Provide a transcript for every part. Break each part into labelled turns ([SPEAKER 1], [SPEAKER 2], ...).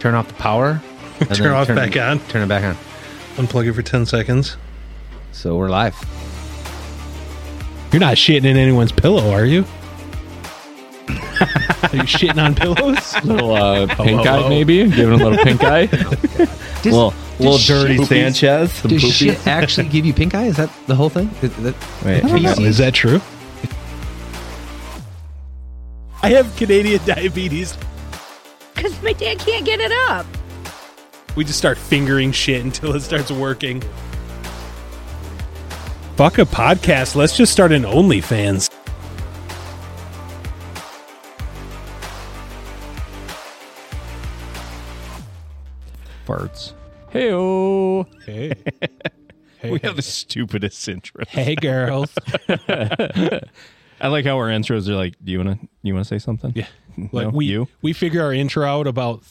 [SPEAKER 1] turn off the power. and then
[SPEAKER 2] Turn off back on.
[SPEAKER 1] Turn it back on.
[SPEAKER 2] Unplug it for 10 seconds.
[SPEAKER 1] So we're live.
[SPEAKER 2] You're not shitting in anyone's pillow, are you? are you shitting on pillows?
[SPEAKER 3] little uh, pink
[SPEAKER 2] whoa,
[SPEAKER 3] eye,
[SPEAKER 2] whoa.
[SPEAKER 3] maybe. Give it a little pink eye. Oh, little little
[SPEAKER 1] Oh, does
[SPEAKER 3] dirty
[SPEAKER 1] shit-
[SPEAKER 3] Sanchez. Some
[SPEAKER 1] Does
[SPEAKER 3] poopy.
[SPEAKER 1] shit actually give you pink eye? Is that the whole thing? Is that,
[SPEAKER 3] Wait,
[SPEAKER 1] I don't know.
[SPEAKER 2] Is that true?
[SPEAKER 4] I have Canadian diabetes.
[SPEAKER 5] Because my dad can't get it up.
[SPEAKER 4] We just start fingering shit until it starts working. Fuck a podcast. Let's just start an OnlyFans.
[SPEAKER 1] farts.
[SPEAKER 3] Hey, oh.
[SPEAKER 2] Hey,
[SPEAKER 3] We have the stupidest intro.
[SPEAKER 2] hey girls.
[SPEAKER 3] I like how our intros are like, do you want to you want to say something?
[SPEAKER 2] Yeah.
[SPEAKER 3] No,
[SPEAKER 2] Like we
[SPEAKER 3] you?
[SPEAKER 2] we figure our intro out about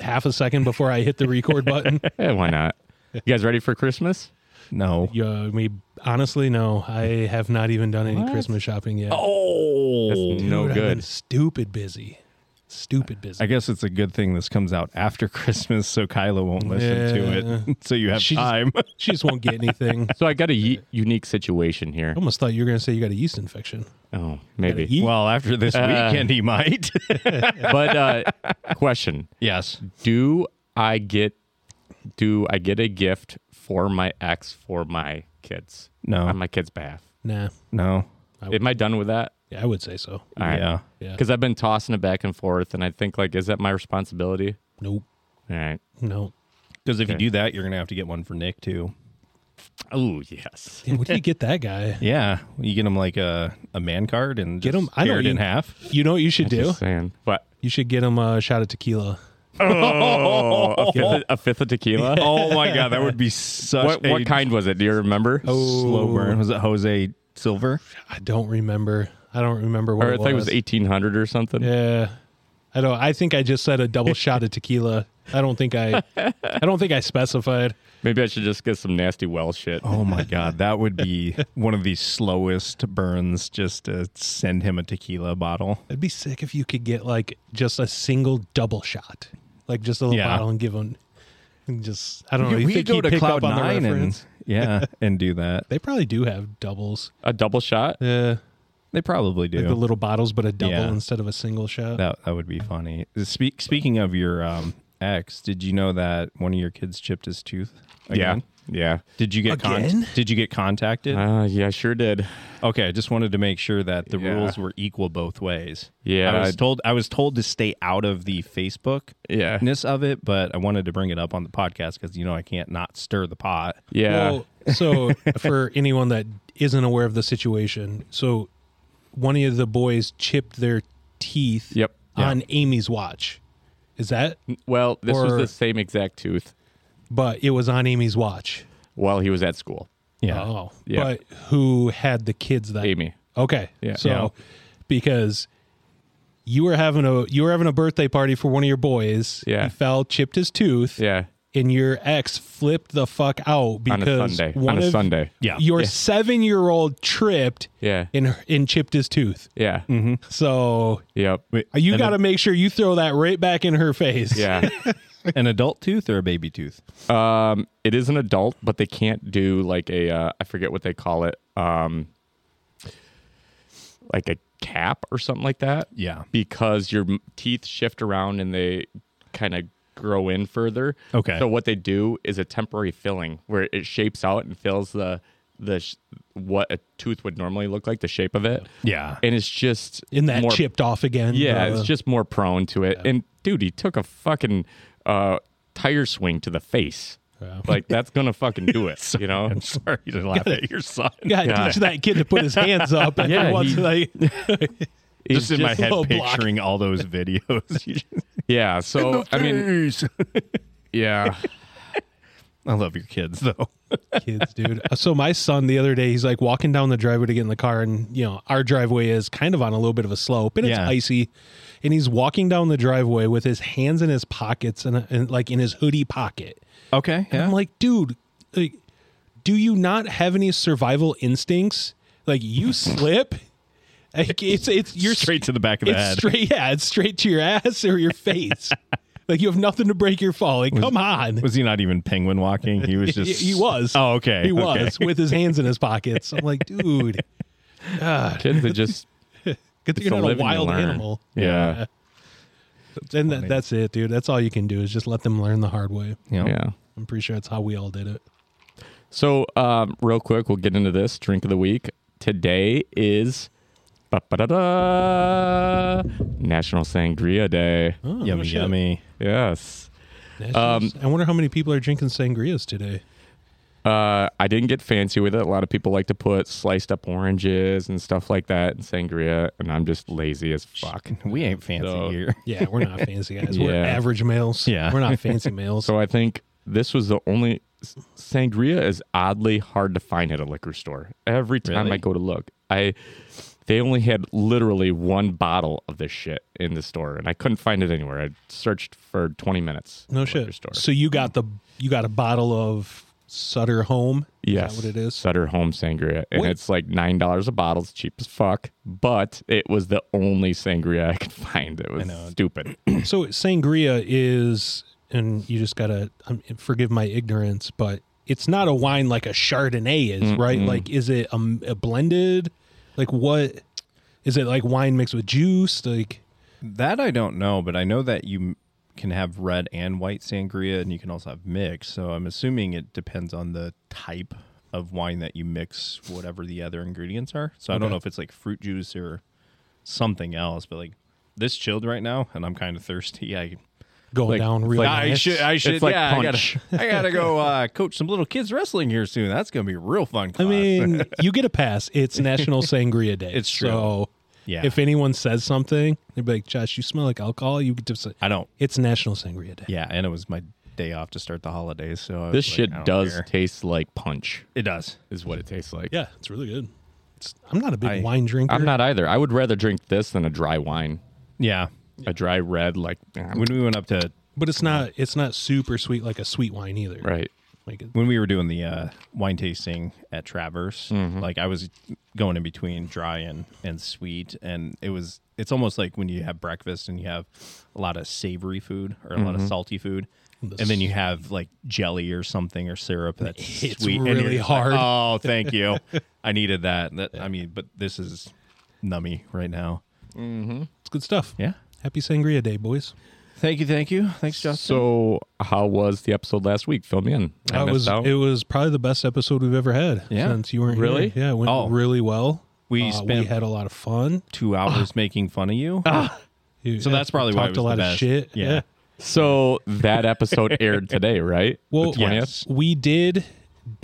[SPEAKER 2] half a second before I hit the record button.
[SPEAKER 3] Eh, why not? You guys ready for Christmas? No.
[SPEAKER 2] Yeah, I mean, honestly, no. I have not even done any
[SPEAKER 3] What?
[SPEAKER 2] Christmas shopping yet.
[SPEAKER 3] Oh, no
[SPEAKER 2] Dude, I've been
[SPEAKER 3] good.
[SPEAKER 2] Stupid busy. Stupid busy.
[SPEAKER 3] I guess it's a good thing this comes out after Christmas, so Kyla won't listen to
[SPEAKER 2] Yeah.
[SPEAKER 3] it. So you have
[SPEAKER 2] She's-
[SPEAKER 3] time.
[SPEAKER 2] she just won't get anything. I
[SPEAKER 6] So I got a ye- unique situation here.
[SPEAKER 2] almost thought you were going to say you got a yeast infection.
[SPEAKER 6] Oh, maybe.
[SPEAKER 2] Yeet.
[SPEAKER 3] well, after this weekend, he might.
[SPEAKER 6] But uh, question:
[SPEAKER 3] yes.
[SPEAKER 6] Do I get do I get a gift for my ex for my kids
[SPEAKER 3] No.
[SPEAKER 6] on my kids' behalf?
[SPEAKER 2] Nah,
[SPEAKER 3] no.
[SPEAKER 6] Am I done with that?
[SPEAKER 2] yeah, I would say so.
[SPEAKER 6] All right.
[SPEAKER 3] Yeah.
[SPEAKER 2] Yeah.
[SPEAKER 6] Because I've been tossing it back and forth, and I think like, is that my responsibility?
[SPEAKER 2] Nope.
[SPEAKER 6] All right.
[SPEAKER 2] No.
[SPEAKER 3] Because if
[SPEAKER 6] Okay.
[SPEAKER 3] you do that, you're gonna have to get one for Nick too.
[SPEAKER 6] Oh yes.
[SPEAKER 2] Damn, where do you get that guy?
[SPEAKER 3] Yeah, you get him like a, a man card and
[SPEAKER 2] Get
[SPEAKER 3] just
[SPEAKER 2] 'em- I know
[SPEAKER 3] tear it
[SPEAKER 2] you-
[SPEAKER 3] in half.
[SPEAKER 2] You know what you should do?
[SPEAKER 6] Just saying. What?
[SPEAKER 2] You should get him a shot of tequila.
[SPEAKER 6] Oh, a, fifth of, a fifth of tequila.
[SPEAKER 3] Oh my god, that would be such Oh,
[SPEAKER 6] What, what kind was it? Do you remember?
[SPEAKER 3] slow burn. Was it Jose Silver?
[SPEAKER 2] I don't remember. I don't remember what
[SPEAKER 6] Or I
[SPEAKER 2] it
[SPEAKER 6] think it was eighteen hundred or something.
[SPEAKER 2] Yeah. I don't I think I just said a double shot of tequila. I don't think I I don't think I specified.
[SPEAKER 6] Maybe I should just get some nasty well shit.
[SPEAKER 3] Oh my god, that would be one of the slowest burns. Just to send him a tequila bottle.
[SPEAKER 2] It'd be sick if you could get like just a single double shot. Like just a little
[SPEAKER 3] Yeah.
[SPEAKER 2] bottle and give him and just I don't know.
[SPEAKER 3] We-
[SPEAKER 2] you
[SPEAKER 3] we
[SPEAKER 2] think
[SPEAKER 3] go
[SPEAKER 2] he'd
[SPEAKER 3] to
[SPEAKER 2] pick
[SPEAKER 3] Cloud
[SPEAKER 2] up on the
[SPEAKER 3] Nine and
[SPEAKER 2] reference?
[SPEAKER 3] yeah, and do that.
[SPEAKER 2] They probably do have doubles.
[SPEAKER 6] A double shot?
[SPEAKER 2] Yeah.
[SPEAKER 3] They probably do.
[SPEAKER 2] Like the little bottles but a double
[SPEAKER 3] Yeah.
[SPEAKER 2] instead of a single shot.
[SPEAKER 3] that that would be funny. Speak, speaking of your um, ex, did you know that one of your kids chipped his tooth? again?
[SPEAKER 6] Yeah.
[SPEAKER 3] Did you get con-
[SPEAKER 2] Again? Uh-huh.
[SPEAKER 3] Did you get contacted?
[SPEAKER 6] Uh, yeah, sure did.
[SPEAKER 3] Okay, I just wanted to make sure that the
[SPEAKER 6] Yeah.
[SPEAKER 3] rules were equal both ways.
[SPEAKER 6] Yeah,
[SPEAKER 3] I was
[SPEAKER 6] I-
[SPEAKER 3] told I was told to stay out of the Facebookness
[SPEAKER 6] Yeah.
[SPEAKER 3] of it, but I wanted to bring it up on the podcast because you know I can't not stir the pot.
[SPEAKER 6] Yeah.
[SPEAKER 2] Well, so for anyone that isn't aware of the situation, so one of the boys chipped their teeth
[SPEAKER 6] Yep.
[SPEAKER 2] on Amy's watch. Is that?
[SPEAKER 6] well, this
[SPEAKER 2] or-
[SPEAKER 6] was the same exact tooth
[SPEAKER 2] But it was on Amy's watch.
[SPEAKER 6] while he was at school.
[SPEAKER 3] Yeah,
[SPEAKER 2] Oh.
[SPEAKER 6] Yeah.
[SPEAKER 2] But who had the kids that
[SPEAKER 6] Amy.
[SPEAKER 2] Okay.
[SPEAKER 6] Yeah.
[SPEAKER 2] So
[SPEAKER 3] Yeah.
[SPEAKER 2] because you were having a you were having a birthday party for one of your boys.
[SPEAKER 6] Yeah.
[SPEAKER 2] He fell, chipped his tooth.
[SPEAKER 6] Yeah.
[SPEAKER 2] And your ex flipped the fuck out
[SPEAKER 6] On a
[SPEAKER 2] because
[SPEAKER 6] Sunday.
[SPEAKER 2] one
[SPEAKER 6] On a
[SPEAKER 2] of
[SPEAKER 6] Sunday.
[SPEAKER 3] yeah,
[SPEAKER 2] your seven year old tripped
[SPEAKER 6] Yeah.
[SPEAKER 2] and and chipped his tooth.
[SPEAKER 6] Yeah.
[SPEAKER 2] So
[SPEAKER 6] Yep.
[SPEAKER 3] Wait,
[SPEAKER 2] Mm-hmm. you
[SPEAKER 3] an-
[SPEAKER 2] got to make sure you throw that right back in her face.
[SPEAKER 6] Yeah.
[SPEAKER 3] an adult tooth or a baby tooth?
[SPEAKER 6] um, it is an adult, but they can't do like a uh, I forget what they call it. Um, like a cap or something like that.
[SPEAKER 3] Yeah.
[SPEAKER 6] because your m- teeth shift around and they kind of grow in further.
[SPEAKER 3] Okay.
[SPEAKER 6] So what they do is a temporary filling where it shapes out and fills the the sh- what a tooth would normally look like, the shape of it.
[SPEAKER 3] Yeah,
[SPEAKER 6] And it's just
[SPEAKER 2] And that
[SPEAKER 6] more,
[SPEAKER 2] chipped off again.
[SPEAKER 6] Yeah,
[SPEAKER 2] Uh,
[SPEAKER 6] it's just more prone to it. And dude, he took a fucking uh, tire swing to the face. Like that's gonna fucking do it, you know.
[SPEAKER 3] I'm sorry to laugh at your son.
[SPEAKER 2] You gotta
[SPEAKER 6] Yeah.
[SPEAKER 2] teach that kid to put his hands up. And
[SPEAKER 6] Yeah,
[SPEAKER 2] once,
[SPEAKER 6] he-
[SPEAKER 2] like,
[SPEAKER 6] He's
[SPEAKER 3] Just in my
[SPEAKER 6] just-
[SPEAKER 3] head,
[SPEAKER 2] little block.
[SPEAKER 3] picturing all those videos.
[SPEAKER 6] Yeah. So I mean, yeah.
[SPEAKER 3] I love your kids though.
[SPEAKER 2] kids, dude. Uh, So my son the other day, he's like walking down the driveway to get in the car, and you know our driveway is kind of on a little bit of a slope, and it's
[SPEAKER 3] Yeah.
[SPEAKER 2] icy. And he's walking down the driveway with his hands in his pockets and, uh, and like in his hoodie pocket.
[SPEAKER 3] Okay, yeah.
[SPEAKER 2] I'm like, dude, like, do you not have any survival instincts? Like you slip, like, it's it's you're
[SPEAKER 3] Straight to the back of the
[SPEAKER 2] it's
[SPEAKER 3] head.
[SPEAKER 2] straight, yeah, it's straight to your ass or your face. Like you have nothing to break your fall. Like, come on.
[SPEAKER 3] Was he not even penguin walking? He was
[SPEAKER 2] He-
[SPEAKER 3] just.
[SPEAKER 2] he was.
[SPEAKER 3] Oh, okay.
[SPEAKER 2] He
[SPEAKER 3] okay.
[SPEAKER 2] was with his hands in his pockets. I'm like, dude,
[SPEAKER 6] Kids that just
[SPEAKER 2] good thing
[SPEAKER 6] It's
[SPEAKER 2] you're
[SPEAKER 6] a
[SPEAKER 2] not a
[SPEAKER 6] living to
[SPEAKER 2] wild
[SPEAKER 6] learn.
[SPEAKER 2] animal.
[SPEAKER 6] yeah
[SPEAKER 2] And that, that's it, dude. That's all you can do is just let them learn the hard way.
[SPEAKER 3] Yeah.
[SPEAKER 6] yeah.
[SPEAKER 2] I'm pretty sure that's how we all did it.
[SPEAKER 6] So um, real quick, we'll get into this drink of the week. Today is ba-ba-da-da, National Sangria Day.
[SPEAKER 2] Oh,
[SPEAKER 3] Yummy,
[SPEAKER 2] no shit.
[SPEAKER 3] yummy.
[SPEAKER 6] Yes.
[SPEAKER 2] That's
[SPEAKER 6] Um,
[SPEAKER 2] just- I wonder how many people are drinking sangrias today.
[SPEAKER 6] Uh, I didn't get fancy with it. A lot of people like to put sliced up oranges and stuff like that and sangria, and I'm just lazy as fuck.
[SPEAKER 3] We ain't fancy
[SPEAKER 6] So-
[SPEAKER 3] here.
[SPEAKER 2] Yeah, we're not fancy guys. We're
[SPEAKER 6] Yeah.
[SPEAKER 2] average males.
[SPEAKER 3] Yeah.
[SPEAKER 2] we're not fancy males.
[SPEAKER 6] So I think this was the only s- sangria is oddly hard to find at a liquor store. Every time
[SPEAKER 3] Really?
[SPEAKER 6] I go to look, I they only had literally one bottle of this shit in the store, and I couldn't find it anywhere. I searched for 20 minutes.
[SPEAKER 2] no
[SPEAKER 6] at the liquor
[SPEAKER 2] shit.
[SPEAKER 6] Store.
[SPEAKER 2] So you got the you got a bottle of Sutter Home.
[SPEAKER 6] Yes.
[SPEAKER 2] is that what it is?
[SPEAKER 6] Sutter Home Sangria. And
[SPEAKER 2] Wait.
[SPEAKER 6] it's like $9 a bottle. It's cheap as fuck. But it was the only sangria I could find. It was stupid.
[SPEAKER 2] So sangria is, and you just gotta um, forgive my ignorance, but it's not a wine like a Chardonnay is, right? Like, is it um, a blended? Like, what is it like wine mixed with juice? Like,
[SPEAKER 3] That I don't know, but I know that you m- can have red and white sangria, and you can also have mixed. So I'm assuming it depends on the type of wine that you mix, whatever the other ingredients are. So I don't know if it's like fruit juice or something else, but like this chilled right now, and I'm kind of thirsty. I
[SPEAKER 2] going
[SPEAKER 6] Like-
[SPEAKER 2] down real
[SPEAKER 3] I
[SPEAKER 2] nice.
[SPEAKER 3] should, I should,
[SPEAKER 6] It's like
[SPEAKER 3] yeah,
[SPEAKER 6] punch.
[SPEAKER 3] I gotta, I gotta go uh, coach some little kids wrestling here soon. That's gonna be a real fun.
[SPEAKER 2] I
[SPEAKER 3] Class.
[SPEAKER 2] mean, you get a pass. It's National Sangria Day.
[SPEAKER 3] It's true.
[SPEAKER 2] So
[SPEAKER 3] yeah,
[SPEAKER 2] if anyone says something, they'd be like, Josh, you smell like alcohol. You get to say,
[SPEAKER 3] I don't,
[SPEAKER 2] it's National Sangria Day.
[SPEAKER 3] yeah, and it was my day off to start the holidays, so I was
[SPEAKER 6] This
[SPEAKER 3] like, I
[SPEAKER 6] shit
[SPEAKER 3] don't
[SPEAKER 6] does
[SPEAKER 3] care.
[SPEAKER 6] taste like punch,
[SPEAKER 3] It does.
[SPEAKER 6] is what it tastes like.
[SPEAKER 2] Yeah, it's really good. It's, I'm not a big
[SPEAKER 3] I-
[SPEAKER 2] wine drinker.
[SPEAKER 6] I'm not either. I would rather drink this than a dry wine.
[SPEAKER 3] Yeah,
[SPEAKER 6] A dry red, like,
[SPEAKER 3] when we went up to
[SPEAKER 2] but it's not it's not super sweet like a sweet wine either.
[SPEAKER 6] right.
[SPEAKER 2] Like it-
[SPEAKER 3] when we were doing the uh, wine tasting at Traverse, like I was going in between dry and, and sweet, and it was it's almost like when you have breakfast and you have a lot of savory food or a lot of salty food, and then you have like jelly or something or syrup that's
[SPEAKER 2] It's
[SPEAKER 3] sweet. and you're
[SPEAKER 2] really
[SPEAKER 3] just like,
[SPEAKER 2] hard.
[SPEAKER 3] oh, thank you. I needed that. That I mean, but this is nummy right now.
[SPEAKER 2] it's good stuff.
[SPEAKER 3] Yeah.
[SPEAKER 2] Happy Sangria Day, boys.
[SPEAKER 3] Thank you. Thank you. Thanks, Justin.
[SPEAKER 6] So, how was the episode last week? Fill me in. I
[SPEAKER 2] That
[SPEAKER 6] missed
[SPEAKER 2] was
[SPEAKER 6] out.
[SPEAKER 2] it was probably the best episode we've ever had.
[SPEAKER 3] Yeah.
[SPEAKER 2] Since you weren't
[SPEAKER 6] Really?
[SPEAKER 2] here. Yeah, it went
[SPEAKER 3] Oh.
[SPEAKER 2] really well.
[SPEAKER 3] We
[SPEAKER 2] Uh,
[SPEAKER 3] spent-
[SPEAKER 2] we had a lot of fun.
[SPEAKER 3] two hours making fun of you.
[SPEAKER 2] You-
[SPEAKER 3] So that's probably why it
[SPEAKER 2] Ah, talked
[SPEAKER 3] was
[SPEAKER 2] a lot
[SPEAKER 3] the
[SPEAKER 2] of
[SPEAKER 3] best.
[SPEAKER 2] shit.
[SPEAKER 3] Yeah.
[SPEAKER 6] so, that episode aired today, right?
[SPEAKER 2] Well,
[SPEAKER 6] The 20th?
[SPEAKER 3] yes.
[SPEAKER 2] we did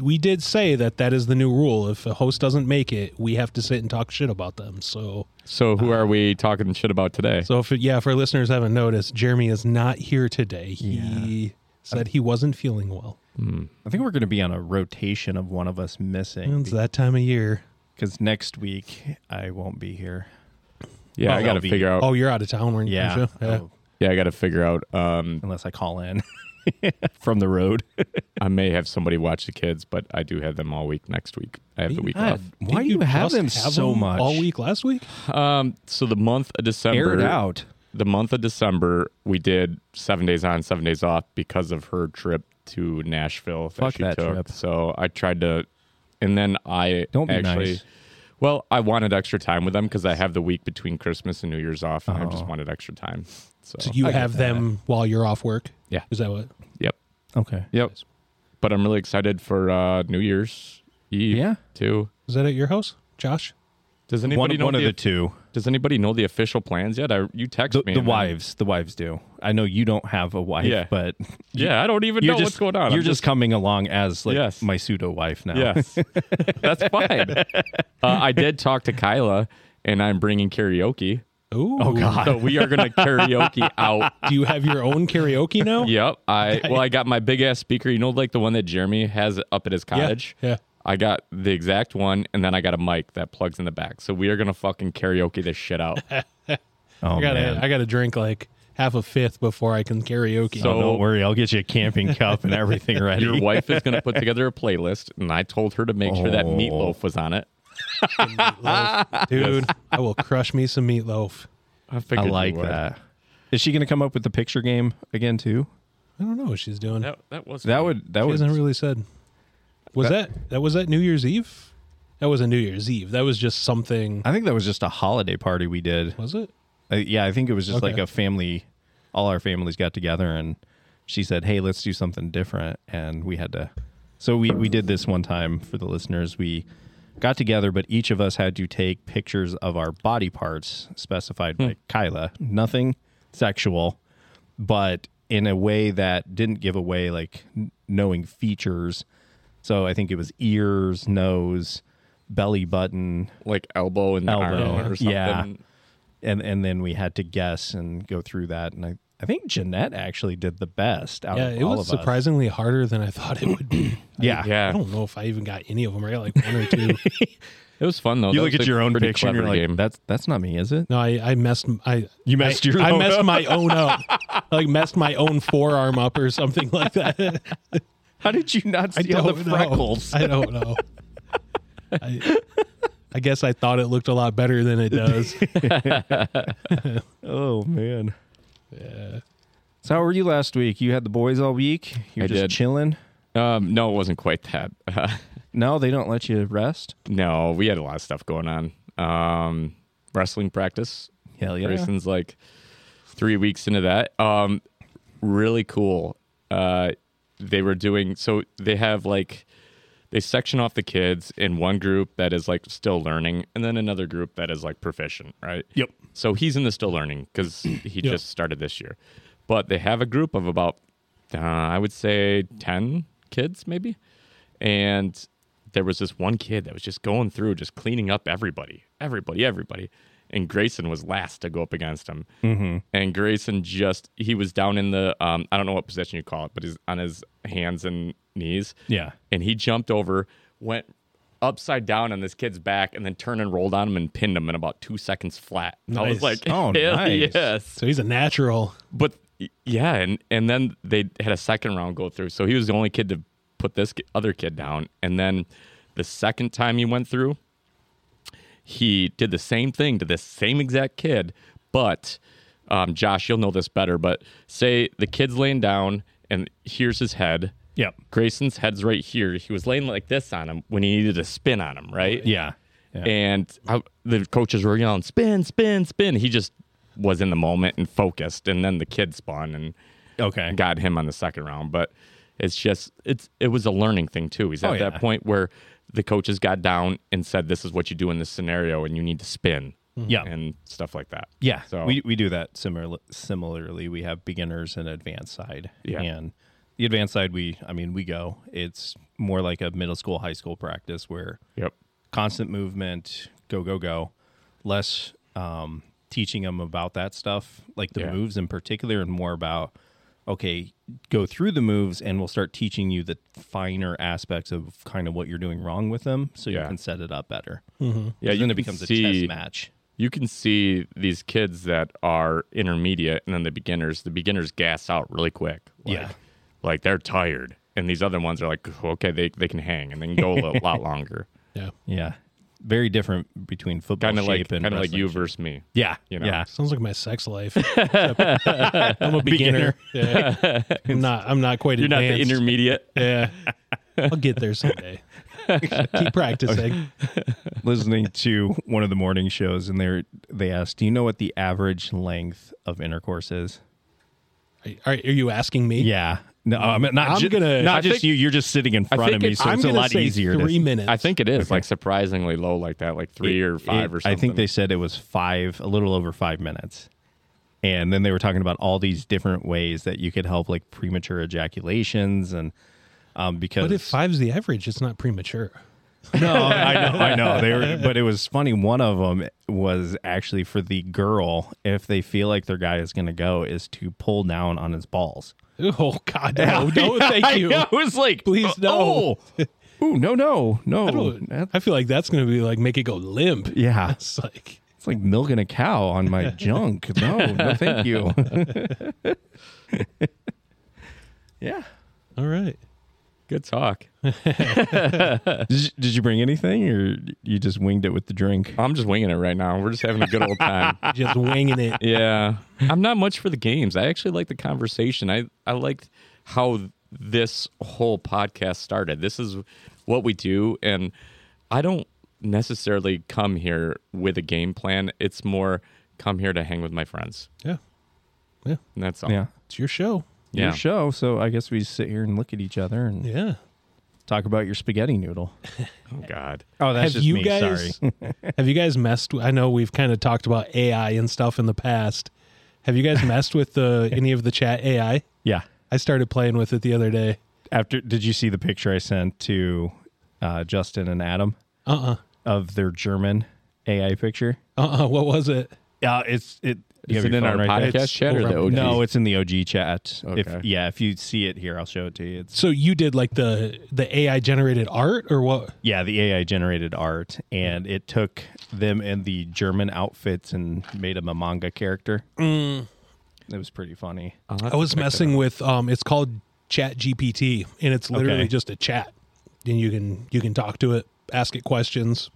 [SPEAKER 2] we did say that that is the new rule. If a host doesn't make it, we have to sit and talk shit about them. So
[SPEAKER 6] So, who are we talking shit about today?
[SPEAKER 2] so if yeah, if our listeners haven't noticed, Jeremy is not here today. He said he wasn't feeling well.
[SPEAKER 3] I think we're going to be on a rotation of one of us missing
[SPEAKER 2] It's that time of year.
[SPEAKER 3] because next week I won't be here.
[SPEAKER 6] yeah,
[SPEAKER 3] well,
[SPEAKER 6] I got to
[SPEAKER 3] that'll be-
[SPEAKER 6] figure out.
[SPEAKER 2] Oh, you're out of town, weren't you?
[SPEAKER 3] Yeah,
[SPEAKER 2] aren't you? Yeah.
[SPEAKER 3] Oh,
[SPEAKER 6] Yeah, I got to figure out. Um,
[SPEAKER 3] unless I call in from the road.
[SPEAKER 6] I may have somebody watch the kids, but I do have them all week next week. I have the week
[SPEAKER 3] God,
[SPEAKER 6] off.
[SPEAKER 3] why
[SPEAKER 2] Didn't
[SPEAKER 3] do you have
[SPEAKER 2] just
[SPEAKER 3] them so
[SPEAKER 2] them
[SPEAKER 3] much?
[SPEAKER 2] all week last week?
[SPEAKER 6] Um, so the month of December,
[SPEAKER 3] Air it out.
[SPEAKER 6] the month of December, we did seven days on, seven days off because of her trip to Nashville.
[SPEAKER 3] Fuck
[SPEAKER 6] she
[SPEAKER 3] that
[SPEAKER 6] took.
[SPEAKER 3] trip.
[SPEAKER 6] So I tried to, and then I
[SPEAKER 3] Don't be
[SPEAKER 6] actually.
[SPEAKER 3] nice.
[SPEAKER 6] Well, I wanted extra time with them because I have the week between Christmas and New Year's off, and I
[SPEAKER 3] Oh.
[SPEAKER 6] just wanted extra time. So,
[SPEAKER 2] So you
[SPEAKER 3] I get
[SPEAKER 2] have
[SPEAKER 3] that.
[SPEAKER 2] them while you're off work.
[SPEAKER 6] Yeah.
[SPEAKER 2] Is that what?
[SPEAKER 6] yep,
[SPEAKER 3] Okay.
[SPEAKER 6] yep. But I'm really excited for uh, New Year's Eve
[SPEAKER 3] Yeah.
[SPEAKER 6] too.
[SPEAKER 2] Is that at your house, Josh?
[SPEAKER 6] Does
[SPEAKER 3] One,
[SPEAKER 6] anybody know
[SPEAKER 3] one of
[SPEAKER 6] the
[SPEAKER 3] the two.
[SPEAKER 6] Does anybody know the official plans yet? I, you text
[SPEAKER 3] The,
[SPEAKER 6] me.
[SPEAKER 3] the
[SPEAKER 6] and I'm-
[SPEAKER 3] wives. The wives do. I know you don't have a wife,
[SPEAKER 6] Yeah.
[SPEAKER 3] but
[SPEAKER 6] Yeah, I don't even know
[SPEAKER 3] you're just
[SPEAKER 6] what's going on.
[SPEAKER 3] You're
[SPEAKER 6] I'm
[SPEAKER 3] just, coming along as like
[SPEAKER 6] Yes.
[SPEAKER 3] my pseudo wife now.
[SPEAKER 6] yes, that's fine. Uh, I did talk to Kyla, and I'm bringing karaoke.
[SPEAKER 2] Ooh. Oh God.
[SPEAKER 6] So we are going to karaoke out.
[SPEAKER 2] Do you have your own karaoke now?
[SPEAKER 6] Yep. I well, I got my big ass speaker. You know, like the one that Jeremy has up at his cottage.
[SPEAKER 2] yeah.
[SPEAKER 6] I got the exact one, and then I got a mic that plugs in the back. So we are gonna fucking karaoke this shit out.
[SPEAKER 3] Oh
[SPEAKER 2] I gotta
[SPEAKER 3] man.
[SPEAKER 2] I gotta drink like half a fifth before I can karaoke.
[SPEAKER 6] So-
[SPEAKER 3] Oh, don't worry, I'll get you a camping cup and everything ready.
[SPEAKER 6] Your wife is gonna put together a playlist, and I told her to make sure that
[SPEAKER 3] Oh.
[SPEAKER 6] meatloaf was on it.
[SPEAKER 2] Dude, I will crush me some meatloaf.
[SPEAKER 6] I
[SPEAKER 3] I
[SPEAKER 6] figured you
[SPEAKER 3] like
[SPEAKER 6] would.
[SPEAKER 3] that. Is she going to come up with the picture game again too?
[SPEAKER 2] I don't know what she's doing.
[SPEAKER 6] That, that was
[SPEAKER 3] That would that
[SPEAKER 2] she
[SPEAKER 3] would
[SPEAKER 2] hasn't really said. Was that, that was that New Year's Eve? That was a New Year's Eve. That was just something.
[SPEAKER 3] I think that was just a holiday party we did.
[SPEAKER 2] Was it?
[SPEAKER 3] Uh, yeah, I think it was just like
[SPEAKER 2] Okay.
[SPEAKER 3] a family. All our families got together, and she said, "Hey, let's do something different." And we had to. So we we did this one time for the listeners. We got together, but each of us had to take pictures of our body parts specified
[SPEAKER 2] Hmm.
[SPEAKER 3] by Kyla. Nothing sexual, but in a way that didn't give away like n- knowing features. So I think it was ears, nose, belly button,
[SPEAKER 6] like elbow and
[SPEAKER 3] Elbow.
[SPEAKER 6] arm or something.
[SPEAKER 3] Yeah. and and then we had to guess and go through that. And I, I think Jeanette actually did the best out
[SPEAKER 2] Yeah,
[SPEAKER 3] of
[SPEAKER 2] it
[SPEAKER 3] all
[SPEAKER 2] was
[SPEAKER 3] of us.
[SPEAKER 2] surprisingly harder than I thought it would be.
[SPEAKER 3] Yeah,
[SPEAKER 2] I
[SPEAKER 6] Yeah.
[SPEAKER 2] don't know if I even got any of them. I got like one or two.
[SPEAKER 6] It was fun though.
[SPEAKER 3] You
[SPEAKER 6] That
[SPEAKER 3] look
[SPEAKER 6] was
[SPEAKER 3] at
[SPEAKER 6] a
[SPEAKER 3] your own
[SPEAKER 6] pretty
[SPEAKER 3] picture and you're
[SPEAKER 6] clever
[SPEAKER 3] like,
[SPEAKER 6] game.
[SPEAKER 3] "That's that's not me, is it?"
[SPEAKER 2] No, I, I messed. m- I
[SPEAKER 3] You messed your.
[SPEAKER 2] I
[SPEAKER 3] own
[SPEAKER 2] messed
[SPEAKER 3] up.
[SPEAKER 2] my own up. like messed my own forearm up or something like that.
[SPEAKER 3] How did you not
[SPEAKER 2] I
[SPEAKER 3] see all the
[SPEAKER 2] don't know.
[SPEAKER 3] freckles?
[SPEAKER 2] I don't know. I, I guess I thought it looked a lot better than it does.
[SPEAKER 3] Oh man. Yeah. So how were you last week? You had the boys all week. You're
[SPEAKER 6] I
[SPEAKER 3] just
[SPEAKER 6] did.
[SPEAKER 3] chilling.
[SPEAKER 6] um, no, it wasn't quite that.
[SPEAKER 3] No, they don't let you rest.
[SPEAKER 6] no, we had a lot of stuff going on. Um, wrestling practice.
[SPEAKER 3] Hell yeah.
[SPEAKER 6] Grayson's like three weeks into that. Um, really cool. Uh, they were doing so they have like they section off the kids in one group that is like still learning, and then another group that is like proficient, right?
[SPEAKER 2] Yep.
[SPEAKER 6] So he's in the still learning because he
[SPEAKER 2] Yeah.
[SPEAKER 6] just started this year. But they have a group of about, uh, I would say, 10 kids maybe. And there was this one kid that was just going through, just cleaning up everybody, everybody, everybody. And Grayson was last to go up against him. Mm-hmm. And Grayson just, he was down in the, um, I don't know what position you call it, but he's on his hands and knees.
[SPEAKER 3] Yeah.
[SPEAKER 6] And he jumped over, went upside down on this kid's back, and then turned and rolled on him and pinned him in about two seconds flat. And I was
[SPEAKER 2] Nice.
[SPEAKER 6] like,
[SPEAKER 3] Oh,
[SPEAKER 6] hell
[SPEAKER 3] nice.
[SPEAKER 6] yes.
[SPEAKER 2] So he's a natural.
[SPEAKER 6] But yeah, and, and then they had a second round go through. So he was the only kid to put this ki- other kid down. And then the second time he went through, he did the same thing to this same exact kid, but um, Josh, you'll know this better. But say the kid's laying down, and here's his head.
[SPEAKER 3] Yep.
[SPEAKER 6] Grayson's head's right here. He was laying like this on him when he needed a spin on him, right?
[SPEAKER 3] Yeah. Yeah.
[SPEAKER 6] And I, the coaches were yelling, spin, spin, spin. He just was in the moment and focused. And then the kid spun and
[SPEAKER 3] Okay.
[SPEAKER 6] got him on the second round. But it's just, it's it was a learning thing, too. He's at
[SPEAKER 3] Oh, yeah.
[SPEAKER 6] that point where the coaches got down and said, this is what you do in this scenario and you need to spin.
[SPEAKER 3] Mm-hmm. Yeah.
[SPEAKER 6] And stuff like that.
[SPEAKER 3] Yeah,
[SPEAKER 6] So
[SPEAKER 3] we we do that similar similarly. We have beginners and advanced side.
[SPEAKER 6] Yeah.
[SPEAKER 3] And the advanced side we I mean we go. It's more like a middle school high school practice where
[SPEAKER 6] Yep.
[SPEAKER 3] constant movement, go go go. Less um teaching them about that stuff, like the
[SPEAKER 6] Yeah.
[SPEAKER 3] moves in particular and more about okay, go through the moves and we'll start teaching you the finer aspects of kind of what you're doing wrong with them so you
[SPEAKER 6] Yeah. Hmm.
[SPEAKER 3] can set it up better.
[SPEAKER 6] Yeah,
[SPEAKER 3] then
[SPEAKER 6] you
[SPEAKER 3] it
[SPEAKER 6] can
[SPEAKER 3] becomes a
[SPEAKER 6] see-
[SPEAKER 3] chess match.
[SPEAKER 6] you can see these kids that are intermediate and then the beginners the beginners gas out really quick like,
[SPEAKER 3] Yeah.
[SPEAKER 6] like they're tired and these other ones are like okay they, they can hang and they can go a little- lot longer
[SPEAKER 2] Yeah.
[SPEAKER 3] Yeah. Very different between football
[SPEAKER 6] kind of like
[SPEAKER 3] shape and
[SPEAKER 6] kind of like
[SPEAKER 3] wrestling
[SPEAKER 6] you
[SPEAKER 3] shape.
[SPEAKER 6] versus me
[SPEAKER 3] Yeah.
[SPEAKER 6] you know?
[SPEAKER 3] Yeah.
[SPEAKER 2] Sounds like my sex life. Except I'm a beginner. Yeah. I'm not. I'm not quite
[SPEAKER 6] you're not the
[SPEAKER 2] advanced.
[SPEAKER 6] intermediate
[SPEAKER 2] Yeah. I'll get there someday. Keep practicing.
[SPEAKER 3] Listening to one of the morning shows and they they asked, "Do you know what the average length of intercourse is?"
[SPEAKER 2] Are, are you asking me?
[SPEAKER 3] Yeah. No, I mean, not
[SPEAKER 2] I'm
[SPEAKER 3] ju-
[SPEAKER 2] gonna-
[SPEAKER 3] not
[SPEAKER 6] I
[SPEAKER 3] just
[SPEAKER 6] think-
[SPEAKER 3] you. You're just sitting in front
[SPEAKER 6] think
[SPEAKER 3] of me,
[SPEAKER 6] it-
[SPEAKER 3] so
[SPEAKER 2] I'm
[SPEAKER 3] it's a
[SPEAKER 2] gonna
[SPEAKER 3] lot
[SPEAKER 2] say
[SPEAKER 3] easier. to-
[SPEAKER 2] three minutes.
[SPEAKER 6] i think it is like surprisingly low like that like three or five
[SPEAKER 3] It-
[SPEAKER 6] or something
[SPEAKER 3] I think they said it was five, a little over five minutes. And then they were talking about all these different ways that you could help, like premature ejaculations, and um, because
[SPEAKER 2] But if five's the average, it's not premature.
[SPEAKER 3] No, I know, I know. They were, but it was funny. One of them was actually for the girl. If they feel like their guy is going to go, is to pull down on his balls.
[SPEAKER 2] Oh God, no, no, thank you.
[SPEAKER 3] I was like,
[SPEAKER 2] Please, no.
[SPEAKER 3] Oh, Ooh, no, no, no.
[SPEAKER 2] Oh,
[SPEAKER 3] That-
[SPEAKER 2] I feel like that's going to be like make it go limp.
[SPEAKER 3] yeah,
[SPEAKER 2] It's like
[SPEAKER 3] it's like milking a cow on my junk. No, no, thank you. yeah,
[SPEAKER 2] all right.
[SPEAKER 6] Good talk.
[SPEAKER 3] Did you, did you bring anything, or you just winged it with the drink?
[SPEAKER 6] I'm just winging it right now. We're just having a good old time.
[SPEAKER 2] Just winging it.
[SPEAKER 6] yeah. I'm not much for the games. I actually like the conversation. I, I liked how this whole podcast started. This is what we do. And I don't necessarily come here with a game plan, it's more come here to hang with my friends.
[SPEAKER 2] Yeah.
[SPEAKER 6] And that's all.
[SPEAKER 3] Yeah,
[SPEAKER 2] It's your show.
[SPEAKER 6] Yeah.
[SPEAKER 3] your show. So I guess we sit here and look at each other and
[SPEAKER 2] Yeah.
[SPEAKER 3] talk about your spaghetti noodle.
[SPEAKER 6] Oh, God.
[SPEAKER 3] Oh,
[SPEAKER 2] have you guys have you guys messed with, I know we've kind of talked about AI and stuff in the past. Have you guys messed with the any of the chat AI?
[SPEAKER 3] Yeah.
[SPEAKER 2] I started playing with it the other day.
[SPEAKER 3] After, did you see the picture I sent to uh, Justin and Adam
[SPEAKER 2] Uh-uh.
[SPEAKER 3] of their German AI picture?
[SPEAKER 2] Uh-uh. What was it?
[SPEAKER 3] Yeah, it's it. you have
[SPEAKER 6] Is it
[SPEAKER 3] your
[SPEAKER 6] in our
[SPEAKER 3] phone right there?
[SPEAKER 6] podcast chat or the OG?
[SPEAKER 3] No, it's in the OG chat. If
[SPEAKER 6] Okay.
[SPEAKER 3] yeah, if you see it here, I'll show it to you. It's
[SPEAKER 2] So you did like the the AI generated art or what?
[SPEAKER 3] yeah, the AI generated art, and it took them in the German outfits and made them a manga character. It was pretty funny.
[SPEAKER 6] I'll have
[SPEAKER 2] I
[SPEAKER 6] to
[SPEAKER 2] was
[SPEAKER 6] check that
[SPEAKER 2] messing
[SPEAKER 6] out.
[SPEAKER 2] with um it's called Chat GPT and it's literally
[SPEAKER 3] Okay.
[SPEAKER 2] just a chat. And you can you can talk to it, ask it questions.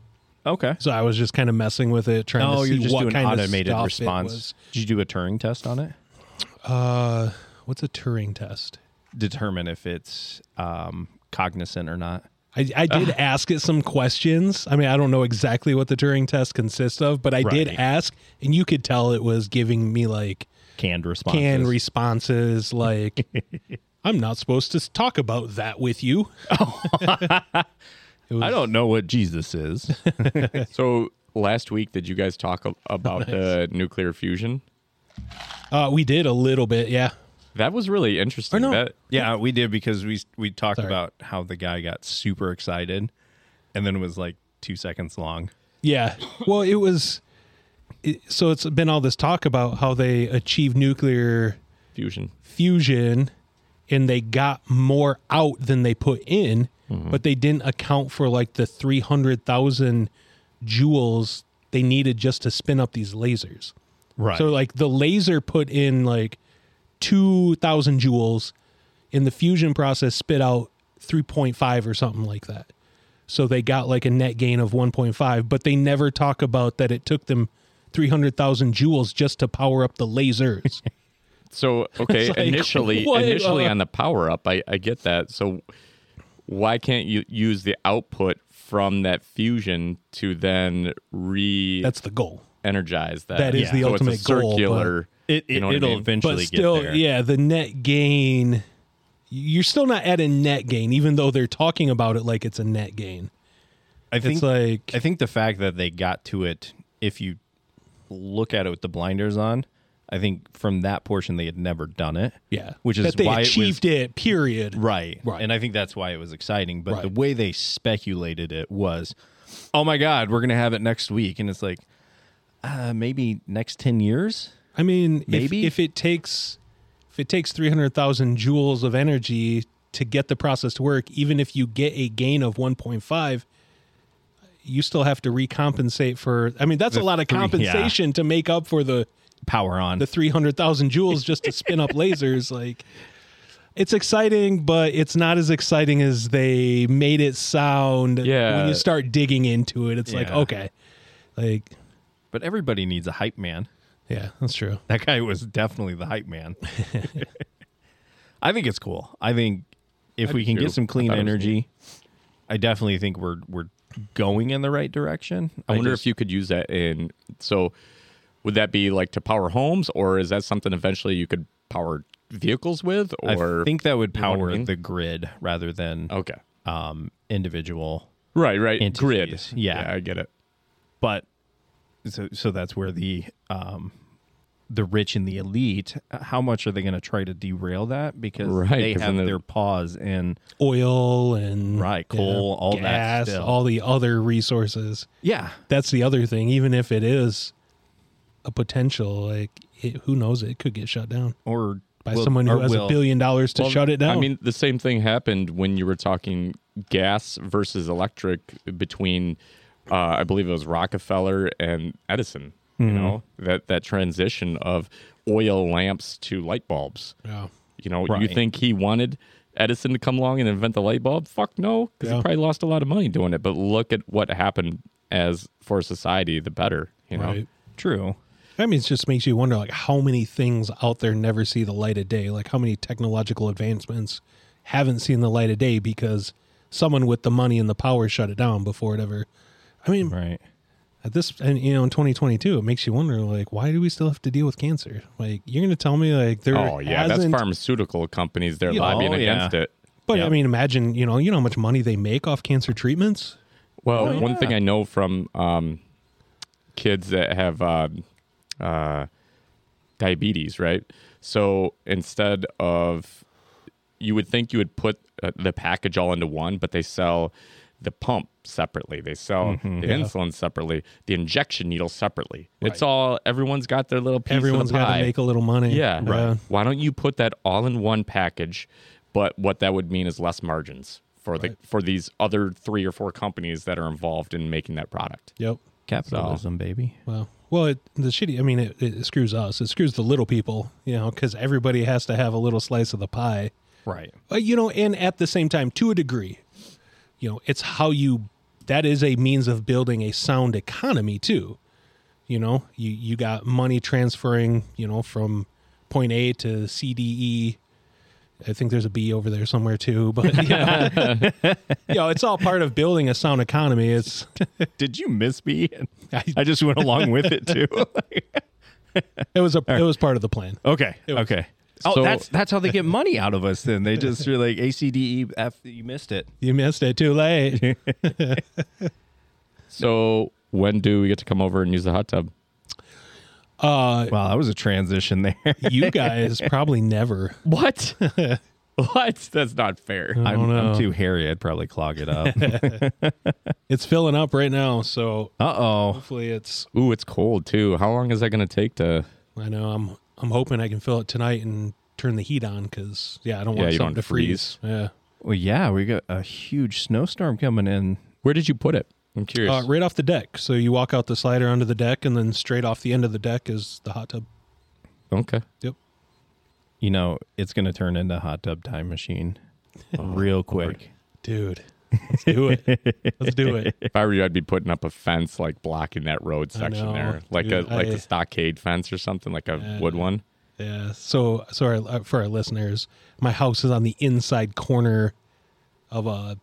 [SPEAKER 3] Okay.
[SPEAKER 2] So I was just kind of messing with it, trying
[SPEAKER 3] Oh,
[SPEAKER 2] to see
[SPEAKER 3] you're just
[SPEAKER 2] what
[SPEAKER 3] doing
[SPEAKER 2] kind
[SPEAKER 3] automated
[SPEAKER 2] of stuff It
[SPEAKER 3] response.
[SPEAKER 2] was.
[SPEAKER 3] Did you do a Turing test on it?
[SPEAKER 2] Uh, what's a Turing test?
[SPEAKER 3] Determine if it's um, cognizant or not.
[SPEAKER 2] I, I did ask it some questions. I mean, I don't know exactly what the Turing test consists of, but I did
[SPEAKER 3] Right.
[SPEAKER 2] ask, and you could tell it was giving me like
[SPEAKER 3] Canned responses.
[SPEAKER 2] canned responses, like, I'm not supposed to s- talk about that with you.
[SPEAKER 3] I don't know what Jesus is.
[SPEAKER 6] So last week, did you guys talk a- about the nuclear fusion?
[SPEAKER 2] Uh, we did a little bit, yeah.
[SPEAKER 6] That was really interesting.
[SPEAKER 2] no.
[SPEAKER 6] That,
[SPEAKER 3] yeah, we did because we we talked
[SPEAKER 2] Sorry.
[SPEAKER 3] about how the guy got super excited, and then it was like two seconds long.
[SPEAKER 2] Yeah. Well, it was. It, so it's been all this talk about how they achieve nuclear
[SPEAKER 6] fusion.
[SPEAKER 2] fusion and they got more out than they put in, but they didn't account for like the 300,000 joules they needed just to spin up these lasers.
[SPEAKER 3] Right.
[SPEAKER 2] So, like, the laser put in like 2,000 joules and the fusion process spit out 3.5 or something like that. So, they got like a net gain of 1.5, but they never talk about that it took them 300,000 joules just to power up the lasers.
[SPEAKER 6] So okay,
[SPEAKER 2] like,
[SPEAKER 6] initially,
[SPEAKER 2] what? Uh-huh.
[SPEAKER 6] initially on the power up, I, I get that. So why can't you use the output from that fusion to then re-energize
[SPEAKER 2] That's the goal.
[SPEAKER 6] that?
[SPEAKER 2] that is the
[SPEAKER 6] so
[SPEAKER 2] ultimate
[SPEAKER 6] it's a
[SPEAKER 2] goal, but-
[SPEAKER 6] circular.
[SPEAKER 3] it,
[SPEAKER 6] you
[SPEAKER 3] it
[SPEAKER 6] know what I
[SPEAKER 3] will
[SPEAKER 6] mean?
[SPEAKER 3] eventually
[SPEAKER 2] but still,
[SPEAKER 3] get there.
[SPEAKER 2] yeah, the net gain. You're still not at a net gain, even though they're talking about it like it's a net gain.
[SPEAKER 3] I think
[SPEAKER 2] It's like
[SPEAKER 3] I think the fact that they got to it, if you look at it with the blinders on, I think from that portion they had never done it.
[SPEAKER 2] yeah,
[SPEAKER 3] which is
[SPEAKER 2] that they
[SPEAKER 3] why it was-
[SPEAKER 2] achieved it. period.
[SPEAKER 3] Right.
[SPEAKER 2] Right.
[SPEAKER 3] And I think that's why it was exciting. But the
[SPEAKER 2] Right.
[SPEAKER 3] way they speculated it was, oh my God, we're going to have it next week. And it's like, uh, maybe next 10 years?
[SPEAKER 2] I mean,
[SPEAKER 3] Maybe?
[SPEAKER 2] if, if it takes if it takes three hundred thousand joules of energy to get the process to work, even if you get a gain of one point five, you still have to recompensate for. I mean, that's a lot of
[SPEAKER 3] three- yeah.
[SPEAKER 2] compensation to make up for the
[SPEAKER 3] Power on.
[SPEAKER 2] the 300,000 joules just to spin up lasers. Like, it's exciting, but it's not as exciting as they made it sound.
[SPEAKER 6] Yeah.
[SPEAKER 2] When you start digging into it, it's like,
[SPEAKER 3] Yeah.
[SPEAKER 2] okay. Like,
[SPEAKER 3] but everybody needs a hype man.
[SPEAKER 2] yeah, that's true.
[SPEAKER 3] That guy was definitely the hype man. I think it's cool. I think if we
[SPEAKER 6] do
[SPEAKER 3] can
[SPEAKER 6] too.
[SPEAKER 3] get some
[SPEAKER 6] I
[SPEAKER 3] clean
[SPEAKER 6] thought it was
[SPEAKER 3] energy, I definitely think we're we're going in the right direction.
[SPEAKER 6] I wonder
[SPEAKER 3] just-
[SPEAKER 6] if you could use that in. So would that be like to power homes, or is that something eventually you could power vehicles with? Or
[SPEAKER 3] I think that would
[SPEAKER 6] know what I
[SPEAKER 3] power
[SPEAKER 6] mean?
[SPEAKER 3] the grid rather than
[SPEAKER 6] okay,
[SPEAKER 3] um, individual.
[SPEAKER 6] right, right, grid.
[SPEAKER 3] Entities. Yeah.
[SPEAKER 6] I get it.
[SPEAKER 3] But so so that's where the um, the rich and the elite. How much are they going to try to derail that because
[SPEAKER 6] Right,
[SPEAKER 3] they
[SPEAKER 6] 'cause
[SPEAKER 3] have
[SPEAKER 6] then the-
[SPEAKER 3] their paws in
[SPEAKER 2] Oil and
[SPEAKER 3] Right, coal, all that
[SPEAKER 2] gas,
[SPEAKER 3] still.
[SPEAKER 2] all the other resources.
[SPEAKER 3] yeah
[SPEAKER 2] That's the other thing. Even if it is a potential, like, it, who knows? It could get shut down
[SPEAKER 3] or
[SPEAKER 2] by
[SPEAKER 3] will-
[SPEAKER 2] someone who
[SPEAKER 3] or
[SPEAKER 2] has
[SPEAKER 3] will.
[SPEAKER 2] a billion dollars to
[SPEAKER 6] Well,
[SPEAKER 2] shut it down.
[SPEAKER 6] I mean, the same thing happened when you were talking gas versus electric between, uh, I believe it was Rockefeller and Edison.
[SPEAKER 2] Mm-hmm.
[SPEAKER 6] You know that that transition of oil lamps to light bulbs.
[SPEAKER 2] yeah.
[SPEAKER 6] You know, you
[SPEAKER 3] Right.
[SPEAKER 6] think he wanted Edison to come along and invent the light bulb? Fuck no, because
[SPEAKER 2] Yeah.
[SPEAKER 6] he probably lost a lot of money doing it. But look at what happened as for society, the better, you know.
[SPEAKER 2] Right.
[SPEAKER 3] True.
[SPEAKER 2] I mean, it just makes you wonder, like, how many things out there never see the light of day? Like, how many technological advancements haven't seen the light of day because someone with the money and the power shut it down before it ever. I mean,
[SPEAKER 3] Right.
[SPEAKER 2] at this, and you know, in 2022, it makes you wonder, like, why do we still have to deal with cancer? Like, you're going to tell me, like, there
[SPEAKER 6] Oh yeah, that's
[SPEAKER 2] hasn't-
[SPEAKER 6] pharmaceutical companies. They're
[SPEAKER 3] Yeah.
[SPEAKER 6] lobbying
[SPEAKER 3] Oh, yeah.
[SPEAKER 6] against it.
[SPEAKER 2] But
[SPEAKER 3] Yeah.
[SPEAKER 2] I mean, imagine you know you know how much money they make off cancer treatments.
[SPEAKER 6] Well,
[SPEAKER 3] Oh,
[SPEAKER 6] one thing I know from um, kids that have uh, uh, diabetes, right? So instead of, you would think you would put uh, the package all into one, but they sell the pump separately. They sell the insulin separately, the injection needle separately. It's all everyone's got their little piece.
[SPEAKER 2] Everyone's
[SPEAKER 6] of the
[SPEAKER 2] got
[SPEAKER 6] pie.
[SPEAKER 2] to make a little money.
[SPEAKER 6] Yeah.
[SPEAKER 2] Uh,
[SPEAKER 6] Why don't you put that all in one package? But what that would mean is less margins for the for these other three or four companies that are involved in making that product.
[SPEAKER 2] Yep.
[SPEAKER 3] Capitalism, baby.
[SPEAKER 2] Well, well, it, the shitty. I mean, it, it screws us. It screws the little people. You know, because everybody has to have a little slice of the pie.
[SPEAKER 3] Right.
[SPEAKER 2] Uh, you know, and at the same time, to a degree, you know, it's how you. That is a means of building a sound economy too. You know, you you got money transferring. You know, from point A to CDE. I think there's a B over there somewhere too, but you know, you know, it's all part of building a sound economy. It's
[SPEAKER 3] Did you miss me? I just went along with it too.
[SPEAKER 2] it was a it was part of the plan.
[SPEAKER 3] okay.
[SPEAKER 2] was-
[SPEAKER 3] Okay. Oh,
[SPEAKER 6] So-
[SPEAKER 3] that's that's how they get money out of us. Then they just are like A C D E F. You missed it.
[SPEAKER 2] You missed it too late.
[SPEAKER 6] So when do we get to come over and use the hot tub?
[SPEAKER 2] Uh,
[SPEAKER 3] Wow, that was a transition there.
[SPEAKER 2] you guys probably never.
[SPEAKER 6] What? what? That's not fair.
[SPEAKER 3] I'm,
[SPEAKER 2] know.
[SPEAKER 3] I'm too hairy. I'd probably clog it up. uh
[SPEAKER 2] It's filling up right now, so
[SPEAKER 3] oh.
[SPEAKER 2] hopefully it's.
[SPEAKER 6] Ooh, it's cold too. How long is that going to take to?
[SPEAKER 2] I know I'm. I'm hoping I can fill it tonight and turn the heat on because yeah, I don't
[SPEAKER 6] Yeah,
[SPEAKER 2] want
[SPEAKER 6] you don't
[SPEAKER 2] something to freeze.
[SPEAKER 3] Well, yeah, we got a huge snowstorm coming in.
[SPEAKER 6] Where did you put it? I'm curious.
[SPEAKER 2] Yeah, uh, right off the deck. So you walk out the slider onto the deck, and then straight off the end of the deck is the hot tub.
[SPEAKER 6] okay.
[SPEAKER 2] Yep.
[SPEAKER 3] You know, it's going to turn into hot tub time machine
[SPEAKER 2] Oh,
[SPEAKER 3] real quick.
[SPEAKER 2] Dude, let's do it. let's do it.
[SPEAKER 6] If I were you, I'd be putting up a fence like blocking that road section
[SPEAKER 2] know,
[SPEAKER 6] there, like
[SPEAKER 2] dude,
[SPEAKER 6] a like
[SPEAKER 2] I-
[SPEAKER 6] a stockade fence or something, like a wood one.
[SPEAKER 2] Yeah. So, so our, uh, for our listeners, my house is on the inside corner of a.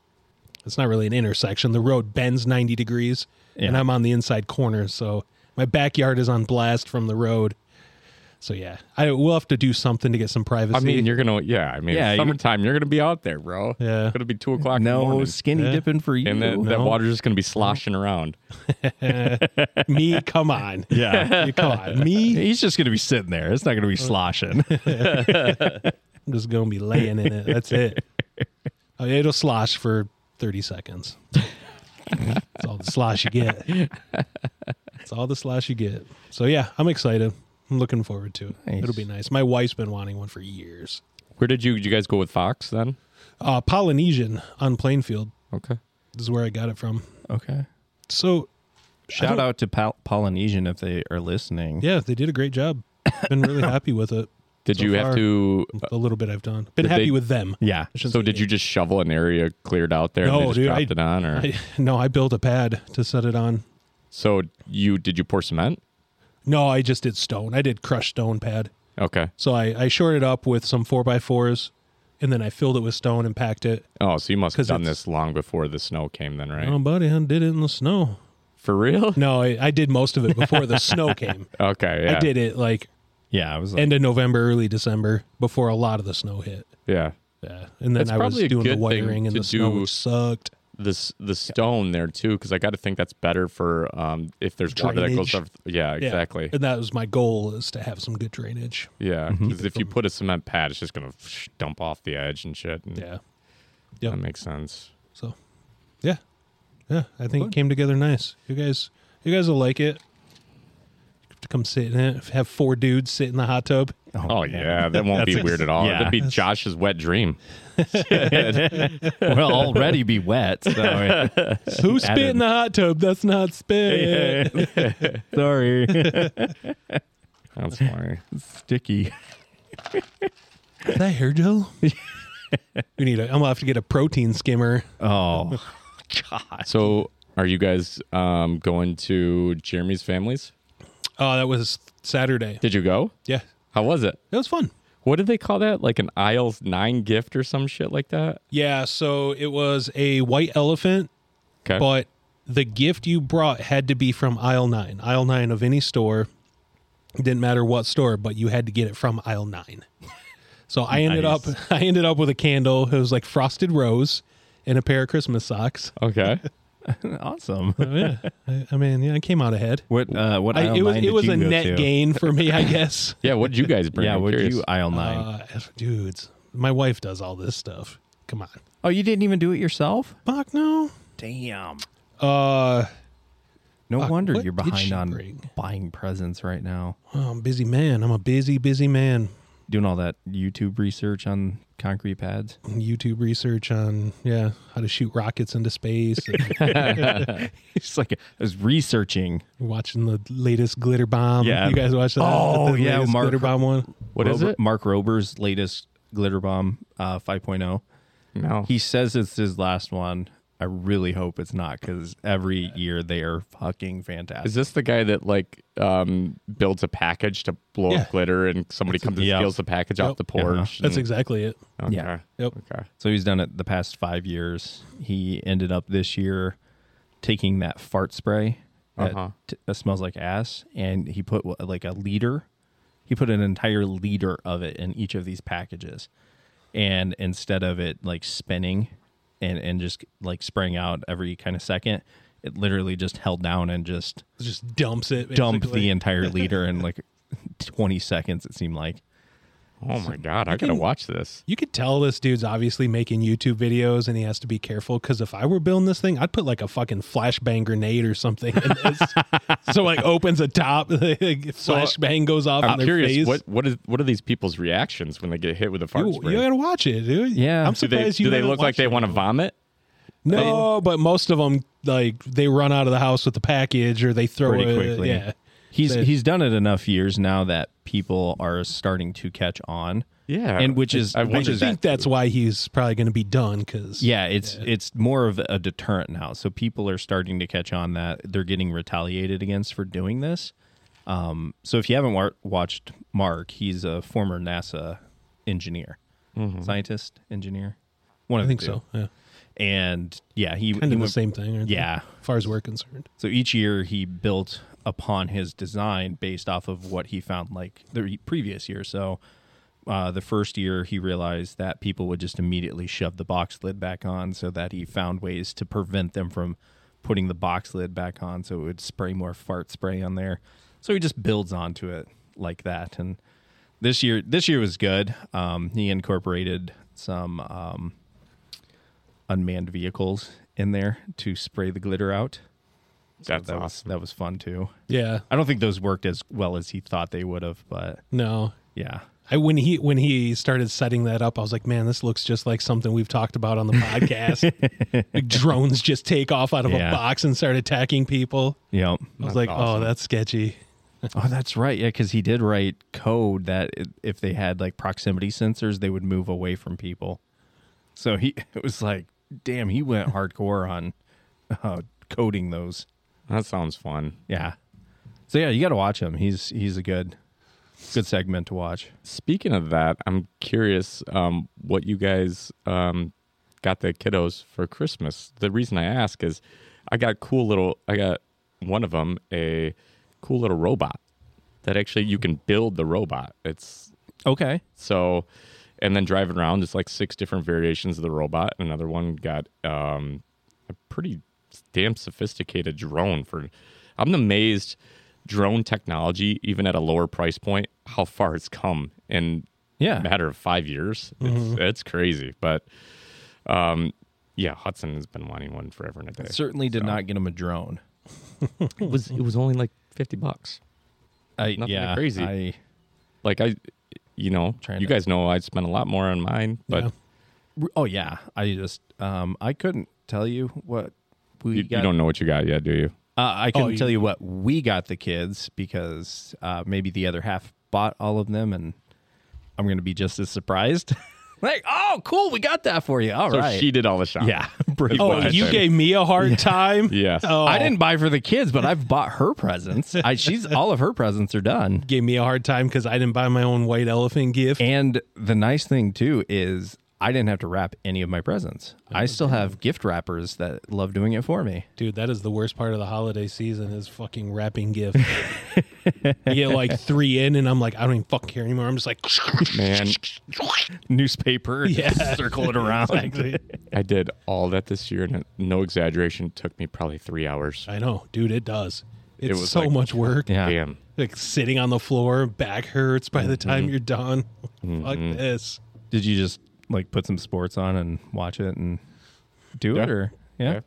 [SPEAKER 2] It's not really an intersection. The road bends ninety degrees, and
[SPEAKER 3] Yeah.
[SPEAKER 2] I'm on the inside corner. So my backyard is on blast from the road. So yeah, I will have to do something to get some privacy.
[SPEAKER 6] I mean, you're gonna yeah. I mean,
[SPEAKER 3] Yeah, you-
[SPEAKER 6] summertime, you're gonna be out there, bro.
[SPEAKER 2] Yeah.
[SPEAKER 6] it's gonna be two o'clock.
[SPEAKER 3] No
[SPEAKER 6] in the morning,
[SPEAKER 3] skinny
[SPEAKER 2] Yeah.
[SPEAKER 3] dipping for you.
[SPEAKER 6] and that, that water's just gonna be sloshing around.
[SPEAKER 2] me, come on,
[SPEAKER 3] yeah.
[SPEAKER 2] You- come on, me.
[SPEAKER 3] He's just going to be sitting there. It's not going to be sloshing.
[SPEAKER 2] I'm just gonna be laying in it. That's it. Uh, It'll slosh for thirty seconds. That's all the slosh you get. That's all the slosh you get. So yeah, I'm excited. I'm looking forward to it.
[SPEAKER 3] Nice.
[SPEAKER 2] It'll be nice. My wife's been wanting one for years.
[SPEAKER 6] Where did you did you guys go with Fox then?
[SPEAKER 2] Uh, Polynesian on Plainfield
[SPEAKER 6] Okay,
[SPEAKER 2] is where I got it from.
[SPEAKER 3] okay.
[SPEAKER 2] So
[SPEAKER 3] Shout
[SPEAKER 2] don't-
[SPEAKER 3] out to Pol- Polynesian if they are listening.
[SPEAKER 2] yeah, they did a great job. Been really happy with it.
[SPEAKER 6] did
[SPEAKER 2] So
[SPEAKER 6] you have
[SPEAKER 2] far,
[SPEAKER 6] to?
[SPEAKER 2] The little bit I've done. Been
[SPEAKER 6] Did
[SPEAKER 2] happy
[SPEAKER 6] they-
[SPEAKER 2] with them.
[SPEAKER 3] Yeah.
[SPEAKER 2] I shouldn't
[SPEAKER 6] So
[SPEAKER 2] say
[SPEAKER 6] did
[SPEAKER 2] me.
[SPEAKER 6] you just shovel an area cleared out there and
[SPEAKER 2] No,
[SPEAKER 6] they just
[SPEAKER 2] dude,
[SPEAKER 6] dropped
[SPEAKER 2] I-
[SPEAKER 6] it on, or
[SPEAKER 2] I, no, I built a pad to set it on.
[SPEAKER 6] so you did you pour cement?
[SPEAKER 2] No, I just did stone. I did crushed stone pad.
[SPEAKER 6] Okay.
[SPEAKER 2] So I, I shored it up with some four by fours, and then I filled it with stone and packed it.
[SPEAKER 6] Oh, so you must have
[SPEAKER 2] 'Cause
[SPEAKER 6] done
[SPEAKER 2] it's-
[SPEAKER 6] this long before the snow came, then, right?
[SPEAKER 2] Oh, buddy, I did it in the snow.
[SPEAKER 6] For real?
[SPEAKER 2] No, I, I did most of it before the snow came.
[SPEAKER 6] Okay. Yeah.
[SPEAKER 2] I did it like
[SPEAKER 3] Yeah. I was like,
[SPEAKER 2] end of November, early December, before a lot of the snow hit.
[SPEAKER 6] Yeah.
[SPEAKER 2] Yeah, and then
[SPEAKER 6] That's
[SPEAKER 2] I was
[SPEAKER 6] probably a
[SPEAKER 2] doing the
[SPEAKER 6] good thing
[SPEAKER 2] wiring and
[SPEAKER 6] to
[SPEAKER 2] the snow,
[SPEAKER 6] do-
[SPEAKER 2] which sucked.
[SPEAKER 6] the s- the stone there too, because I got to think that's better for um if there's water that goes up.
[SPEAKER 2] Drainage.
[SPEAKER 6] Yeah,
[SPEAKER 2] Yeah.
[SPEAKER 6] exactly.
[SPEAKER 2] And that was my goal is to have some good drainage.
[SPEAKER 6] Yeah, because if you put a cement pad, it's just gonna psh, dump off the edge and shit. And
[SPEAKER 2] Yeah,
[SPEAKER 6] that makes sense.
[SPEAKER 2] so yeah, yeah, I think it came together nice. You guys, you guys will like it. Come sit in it. Have four dudes sit in the hot tub.
[SPEAKER 6] Oh, yeah, that won't be weird at all.
[SPEAKER 3] yeah.
[SPEAKER 6] That'd be Josh's wet dream.
[SPEAKER 3] well, already be wet. So
[SPEAKER 2] Who spit in the hot tub? That's not spit.
[SPEAKER 3] sorry.
[SPEAKER 6] That's funny.
[SPEAKER 3] Sticky.
[SPEAKER 2] Is that hair gel? We need. A, I'm gonna have to get a protein skimmer.
[SPEAKER 3] Oh, God.
[SPEAKER 6] So, are you guys um, going to Jeremy's family's?
[SPEAKER 2] Oh, that was Saturday.
[SPEAKER 6] Did you go?
[SPEAKER 2] Yeah,
[SPEAKER 6] How was it?
[SPEAKER 2] that was fun.
[SPEAKER 6] What did they call that? Like an aisles nine gift or some shit like that?
[SPEAKER 2] Yeah, so it was a white elephant,
[SPEAKER 6] Okay.
[SPEAKER 2] but the gift you brought had to be from aisle nine, aisle nine of any store. Didn't matter what store, but you had to get it from aisle nine. So I ended
[SPEAKER 3] Nice.
[SPEAKER 2] up, I ended up with a candle. It was like frosted rose and a pair of Christmas socks.
[SPEAKER 6] okay.
[SPEAKER 3] awesome.
[SPEAKER 2] Oh, yeah, I, I mean, yeah, I came out ahead.
[SPEAKER 3] What, uh, what
[SPEAKER 2] I,
[SPEAKER 3] aisle
[SPEAKER 2] it was
[SPEAKER 3] nine
[SPEAKER 2] it
[SPEAKER 3] did
[SPEAKER 2] was
[SPEAKER 3] you
[SPEAKER 2] a
[SPEAKER 3] go
[SPEAKER 2] net
[SPEAKER 3] to?
[SPEAKER 2] gain for me, I guess.
[SPEAKER 6] Yeah. What did you guys bring?
[SPEAKER 3] Yeah,
[SPEAKER 6] I'm
[SPEAKER 3] what did
[SPEAKER 6] curious.
[SPEAKER 3] you aisle nine?
[SPEAKER 2] Uh, dudes, my wife does all this stuff. Come on,
[SPEAKER 3] oh, you didn't even do it yourself?
[SPEAKER 2] fuck no.
[SPEAKER 3] Damn.
[SPEAKER 2] Uh,
[SPEAKER 3] No
[SPEAKER 2] Fuck,
[SPEAKER 3] wonder
[SPEAKER 2] what
[SPEAKER 3] you're
[SPEAKER 2] did
[SPEAKER 3] behind
[SPEAKER 2] she
[SPEAKER 3] on
[SPEAKER 2] bring?
[SPEAKER 3] buying presents right now.
[SPEAKER 2] Oh, I'm a busy man. I'm a busy, busy man.
[SPEAKER 3] Doing all that YouTube research on concrete pads.
[SPEAKER 2] YouTube research on yeah how to shoot rockets into space, and
[SPEAKER 3] It's like I was researching.
[SPEAKER 2] watching the latest glitter bomb.
[SPEAKER 3] Yeah.
[SPEAKER 2] you guys watch that?
[SPEAKER 3] Oh,
[SPEAKER 2] The
[SPEAKER 3] yeah,
[SPEAKER 2] latest
[SPEAKER 3] Mark-
[SPEAKER 2] glitter bomb one.
[SPEAKER 6] What is it?
[SPEAKER 3] Mark Rober's latest glitter bomb uh, 5.0.
[SPEAKER 6] No.
[SPEAKER 3] He says it's his last one. I really hope it's not because every year they are fucking fantastic.
[SPEAKER 6] Is this the guy that like um, builds a package to blow
[SPEAKER 2] Yeah.
[SPEAKER 6] up glitter and somebody comes and
[SPEAKER 3] yeah.
[SPEAKER 6] steals the package off
[SPEAKER 2] Yep. Uh-huh.
[SPEAKER 6] the porch?
[SPEAKER 2] That's
[SPEAKER 3] Mm.
[SPEAKER 6] and-
[SPEAKER 2] exactly it.
[SPEAKER 6] okay.
[SPEAKER 3] Yeah.
[SPEAKER 2] Yep.
[SPEAKER 6] Okay.
[SPEAKER 3] So he's done it the past five years. He ended up this year taking that fart spray that,
[SPEAKER 6] Uh-huh.
[SPEAKER 3] t- that smells like ass, and he put what, like a liter. He put an entire liter of it in each of these packages, and instead of it like spinning and and just like spraying out every kind of second, it literally just held down and just
[SPEAKER 2] It just dumps it.
[SPEAKER 3] dumped the
[SPEAKER 2] basically.
[SPEAKER 3] entire liter in like twenty seconds. It seemed like.
[SPEAKER 6] Oh my god! I gotta
[SPEAKER 2] can-
[SPEAKER 6] watch this.
[SPEAKER 2] You could tell this dude's obviously making YouTube videos, and he has to be careful because if I were building this thing, I'd put like a fucking flashbang grenade or something. In this. so like opens a top, like, flashbang goes off. in
[SPEAKER 6] I'm
[SPEAKER 2] their
[SPEAKER 6] curious.
[SPEAKER 2] face.
[SPEAKER 6] What what is what are these people's reactions when they get hit with a fart
[SPEAKER 2] You,
[SPEAKER 6] spray?
[SPEAKER 2] you gotta watch it, dude.
[SPEAKER 3] Yeah.
[SPEAKER 2] I'm
[SPEAKER 6] do they
[SPEAKER 2] surprised
[SPEAKER 6] do
[SPEAKER 2] you
[SPEAKER 6] they
[SPEAKER 2] haven't
[SPEAKER 6] look like
[SPEAKER 2] watched
[SPEAKER 6] they
[SPEAKER 2] it.
[SPEAKER 6] want to vomit?
[SPEAKER 2] No, but most of them like they run out of the house with the package or they throw
[SPEAKER 3] pretty
[SPEAKER 2] it.
[SPEAKER 3] quickly.
[SPEAKER 2] Yeah,
[SPEAKER 3] He's
[SPEAKER 2] But-
[SPEAKER 3] he's done it enough years now that people are starting to catch on.
[SPEAKER 6] Yeah.
[SPEAKER 3] And which is
[SPEAKER 6] I
[SPEAKER 3] which
[SPEAKER 6] wondered
[SPEAKER 3] is
[SPEAKER 2] I think that's why he's probably going to be done because
[SPEAKER 3] yeah, it's it's more of a deterrent now. So people are starting to catch on that they're getting retaliated against for doing this. Um, so if you haven't wa- watched Mark, he's a former NASA engineer, scientist, engineer, one
[SPEAKER 2] Mm-hmm. I
[SPEAKER 3] of the
[SPEAKER 2] think
[SPEAKER 3] two.
[SPEAKER 2] so. Yeah,
[SPEAKER 3] And yeah, he
[SPEAKER 2] kind
[SPEAKER 3] he
[SPEAKER 2] of the
[SPEAKER 3] went-
[SPEAKER 2] same thing. aren't they?
[SPEAKER 3] Yeah,
[SPEAKER 2] as far as we're concerned.
[SPEAKER 3] So each year he built upon his design based off of what he found like the re- previous year. So uh, the first year he realized that people would just immediately shove the box lid back on, so that he found ways to prevent them from putting the box lid back on, so it would spray more fart spray on there. So he just builds onto it like that. And this year, this year was good. Um, he incorporated some um, unmanned vehicles in there to spray the glitter out
[SPEAKER 6] That's
[SPEAKER 3] that was
[SPEAKER 6] awesome.
[SPEAKER 3] that was fun too.
[SPEAKER 2] Yeah,
[SPEAKER 3] I don't think those worked as well as he thought they would have, but
[SPEAKER 2] no.
[SPEAKER 3] yeah.
[SPEAKER 2] I, when he when he started setting that up, I was like, "Man, this looks just like something we've talked about on the podcast." like drones just take off out of
[SPEAKER 3] Yeah.
[SPEAKER 2] a box and start attacking people.
[SPEAKER 3] Yep.
[SPEAKER 2] I was like,
[SPEAKER 6] awesome.
[SPEAKER 2] "Oh, that's sketchy."
[SPEAKER 3] Oh, that's right. Yeah, because he did write code that i- if they had like proximity sensors, they would move away from people. So he it was like, damn, he went hardcore on uh, coding those.
[SPEAKER 6] That sounds fun.
[SPEAKER 3] Yeah. So yeah, you got to watch him. He's he's a good good segment to watch.
[SPEAKER 6] Speaking of that, I'm curious um, what you guys um, got the kiddos for Christmas. The reason I ask is I got cool little, I got one of them a cool little robot that actually you can build the robot. It's
[SPEAKER 3] Okay.
[SPEAKER 6] so, and then driving around, it's like six different variations of the robot. Another one got um, a pretty damn sophisticated drone for. I'm amazed drone technology, even at a lower price point, how far it's come in
[SPEAKER 3] Yeah.
[SPEAKER 6] a matter of five years. It's, it's crazy, but um, yeah, Hudson has been wanting one forever and a day.
[SPEAKER 3] Certainly did not get him a drone.
[SPEAKER 6] It was it was only like fifty bucks.
[SPEAKER 3] I
[SPEAKER 6] Nothing
[SPEAKER 3] yeah,
[SPEAKER 6] crazy.
[SPEAKER 3] I,
[SPEAKER 6] Like I, you know,
[SPEAKER 3] Trying
[SPEAKER 6] you
[SPEAKER 3] to-
[SPEAKER 6] guys know I spent a lot more on mine, but
[SPEAKER 2] Yeah.
[SPEAKER 3] oh yeah, I just um I couldn't tell you what we
[SPEAKER 6] you,
[SPEAKER 3] got
[SPEAKER 6] you don't know what you got yet, do you?
[SPEAKER 3] Uh, I couldn't
[SPEAKER 2] you-
[SPEAKER 3] tell you what we got the kids because uh, maybe the other half bought all of them, and I'm going to be just as surprised. Like, oh, cool, we got that for you. All right.
[SPEAKER 6] So she did all the shopping.
[SPEAKER 3] yeah, pretty
[SPEAKER 2] Oh,
[SPEAKER 3] much.
[SPEAKER 2] you gave me a hard time.
[SPEAKER 6] Yes.
[SPEAKER 2] Oh,
[SPEAKER 3] I didn't buy for the kids, but I've bought her presents. I, she's all of her presents are done.
[SPEAKER 2] gave me a hard time because I didn't buy my own white elephant gift.
[SPEAKER 3] And the nice thing too is I didn't have to wrap any of my presents. I still have gift wrappers that love doing it for me.
[SPEAKER 2] Dude, that is the worst part of the holiday season is fucking wrapping gifts. I get like three in, and I'm like, I don't even fucking care anymore. I'm just like,
[SPEAKER 6] Man,
[SPEAKER 3] Newspaper, yeah. circle it around.
[SPEAKER 6] I did all that this year, and it- no exaggeration, it took me probably three hours.
[SPEAKER 2] I know, dude, it does. It's
[SPEAKER 6] was
[SPEAKER 2] so
[SPEAKER 6] like-
[SPEAKER 2] much work.
[SPEAKER 3] Yeah.
[SPEAKER 6] Damn.
[SPEAKER 2] Like sitting on the floor, back hurts by the time you're done. Fuck this.
[SPEAKER 3] Did you just like put some sports on and watch it and do it,
[SPEAKER 6] Yeah.
[SPEAKER 3] or yeah?
[SPEAKER 6] Yeah.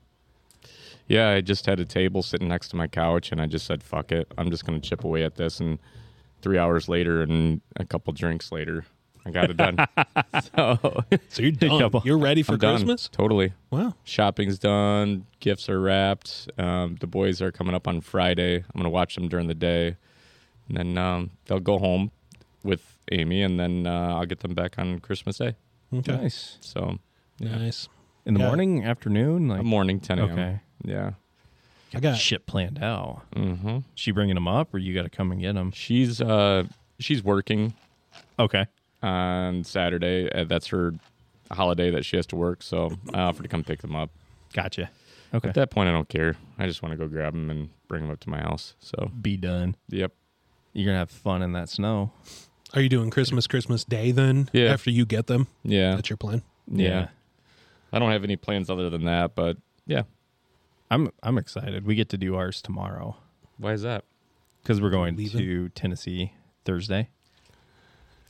[SPEAKER 6] Yeah, I just had a table sitting next to my couch, and I just said, "Fuck it, I'm just gonna chip away at this." And three hours later, and a couple drinks later, I got it done. so
[SPEAKER 2] So you're done. You're ready for
[SPEAKER 6] I'm done.
[SPEAKER 2] Christmas?
[SPEAKER 6] Totally.
[SPEAKER 2] Wow.
[SPEAKER 6] Shopping's done. Gifts are wrapped. Um, the boys are coming up on Friday. I'm gonna watch them during the day, and then um, they'll go home with Amy, and then uh, I'll get them back on Christmas Day.
[SPEAKER 2] Okay.
[SPEAKER 3] Nice
[SPEAKER 6] So
[SPEAKER 2] Nice.
[SPEAKER 3] in the
[SPEAKER 2] Yeah.
[SPEAKER 3] morning, afternoon, like
[SPEAKER 6] morning, 10 a.m.
[SPEAKER 3] Okay.
[SPEAKER 6] Yeah.
[SPEAKER 2] I got
[SPEAKER 3] shit planned out.
[SPEAKER 6] Mm-hmm.
[SPEAKER 3] She bringing them up, or you got to come and get them?
[SPEAKER 6] She's uh she's working
[SPEAKER 3] Okay,
[SPEAKER 6] on Saturday. Uh, that's her holiday that she has to work, so I offered to come pick them up.
[SPEAKER 3] gotcha. Okay,
[SPEAKER 6] At that point, I don't care. I just want to go grab them and bring them up to my house. So,
[SPEAKER 3] be done.
[SPEAKER 6] yep.
[SPEAKER 3] You're gonna have fun in that snow.
[SPEAKER 2] Are you doing Christmas Christmas Day then?
[SPEAKER 6] Yeah.
[SPEAKER 2] After you get them,
[SPEAKER 6] Yeah.
[SPEAKER 2] that's your plan.
[SPEAKER 6] yeah. I don't have any plans other than that, but yeah.
[SPEAKER 3] I'm I'm excited. We get to do ours tomorrow
[SPEAKER 6] Why is that?
[SPEAKER 3] because we're going
[SPEAKER 2] Leaving?
[SPEAKER 3] to Tennessee Thursday.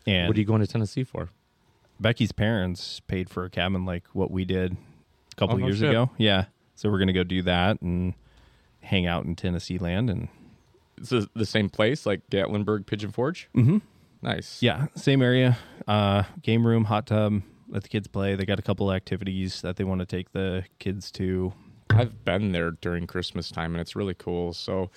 [SPEAKER 3] And
[SPEAKER 6] what are you going to Tennessee for?
[SPEAKER 3] Becky's parents paid for a cabin like what we did a couple
[SPEAKER 6] Oh, no
[SPEAKER 3] years
[SPEAKER 6] shit.
[SPEAKER 3] ago. Yeah, so we're gonna go do that and hang out in Tennessee land and
[SPEAKER 6] It's the- the same place, like Gatlinburg Pigeon Forge? Mm-hmm. Nice.
[SPEAKER 3] yeah, same area, uh, game room, hot tub. Let the kids play. They got a couple activities that they want to take the kids to.
[SPEAKER 6] I've been there during Christmas time and it's really cool. So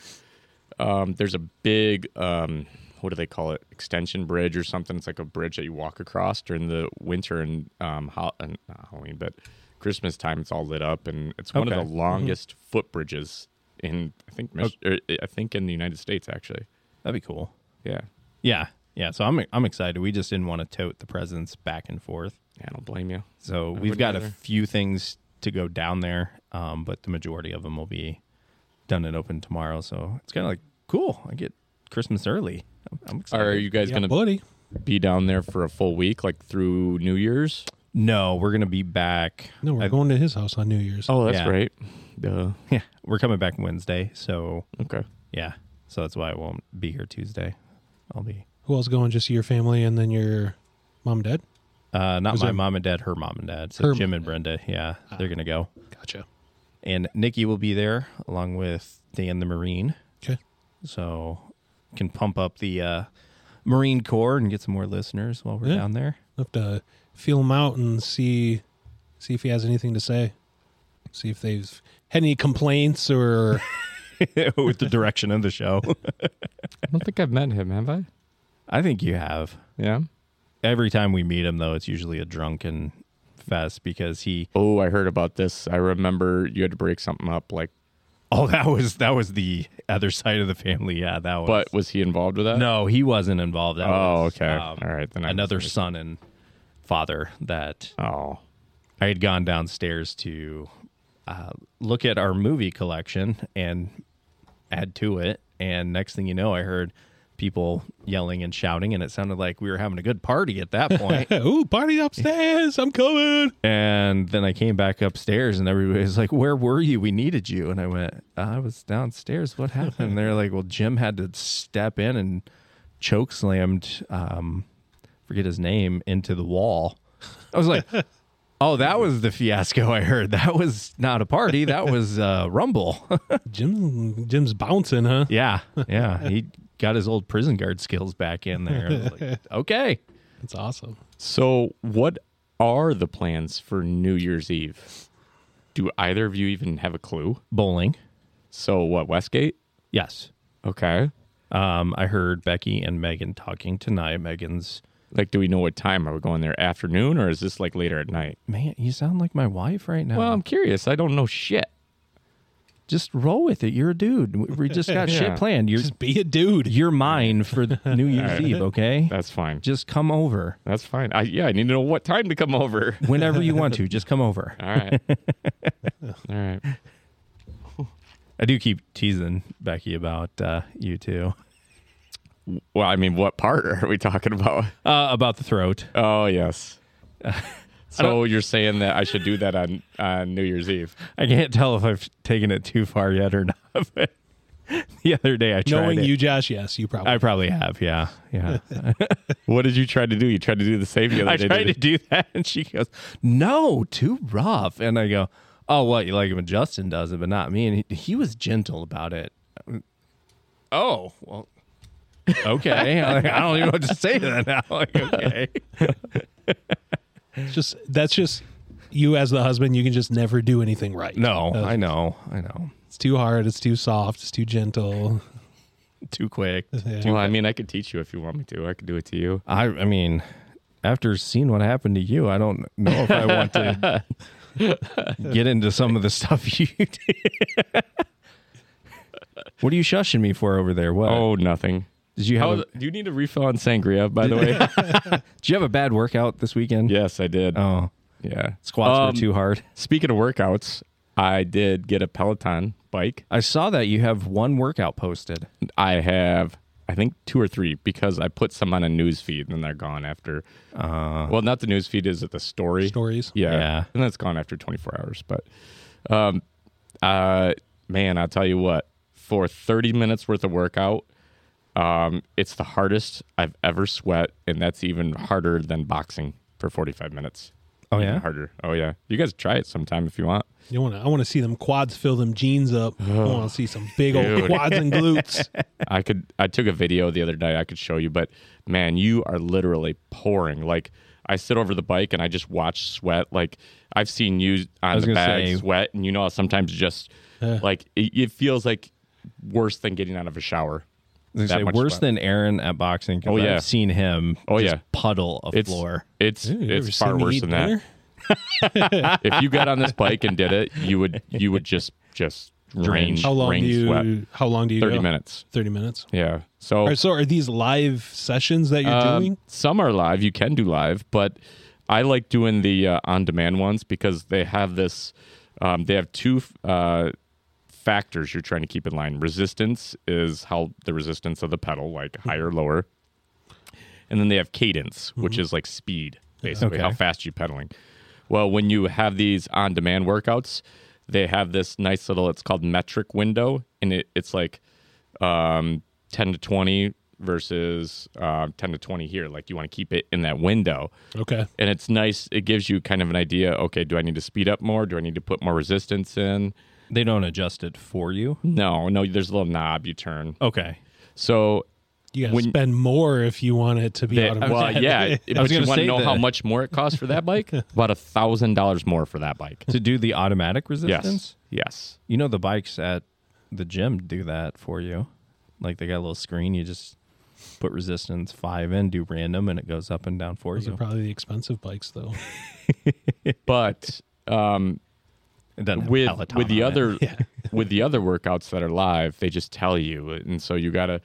[SPEAKER 6] um, there's a big um, what do they call it? Extension bridge or something. It's like a bridge that you walk across during the winter and um, hol- and not Halloween, but Christmas time. It's all lit up and it's one
[SPEAKER 3] Okay.
[SPEAKER 6] of the longest footbridges in I think Mich- or, I think in the United States actually.
[SPEAKER 3] That'd be cool.
[SPEAKER 6] Yeah,
[SPEAKER 3] Yeah, yeah. So I'm I'm excited. We just didn't want to tote the presents back and forth.
[SPEAKER 6] I don't blame you.
[SPEAKER 3] So we've
[SPEAKER 6] wouldn't
[SPEAKER 3] got a
[SPEAKER 6] either.
[SPEAKER 3] few things to go down there, um, but the majority of them will be done and open tomorrow. So it's kind of like cool. I get Christmas early. I'm, I'm excited.
[SPEAKER 6] Are you guys
[SPEAKER 2] Yeah,
[SPEAKER 6] gonna
[SPEAKER 2] buddy.
[SPEAKER 6] be down there for a full week, like through New Year's?
[SPEAKER 3] No, we're gonna be back.
[SPEAKER 2] No, we're
[SPEAKER 3] I-
[SPEAKER 2] going to his house on New Year's.
[SPEAKER 6] Oh,
[SPEAKER 3] that's Yeah.
[SPEAKER 6] right. Duh.
[SPEAKER 3] Yeah, we're coming back Wednesday. So
[SPEAKER 6] Okay.
[SPEAKER 3] yeah, so that's why I won't be here Tuesday. I'll be
[SPEAKER 2] Who else going? Just your family and then your mom and dad?
[SPEAKER 3] uh, not
[SPEAKER 2] Was
[SPEAKER 3] my
[SPEAKER 2] there-
[SPEAKER 3] mom and dad, her mom and dad. So
[SPEAKER 2] Her Ah.
[SPEAKER 3] Jim
[SPEAKER 2] mom
[SPEAKER 3] and Brenda. Yeah, they're gonna go,
[SPEAKER 2] Gotcha.
[SPEAKER 3] and Nikki will be there along with Dan the Marine.
[SPEAKER 2] Okay.
[SPEAKER 3] So can pump up the uh, Marine Corps and get some more listeners while we're
[SPEAKER 2] Yeah.
[SPEAKER 3] down there.
[SPEAKER 2] We'll have to feel him out and see see if he has anything to say. See if they've had any complaints or
[SPEAKER 3] with the direction of the show.
[SPEAKER 6] I don't think I've met him, have I?
[SPEAKER 3] I think you have.
[SPEAKER 6] Yeah.
[SPEAKER 3] Every time we meet him, though, it's usually a drunken fest because he.
[SPEAKER 6] Oh, I heard about this. I remember you had to break something up. Like,
[SPEAKER 3] Oh, that was that was the other side of the family. Yeah, that was.
[SPEAKER 6] but was he involved with that?
[SPEAKER 3] no, he wasn't involved. That
[SPEAKER 6] Oh,
[SPEAKER 3] was,
[SPEAKER 6] okay.
[SPEAKER 3] um,
[SPEAKER 6] All right. Then I was
[SPEAKER 3] another
[SPEAKER 6] mis-
[SPEAKER 3] son and father that
[SPEAKER 6] Oh,
[SPEAKER 3] I had gone downstairs to uh, look at our movie collection and add to it. And next thing you know, I heard people yelling and shouting, and it sounded like we were having a good party at that point.
[SPEAKER 2] Ooh, party upstairs, I'm coming.
[SPEAKER 3] and then I came back upstairs, and everybody was like, "Where were you? We needed you." And I went, "I was downstairs. What happened?" and they're like, "Well, Jim had to step in and choke slammed, um, forget his name, into the wall." I was like. Oh, that was the fiasco I heard. That was not a party. That was uh, Rumble.
[SPEAKER 2] Jim Jim's bouncing, huh?
[SPEAKER 3] yeah. Yeah. He got his old prison guard skills back in there. I was like, okay.
[SPEAKER 2] That's awesome.
[SPEAKER 6] so what are the plans for New Year's Eve? Do either of you even have a clue?
[SPEAKER 3] Bowling.
[SPEAKER 6] So what? Westgate?
[SPEAKER 3] Yes.
[SPEAKER 6] Okay.
[SPEAKER 3] Um, I heard Becky and Megan talking tonight. Megan's
[SPEAKER 6] Like, do we know what time? Are we going there afternoon or is this like later at night?
[SPEAKER 3] Man, you sound like my wife right now.
[SPEAKER 6] Well, I'm curious. I don't know shit.
[SPEAKER 3] just roll with it. You're a dude. We- We just got
[SPEAKER 6] Yeah.
[SPEAKER 3] shit planned. You're
[SPEAKER 2] Be a dude.
[SPEAKER 3] you're mine for New Year's Eve, okay?
[SPEAKER 6] That's fine.
[SPEAKER 3] Just come over
[SPEAKER 6] That's fine. I yeah, I need to know what time to come over.
[SPEAKER 3] whenever you want to. Just come over.
[SPEAKER 6] All right. All right.
[SPEAKER 3] I do keep teasing Becky about uh, you two,
[SPEAKER 6] Well, I mean, what part are we talking about?
[SPEAKER 3] uh, about the throat.
[SPEAKER 6] Oh, yes. So you're saying that I should do that on on New Year's Eve?
[SPEAKER 3] I can't tell if I've taken it too far yet or not. But the other day I tried
[SPEAKER 2] Knowing
[SPEAKER 3] it.
[SPEAKER 2] you, Josh, yes, you probably.
[SPEAKER 3] I probably have, yeah, yeah.
[SPEAKER 6] What did you try to do? You tried to do the same the other
[SPEAKER 3] I
[SPEAKER 6] day.
[SPEAKER 3] tried to
[SPEAKER 6] didn't
[SPEAKER 3] do that, and she goes, "No, too rough." And I go, "Oh, what? You like it when Justin does it, but not me." And he, he was gentle about it. Oh, well, okay. I I don't even know what to say to that now. Like, okay,
[SPEAKER 2] It's just that's just you as the husband. You can just never do anything right.
[SPEAKER 3] no,
[SPEAKER 2] Uh,
[SPEAKER 3] I know, I know.
[SPEAKER 2] it's too hard. It's too soft. It's too gentle.
[SPEAKER 3] Too quick.
[SPEAKER 6] you? Well, I mean, I could teach you if you want me to. I could do it to you.
[SPEAKER 3] I, I mean, after seeing what happened to you, I don't know if I want to get into some of the stuff you did. what are you shushing me for over there? What?
[SPEAKER 6] Oh, nothing.
[SPEAKER 3] Did you have
[SPEAKER 6] How,
[SPEAKER 3] a,
[SPEAKER 6] do you need a refill on sangria, by the way?
[SPEAKER 3] Did you have a bad workout this weekend?
[SPEAKER 6] yes, I did.
[SPEAKER 3] Oh,
[SPEAKER 6] yeah.
[SPEAKER 3] squats
[SPEAKER 6] Um,
[SPEAKER 3] were too hard.
[SPEAKER 6] Speaking of workouts, I did get a Peloton bike.
[SPEAKER 3] I saw that you have one workout posted.
[SPEAKER 6] I have, I think, two or three because I put some on a news feed and they're gone after. well, not the news feed, is it the Uh-huh. story?
[SPEAKER 2] Stories.
[SPEAKER 6] Yeah.
[SPEAKER 3] Yeah.
[SPEAKER 6] And that's gone after 24 hours. But, um, uh, man, I'll tell you what, for 30 minutes worth of workout, um, it's the hardest I've ever sweat. And that's even harder than boxing for 45 minutes.
[SPEAKER 3] Oh,
[SPEAKER 6] Even
[SPEAKER 3] yeah?
[SPEAKER 6] Harder. Oh, yeah. You guys try it sometime if you want.
[SPEAKER 2] You want to? I want to see them quads fill them jeans up. I want to see some big old
[SPEAKER 6] Dude.
[SPEAKER 2] quads and glutes.
[SPEAKER 6] I could I took a video the other day I could show you, but man, you are literally pouring. Like I sit over the bike and I just watch sweat. Like I've seen you on
[SPEAKER 3] was
[SPEAKER 6] the
[SPEAKER 3] gonna
[SPEAKER 6] bag
[SPEAKER 3] say-
[SPEAKER 6] sweat, and you know how sometimes just like it, it feels like worse than getting out of a shower.
[SPEAKER 3] I was
[SPEAKER 6] That
[SPEAKER 3] gonna say,
[SPEAKER 6] much
[SPEAKER 3] worse
[SPEAKER 6] sweat.
[SPEAKER 3] than Aaron at boxing. 'cause
[SPEAKER 6] Oh, yeah.
[SPEAKER 3] I've seen him.
[SPEAKER 6] Oh,
[SPEAKER 3] just
[SPEAKER 6] yeah.
[SPEAKER 3] puddle a
[SPEAKER 6] It's
[SPEAKER 3] floor.
[SPEAKER 6] it's
[SPEAKER 2] You ever
[SPEAKER 6] it's
[SPEAKER 2] seen
[SPEAKER 6] far
[SPEAKER 2] me
[SPEAKER 6] worse
[SPEAKER 2] eat
[SPEAKER 6] than
[SPEAKER 2] dinner?
[SPEAKER 6] that. If you got on this bike and did it, you would you would just just rain
[SPEAKER 2] How long
[SPEAKER 6] rain
[SPEAKER 2] do you?
[SPEAKER 6] sweat.
[SPEAKER 2] How long do you?
[SPEAKER 6] Thirty
[SPEAKER 2] go?
[SPEAKER 6] minutes.
[SPEAKER 2] Thirty minutes.
[SPEAKER 6] Yeah. So
[SPEAKER 2] All right, so are these live sessions that you're
[SPEAKER 6] Um,
[SPEAKER 2] doing?
[SPEAKER 6] Some are live. You can do live, but I like doing the uh, on-demand ones because they have this. Um, they have two uh, factors you're trying to keep in line. Resistance is how the resistance of the pedal, like
[SPEAKER 2] Hmm.
[SPEAKER 6] higher, lower, and then they have cadence, which
[SPEAKER 2] Hmm.
[SPEAKER 6] is like speed, basically how
[SPEAKER 3] Okay.
[SPEAKER 6] fast you're pedaling. Well, when you have these on-demand workouts, they have this nice little. It's called metric window, and it, it's like um, 10 to 20 versus um, 10 to 20 here. Like you want to keep it in that window.
[SPEAKER 2] Okay.
[SPEAKER 6] And it's nice. It gives you kind of an idea okay, do I need to speed up more? Do I need to put more resistance in?
[SPEAKER 3] They don't adjust it for you.
[SPEAKER 6] No, no, there's a little knob you turn.
[SPEAKER 3] Okay.
[SPEAKER 6] So,
[SPEAKER 2] You gotta
[SPEAKER 6] when-
[SPEAKER 2] spend more if you want it to be
[SPEAKER 6] they,
[SPEAKER 2] automatic.
[SPEAKER 6] well, yeah.
[SPEAKER 3] was
[SPEAKER 6] but you
[SPEAKER 3] gonna
[SPEAKER 6] want
[SPEAKER 3] say
[SPEAKER 6] to know how
[SPEAKER 3] that.
[SPEAKER 6] much more it costs for that bike? About a $1,000 more for that bike.
[SPEAKER 3] To do the automatic resistance?
[SPEAKER 6] Yes. Yes.
[SPEAKER 3] You know the bikes at the gym do that for you. Like they got a little screen. You just put resistance five in, do random, and it goes up and down for
[SPEAKER 2] Those are
[SPEAKER 3] you.
[SPEAKER 2] probably the expensive bikes, though.
[SPEAKER 6] But um,
[SPEAKER 3] It doesn't have
[SPEAKER 6] with
[SPEAKER 3] Peloton
[SPEAKER 6] with the
[SPEAKER 3] on it.
[SPEAKER 6] other with the other workouts that are live, they just tell you, and so you gotta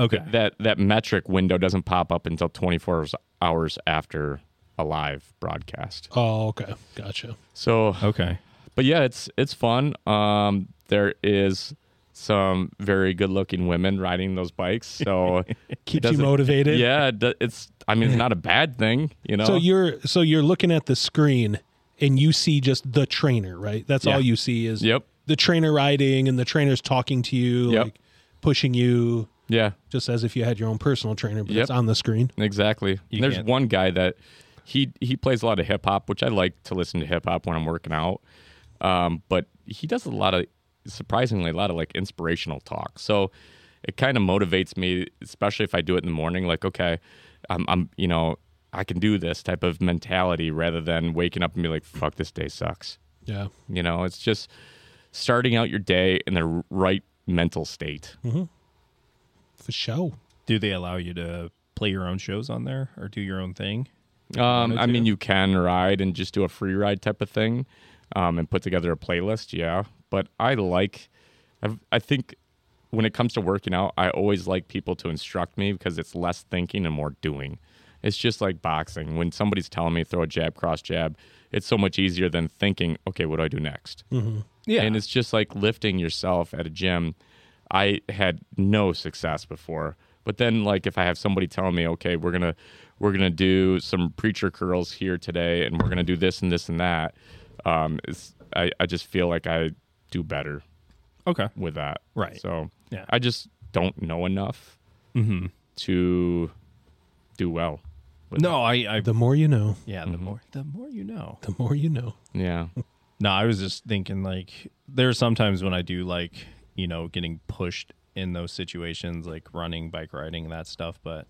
[SPEAKER 3] Okay.
[SPEAKER 6] th- that that metric window doesn't pop up until 24 hours- hours after a live broadcast.
[SPEAKER 2] Oh, okay, gotcha.
[SPEAKER 6] So,
[SPEAKER 3] Okay.
[SPEAKER 6] but yeah, it's it's fun. Um, there is some very good looking women riding those bikes, so
[SPEAKER 2] Keeps you
[SPEAKER 6] doesn't-
[SPEAKER 2] motivated.
[SPEAKER 6] yeah, it do- it's I mean it's not a bad thing, you know.
[SPEAKER 2] So you're so you're looking at the screen and you see just the trainer, right? That's all you see is
[SPEAKER 6] Yep.
[SPEAKER 2] the trainer riding and the trainer's talking to you,
[SPEAKER 6] Yep.
[SPEAKER 2] like pushing you,
[SPEAKER 6] yeah,
[SPEAKER 2] just as if you had your own personal trainer, but
[SPEAKER 6] Yep.
[SPEAKER 2] it's on the screen.
[SPEAKER 6] Exactly.
[SPEAKER 3] You
[SPEAKER 6] And there's
[SPEAKER 3] can't-
[SPEAKER 6] one guy that he he plays a lot of hip hop, which I like to listen to hip hop when I'm working out. Um, but he does a lot of surprisingly a lot of like inspirational talk. So it kind of motivates me, especially if I do it in the morning. Like, okay, I'm, I'm you know I can do this type of mentality rather than waking up and be like, fuck, this day sucks.
[SPEAKER 2] Yeah.
[SPEAKER 6] You know, it's just starting out your day in the right mental state.
[SPEAKER 2] For show.
[SPEAKER 3] Do they allow you to play your own shows on there or do your own thing?
[SPEAKER 6] Um,
[SPEAKER 3] wanted
[SPEAKER 6] I mean,
[SPEAKER 3] to.
[SPEAKER 6] you can ride and just do a free ride type of thing, um, and put together a playlist. Yeah, but I like, I've, I think, when it comes to working out, I always like people to instruct me because it's less thinking and more doing. It's just like boxing. When somebody's telling me throw a jab, cross jab, it's so much easier than thinking, okay, what do I do next?
[SPEAKER 3] Yeah.
[SPEAKER 6] And it's just like lifting yourself at a gym. I had no success before. But then like if I have somebody telling me, okay, we're gonna we're gonna do some preacher curls here today and we're gonna do this and this and that, um, it's, I, I just feel like I do better
[SPEAKER 3] okay.
[SPEAKER 6] with that.
[SPEAKER 3] Right.
[SPEAKER 6] So
[SPEAKER 3] Yeah. Mm-hmm.
[SPEAKER 6] I just don't know enough to do well. with
[SPEAKER 3] No, I, Mm-hmm. I
[SPEAKER 2] The more you know,
[SPEAKER 3] yeah, the more the more you know.
[SPEAKER 2] the more you know.
[SPEAKER 6] it. Yeah.
[SPEAKER 3] No, I was just thinking like there are sometimes when I do like, you know, getting pushed in those situations, like running, bike riding, that stuff, but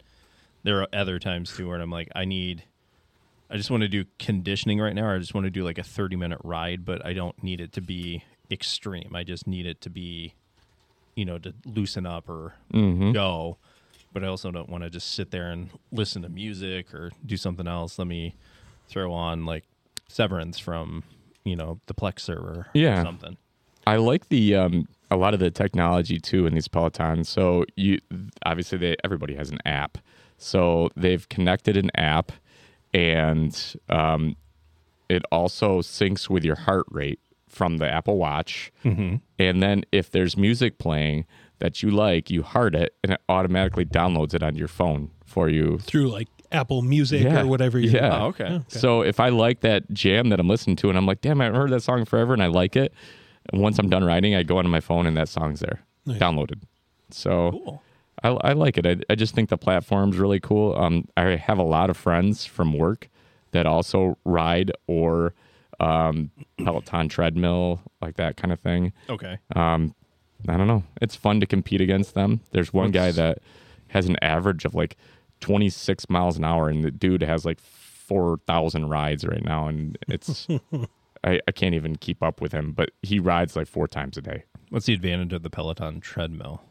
[SPEAKER 3] there are other times too where I'm like, I need I just want to do conditioning right now, or I just want to do like a thirty minute ride, but I don't need it to be extreme. I just need it to be, you know, to loosen up or go. But I also don't want to just sit there and listen to music or do something else. Let me throw on like Severance from you know the Plex server,
[SPEAKER 6] Yeah.
[SPEAKER 3] or something.
[SPEAKER 6] I like the um, a lot of the technology too in these Pelotons. So you obviously they everybody has an app. So they've connected an app, and um, it also syncs with your heart rate from the Apple Watch. Mm-hmm. And then if there's music playing that you like, you heart it, and it automatically downloads it on your phone for you
[SPEAKER 2] Through like Apple Music or whatever. you
[SPEAKER 6] yeah.
[SPEAKER 3] Oh, okay.
[SPEAKER 6] So if I like that jam that I'm listening to and I'm like, damn, I haven't heard that song forever and I like it, and once I'm done writing, I go onto my phone and that song's there, downloaded. So I, I like it. I, I just think the platform's really cool. Um, I have a lot of friends from work that also ride or um, Peloton treadmill, like that kind of thing.
[SPEAKER 3] Okay,
[SPEAKER 6] I don't know. It's fun to compete against them. There's one guy
[SPEAKER 3] What's-
[SPEAKER 6] that has an average of like 26 miles an hour, and the dude has like 4,000 rides right now, and it's I, I can't even keep up with him. But he rides like four times a day.
[SPEAKER 3] what's the advantage of the Peloton treadmill?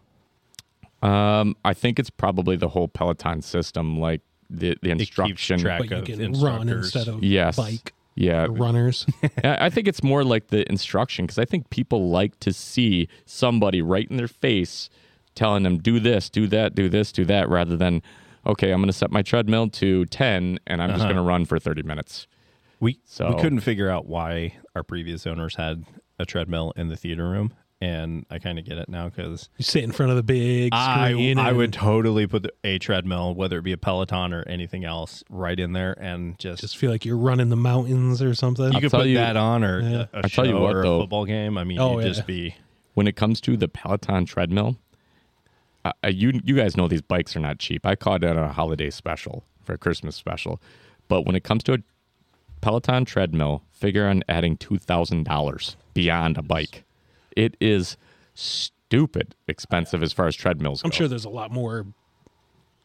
[SPEAKER 6] Um, I think it's probably the whole Peloton system, like the the
[SPEAKER 3] keeps
[SPEAKER 6] instruction.
[SPEAKER 3] track.
[SPEAKER 2] But you
[SPEAKER 3] Of
[SPEAKER 2] can run
[SPEAKER 3] instructors.
[SPEAKER 2] instead of
[SPEAKER 6] Yes.
[SPEAKER 2] bike.
[SPEAKER 6] Yeah,
[SPEAKER 2] Runners.
[SPEAKER 6] I I think it's more like the instruction because I think people like to see somebody right in their face telling them, do this, do that, do this, do that, rather than, okay, I'm going to set my treadmill to 10 and I'm just going to run for 30 minutes.
[SPEAKER 3] We
[SPEAKER 6] So-
[SPEAKER 3] we couldn't figure out why our previous owners had a treadmill in the theater room, and I kind of get it now because
[SPEAKER 2] you sit in front of the big
[SPEAKER 6] Ah,
[SPEAKER 3] I,
[SPEAKER 2] screen.
[SPEAKER 3] I
[SPEAKER 2] and
[SPEAKER 3] would totally put the- a treadmill, whether it be a Peloton or anything else, right in there, and just,
[SPEAKER 2] just feel like you're running the mountains or something.
[SPEAKER 3] you could
[SPEAKER 6] tell
[SPEAKER 3] put
[SPEAKER 6] you-
[SPEAKER 3] that on or
[SPEAKER 2] Yeah.
[SPEAKER 3] a, a
[SPEAKER 6] I'll
[SPEAKER 3] show
[SPEAKER 6] tell you what,
[SPEAKER 3] or a
[SPEAKER 6] though.
[SPEAKER 3] football game. I mean,
[SPEAKER 2] Oh,
[SPEAKER 3] you'd
[SPEAKER 2] yeah.
[SPEAKER 3] just be
[SPEAKER 6] When it comes to the Peloton treadmill, uh, uh, you, you guys know these bikes are not cheap. I caught it on a holiday special for a Christmas special. But when it comes to a Peloton treadmill, figure on adding $2,000 beyond a bike. It is stupid expensive as far as treadmills go.
[SPEAKER 2] I'm sure there's a lot more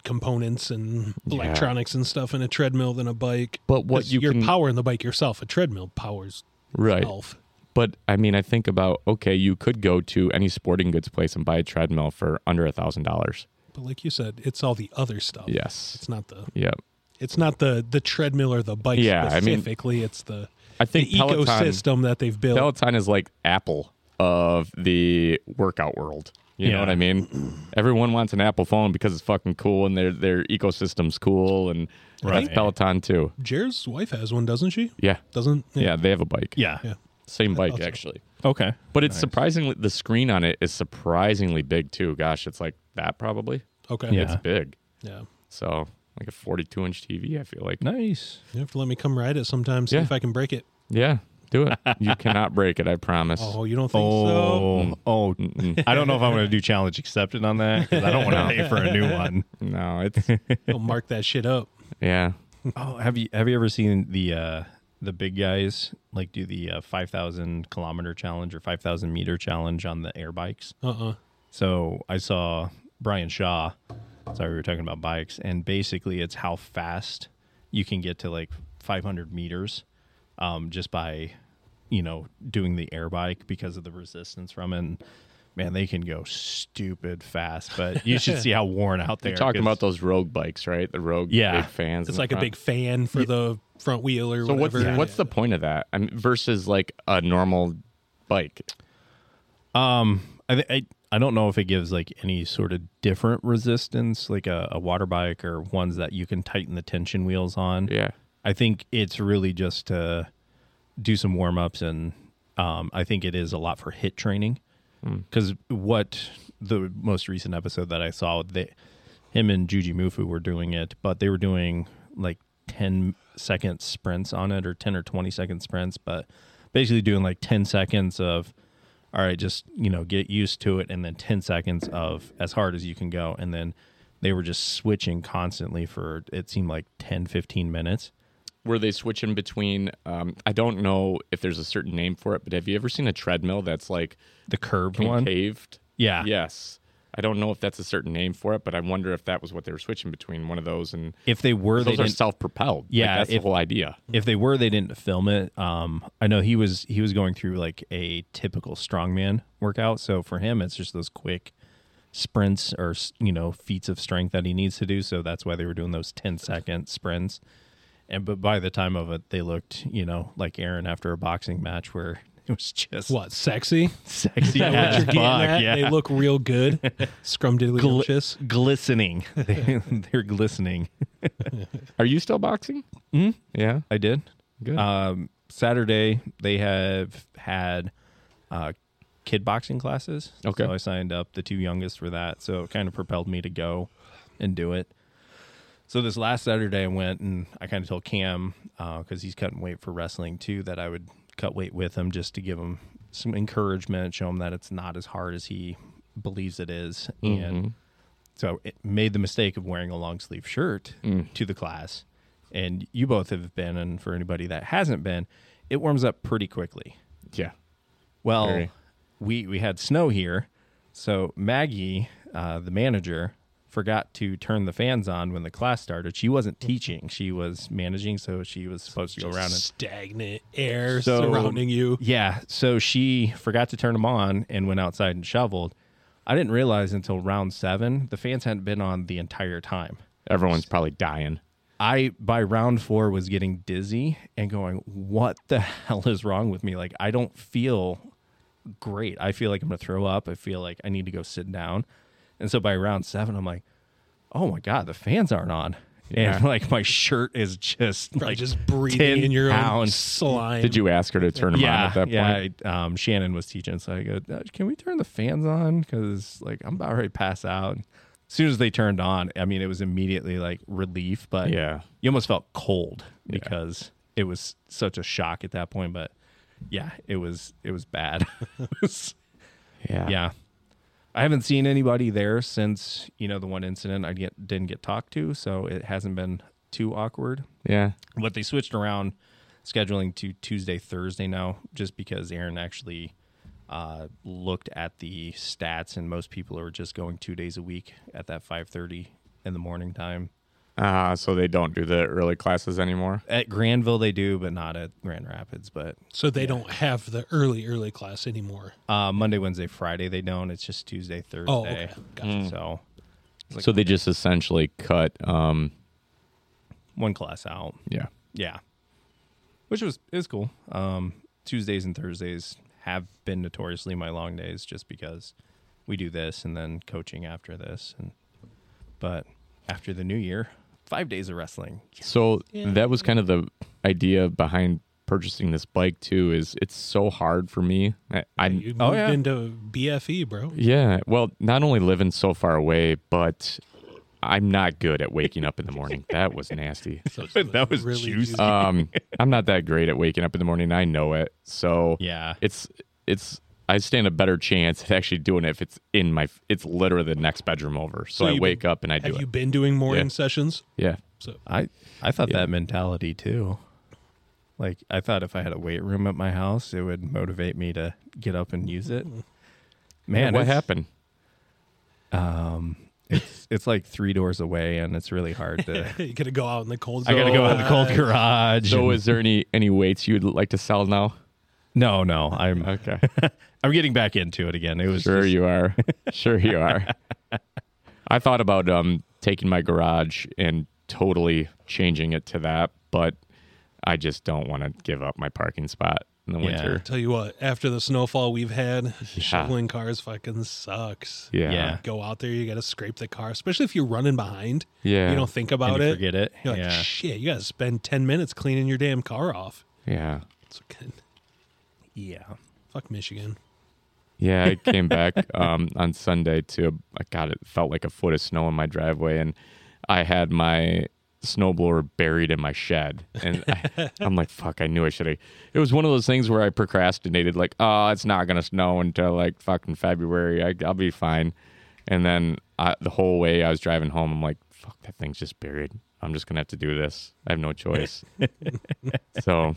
[SPEAKER 2] components and electronics and stuff in a treadmill than a bike.
[SPEAKER 6] But what
[SPEAKER 2] 'Cause
[SPEAKER 6] you
[SPEAKER 2] you're
[SPEAKER 6] can-
[SPEAKER 2] powering the bike yourself. A treadmill powers
[SPEAKER 6] Right.
[SPEAKER 2] itself.
[SPEAKER 6] But I mean, I think about okay, you could go to any sporting goods place and buy a treadmill for under a thousand dollars.
[SPEAKER 2] But like you said, it's all the other stuff.
[SPEAKER 6] Yes.
[SPEAKER 2] It's not the
[SPEAKER 6] Yeah.
[SPEAKER 2] it's not the the treadmill or the bike
[SPEAKER 6] Yeah, I mean-
[SPEAKER 2] specifically. it's the
[SPEAKER 6] I think
[SPEAKER 2] the
[SPEAKER 6] Peloton-
[SPEAKER 2] ecosystem that they've built.
[SPEAKER 6] Peloton is like Apple of the workout world. You know
[SPEAKER 3] Yeah.
[SPEAKER 6] what I mean? Everyone wants an Apple phone because it's fucking cool and their their ecosystem's cool and
[SPEAKER 3] Right.
[SPEAKER 6] that's Peloton too.
[SPEAKER 2] Jared's wife has one, doesn't she?
[SPEAKER 6] Yeah.
[SPEAKER 2] Doesn't
[SPEAKER 6] Yeah, they have a bike.
[SPEAKER 3] yeah,
[SPEAKER 2] yeah.
[SPEAKER 6] Same bike
[SPEAKER 2] so.
[SPEAKER 6] actually.
[SPEAKER 3] okay,
[SPEAKER 6] But it's surprisingly the screen on it is surprisingly big too. Gosh, it's like that probably.
[SPEAKER 2] Okay.
[SPEAKER 3] Yeah.
[SPEAKER 6] It's big.
[SPEAKER 2] Yeah.
[SPEAKER 6] So like a 42 inch TV, I feel like.
[SPEAKER 3] nice.
[SPEAKER 2] You have to let me come ride it sometime, see
[SPEAKER 6] Yeah.
[SPEAKER 2] if I can break it.
[SPEAKER 6] Yeah, do it. You cannot break it. I promise. Mm.
[SPEAKER 2] Oh, you don't think so?
[SPEAKER 3] Oh, oh! I don't know if I'm going to do challenge accepted on that because I don't want to pay for a new one.
[SPEAKER 6] No, it's
[SPEAKER 2] You'll mark that shit up.
[SPEAKER 6] yeah.
[SPEAKER 3] Oh, have you have you ever seen the uh, the big guys like do the uh, five thousand kilometer challenge or five thousand meter challenge on the air bikes?
[SPEAKER 2] Uh uh
[SPEAKER 3] So I saw Brian Shaw. Sorry, we were talking about bikes, and basically it's how fast you can get to like 500 meters um, just by you know doing the air bike because of the resistance from it. And man, they can go stupid fast. But you should see how worn out they
[SPEAKER 6] You're
[SPEAKER 3] are.
[SPEAKER 6] talking
[SPEAKER 3] 'cause-
[SPEAKER 6] about those rogue bikes, right? The rogue
[SPEAKER 3] Yeah.
[SPEAKER 6] big fans. in
[SPEAKER 2] It's
[SPEAKER 6] the
[SPEAKER 2] like a
[SPEAKER 6] front.
[SPEAKER 2] big fan for the front wheel or
[SPEAKER 6] So what's
[SPEAKER 2] whatever.
[SPEAKER 6] what's the point of that? I mean, versus like a normal bike.
[SPEAKER 3] I, thi- I I don't know if it gives like any sort of different resistance, like a, a water bike or ones that you can tighten the tension wheels on.
[SPEAKER 6] Yeah.
[SPEAKER 3] I think it's really just to do some warm ups, and um, I think it is a lot for hit training. Because what the most recent episode that I saw, they, him and Juji Mufu were doing it, but they were doing like 10 second sprints on it or 10 or 20 second sprints, but basically doing like 10 seconds of, all right, just, you know, get used to it, and then 10 seconds of as hard as you can go. And then they were just switching constantly for it seemed like 10, 15 minutes.
[SPEAKER 6] Were they switching between? Um, I don't know if there's a certain name for it, but have you ever seen a treadmill that's like
[SPEAKER 3] The curved one.
[SPEAKER 6] concaved?
[SPEAKER 3] Yeah.
[SPEAKER 6] Yes. I don't know if that's a certain name for it, but I wonder if that was what they were switching between one of those and
[SPEAKER 3] If they were, they
[SPEAKER 6] those are
[SPEAKER 3] didn't,
[SPEAKER 6] self-propelled. Like,
[SPEAKER 3] Yeah,
[SPEAKER 6] that's
[SPEAKER 3] if-
[SPEAKER 6] the whole idea.
[SPEAKER 3] if they were, they didn't film it. Um, I know he was he was going through like a typical strongman workout. So for him, it's just those quick sprints or s- you know feats of strength that he needs to do. So that's why they were doing those 10 second sprints. And but by the time of it, they looked you know like Aaron after a boxing match where it was just
[SPEAKER 2] what sexy?
[SPEAKER 3] sexy as
[SPEAKER 2] You're getting
[SPEAKER 3] fuck,
[SPEAKER 2] that?
[SPEAKER 3] yeah.
[SPEAKER 2] They look real good.
[SPEAKER 3] Gl-
[SPEAKER 2] Scrumdiddlyumptious.
[SPEAKER 3] glistening. they, they're glistening.
[SPEAKER 6] Are you still boxing?
[SPEAKER 3] Hmm?
[SPEAKER 6] Yeah.
[SPEAKER 3] I did.
[SPEAKER 6] Good.
[SPEAKER 3] Um, Saturday they have had uh, kid boxing classes.
[SPEAKER 6] Okay.
[SPEAKER 3] So I signed up the two youngest for that. So it kind of propelled me to go and do it. So this last Saturday I went and I kind of told Cam because he's cutting weight for wrestling too that I would cut weight with him just to give him some encouragement, show him that it's not as hard as he believes it is.
[SPEAKER 6] Mm-hmm.
[SPEAKER 3] and so it made the mistake of wearing a long sleeve shirt to the class and you both have been and for anybody that hasn't been it warms up pretty quickly
[SPEAKER 6] yeah.
[SPEAKER 3] well
[SPEAKER 6] Very.
[SPEAKER 3] we we had snow here so maggie uh, the manager forgot to turn the fans on when the class started she wasn't teaching she was managing so she was supposed to go around and
[SPEAKER 2] Stagnant air
[SPEAKER 3] So-
[SPEAKER 2] surrounding you.
[SPEAKER 3] yeah. So she forgot to turn them on and went outside and shoveled. I didn't realize until round seven the fans hadn't been on the entire time.
[SPEAKER 6] Everyone's probably dying.
[SPEAKER 3] I by round four was getting dizzy and going, "What the hell is wrong with me? Like I don't feel great. I feel like I'm gonna throw up. I feel like I need to go sit down." And so by round seven, I'm like, "Oh my god, the fans aren't on." And
[SPEAKER 6] Yeah.
[SPEAKER 3] like my shirt is just
[SPEAKER 2] Like
[SPEAKER 3] like
[SPEAKER 2] just
[SPEAKER 3] 10
[SPEAKER 2] breathing in your own
[SPEAKER 3] pounds.
[SPEAKER 2] slime.
[SPEAKER 6] Did you ask her to turn them on at that
[SPEAKER 3] yeah.
[SPEAKER 6] point?
[SPEAKER 3] I- um, Shannon was teaching, so I go, "Uh, "Can we turn the fans on? Because like I'm about ready to pass out." As soon as they turned on, I mean, it was immediately like relief, but
[SPEAKER 6] Yeah.
[SPEAKER 3] you almost felt cold because it was such a shock at that point. But yeah, it was it was bad. It was-
[SPEAKER 6] Yeah.
[SPEAKER 3] yeah, I haven't seen anybody there since you know the one incident I get didn't get talked to, so it hasn't been too awkward
[SPEAKER 6] Yeah.
[SPEAKER 3] but they switched around scheduling to Tuesday, Thursday now, just because Aaron actually uh, looked at the stats, and most people are just going two days a week at that five thirty in the morning time.
[SPEAKER 6] Uh, so they don't do the early classes anymore.
[SPEAKER 3] At Granville, they do, but not at Grand Rapids. But
[SPEAKER 2] So they don't have the early, early class anymore.
[SPEAKER 3] uh, Monday, Wednesday, Friday, they don't. It's just Tuesday, Thursday. Mm.
[SPEAKER 2] Oh, okay.
[SPEAKER 3] So
[SPEAKER 6] so they just essentially cut. Um,
[SPEAKER 3] one class out.
[SPEAKER 6] yeah.
[SPEAKER 3] Yeah, which was it was cool. Um, Tuesdays and Thursdays have been notoriously my long days, just because we do this and then coaching after this, and but after the new year, five days of wrestling.
[SPEAKER 6] So that was kind of the idea behind purchasing this bike too. Is it's so hard for me. I, I'm
[SPEAKER 2] You moved
[SPEAKER 3] Oh, yeah.
[SPEAKER 2] into BFE, bro.
[SPEAKER 6] yeah. Well, not only living so far away, but I'm not good at waking up in the morning. That was nasty.
[SPEAKER 3] that was
[SPEAKER 2] really
[SPEAKER 3] juicy.
[SPEAKER 2] juicy.
[SPEAKER 6] Um, I'm not that great at waking up in the morning. I know it. So
[SPEAKER 3] Yeah,
[SPEAKER 6] it's it's. I stand a better chance at actually doing it if it's in my. It's literally the next bedroom over. So,
[SPEAKER 2] So
[SPEAKER 6] I
[SPEAKER 2] you've
[SPEAKER 6] wake
[SPEAKER 2] been-
[SPEAKER 6] up and I do
[SPEAKER 2] Have
[SPEAKER 6] it.
[SPEAKER 2] you been doing morning sessions?
[SPEAKER 6] yeah.
[SPEAKER 2] So
[SPEAKER 3] I I thought that mentality too. Like I thought if I had a weight room at my house, it would motivate me to get up and use it. Man,
[SPEAKER 6] what
[SPEAKER 3] it's-
[SPEAKER 6] happened?
[SPEAKER 3] It's, it's like three doors away, and it's really hard to.
[SPEAKER 2] you gotta go out in the cold.
[SPEAKER 3] I gotta go in the cold garage.
[SPEAKER 6] So
[SPEAKER 3] and-
[SPEAKER 6] is there any any weights you'd like to sell now?
[SPEAKER 3] No, no, I'm
[SPEAKER 6] Okay.
[SPEAKER 3] I'm getting back into it again. It was
[SPEAKER 6] Sure
[SPEAKER 3] just-
[SPEAKER 6] you are. Sure you are. I thought about um taking my garage and totally changing it to that, but I just don't want to give up my parking spot in the
[SPEAKER 3] Yeah.
[SPEAKER 6] winter.
[SPEAKER 2] Tell you what, after the snowfall we've had, shoveling cars fucking sucks.
[SPEAKER 6] Yeah.
[SPEAKER 3] Yeah.
[SPEAKER 2] Go out there, you got to scrape the car, especially if you're running behind.
[SPEAKER 6] Yeah.
[SPEAKER 2] You don't think
[SPEAKER 3] and
[SPEAKER 2] about
[SPEAKER 3] you
[SPEAKER 2] it.
[SPEAKER 3] Forget it.
[SPEAKER 2] You're like,
[SPEAKER 3] yeah.
[SPEAKER 2] shit, you got to spend 10 minutes cleaning your damn car off.
[SPEAKER 6] Yeah.
[SPEAKER 2] It's fucking,
[SPEAKER 3] Yeah.
[SPEAKER 2] fuck Michigan.
[SPEAKER 6] Yeah, I came back um, on Sunday to I got it felt like a foot of snow in my driveway, and I had my snowblower buried in my shed, and I, I'm like, "Fuck!" I knew I should have. It was one of those things where I procrastinated, like, "Oh, it's not gonna snow until like fucking February. I, I'll be fine." And then I, the whole way I was driving home, I'm like, "Fuck, that thing's just buried. I'm just gonna have to do this. I have no choice." so,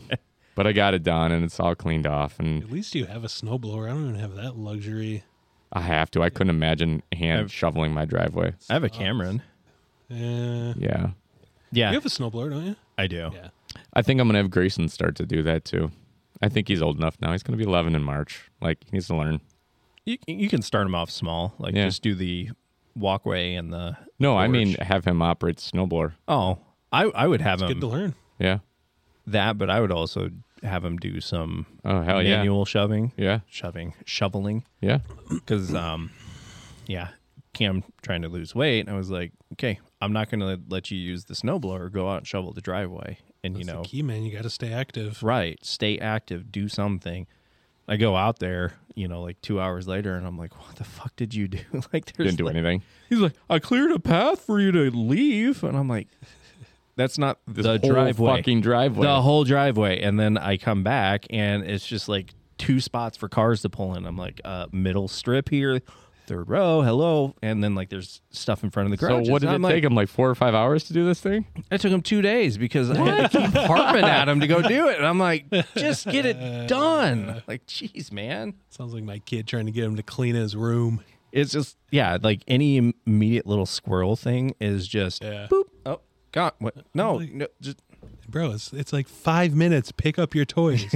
[SPEAKER 6] but I got it done, and it's all cleaned off, and
[SPEAKER 2] At least you have a snowblower. I don't even have that luxury.
[SPEAKER 6] I have to. I couldn't imagine hand
[SPEAKER 3] I've-
[SPEAKER 6] shoveling my driveway.
[SPEAKER 3] I have a Cameron.
[SPEAKER 2] Uh,
[SPEAKER 6] Yeah.
[SPEAKER 3] Yeah,
[SPEAKER 2] You have a snowblower, don't you?
[SPEAKER 3] I do.
[SPEAKER 2] Yeah.
[SPEAKER 6] I think I'm going to have Grayson start to do that too. I think he's old enough now. He's going to be 11 in March. Like, he needs to learn.
[SPEAKER 3] You you can start them off small, like
[SPEAKER 6] Yeah.
[SPEAKER 3] just do the walkway and the.
[SPEAKER 6] No, I mean,
[SPEAKER 3] porch.
[SPEAKER 6] have him operate snowblower.
[SPEAKER 3] Oh, I I would have
[SPEAKER 2] Good to
[SPEAKER 3] him
[SPEAKER 2] learn.
[SPEAKER 6] Yeah.
[SPEAKER 3] that, but I would also have him do some
[SPEAKER 6] Oh, hell yeah.
[SPEAKER 3] manual shoving,
[SPEAKER 6] Yeah.
[SPEAKER 3] shoving, shoveling,
[SPEAKER 6] Yeah.
[SPEAKER 3] because um, yeah, Cam trying to lose weight, and I was like, okay, I'm not gonna let you use the snowblower. Go out and shovel the driveway, and you
[SPEAKER 2] That's
[SPEAKER 3] know,
[SPEAKER 2] the key, man. You got to stay active.
[SPEAKER 3] right, stay active, do something. I go out there, you know, like two hours later, and I'm like, what the fuck did you do? like, there's
[SPEAKER 6] Didn't do
[SPEAKER 3] like-
[SPEAKER 6] anything.
[SPEAKER 3] He's like, I cleared a path for you to leave, and I'm like, that's not
[SPEAKER 6] This
[SPEAKER 3] the
[SPEAKER 6] whole
[SPEAKER 3] driveway,
[SPEAKER 6] fucking driveway.
[SPEAKER 3] the whole driveway. And then I come back, and it's just like two spots for cars to pull in. I'm like, uh, middle strip here, third row, hello, and then like there's stuff in front of the
[SPEAKER 6] so,
[SPEAKER 3] garage.
[SPEAKER 6] what did it
[SPEAKER 3] I'm
[SPEAKER 6] take
[SPEAKER 3] Like,
[SPEAKER 6] him? Like four or five hours to do this thing?
[SPEAKER 3] it took him two days because I had to keep harping at him to go do it, and I'm like, just get it done. Like, jeez, man.
[SPEAKER 2] Sounds like my kid trying to get him to clean his room.
[SPEAKER 3] It's just yeah, like any im- immediate little squirrel thing is just
[SPEAKER 2] Yeah.
[SPEAKER 3] boop. Oh God, what? No, no, just
[SPEAKER 2] Bro, it's, it's like five minutes. Pick up your toys.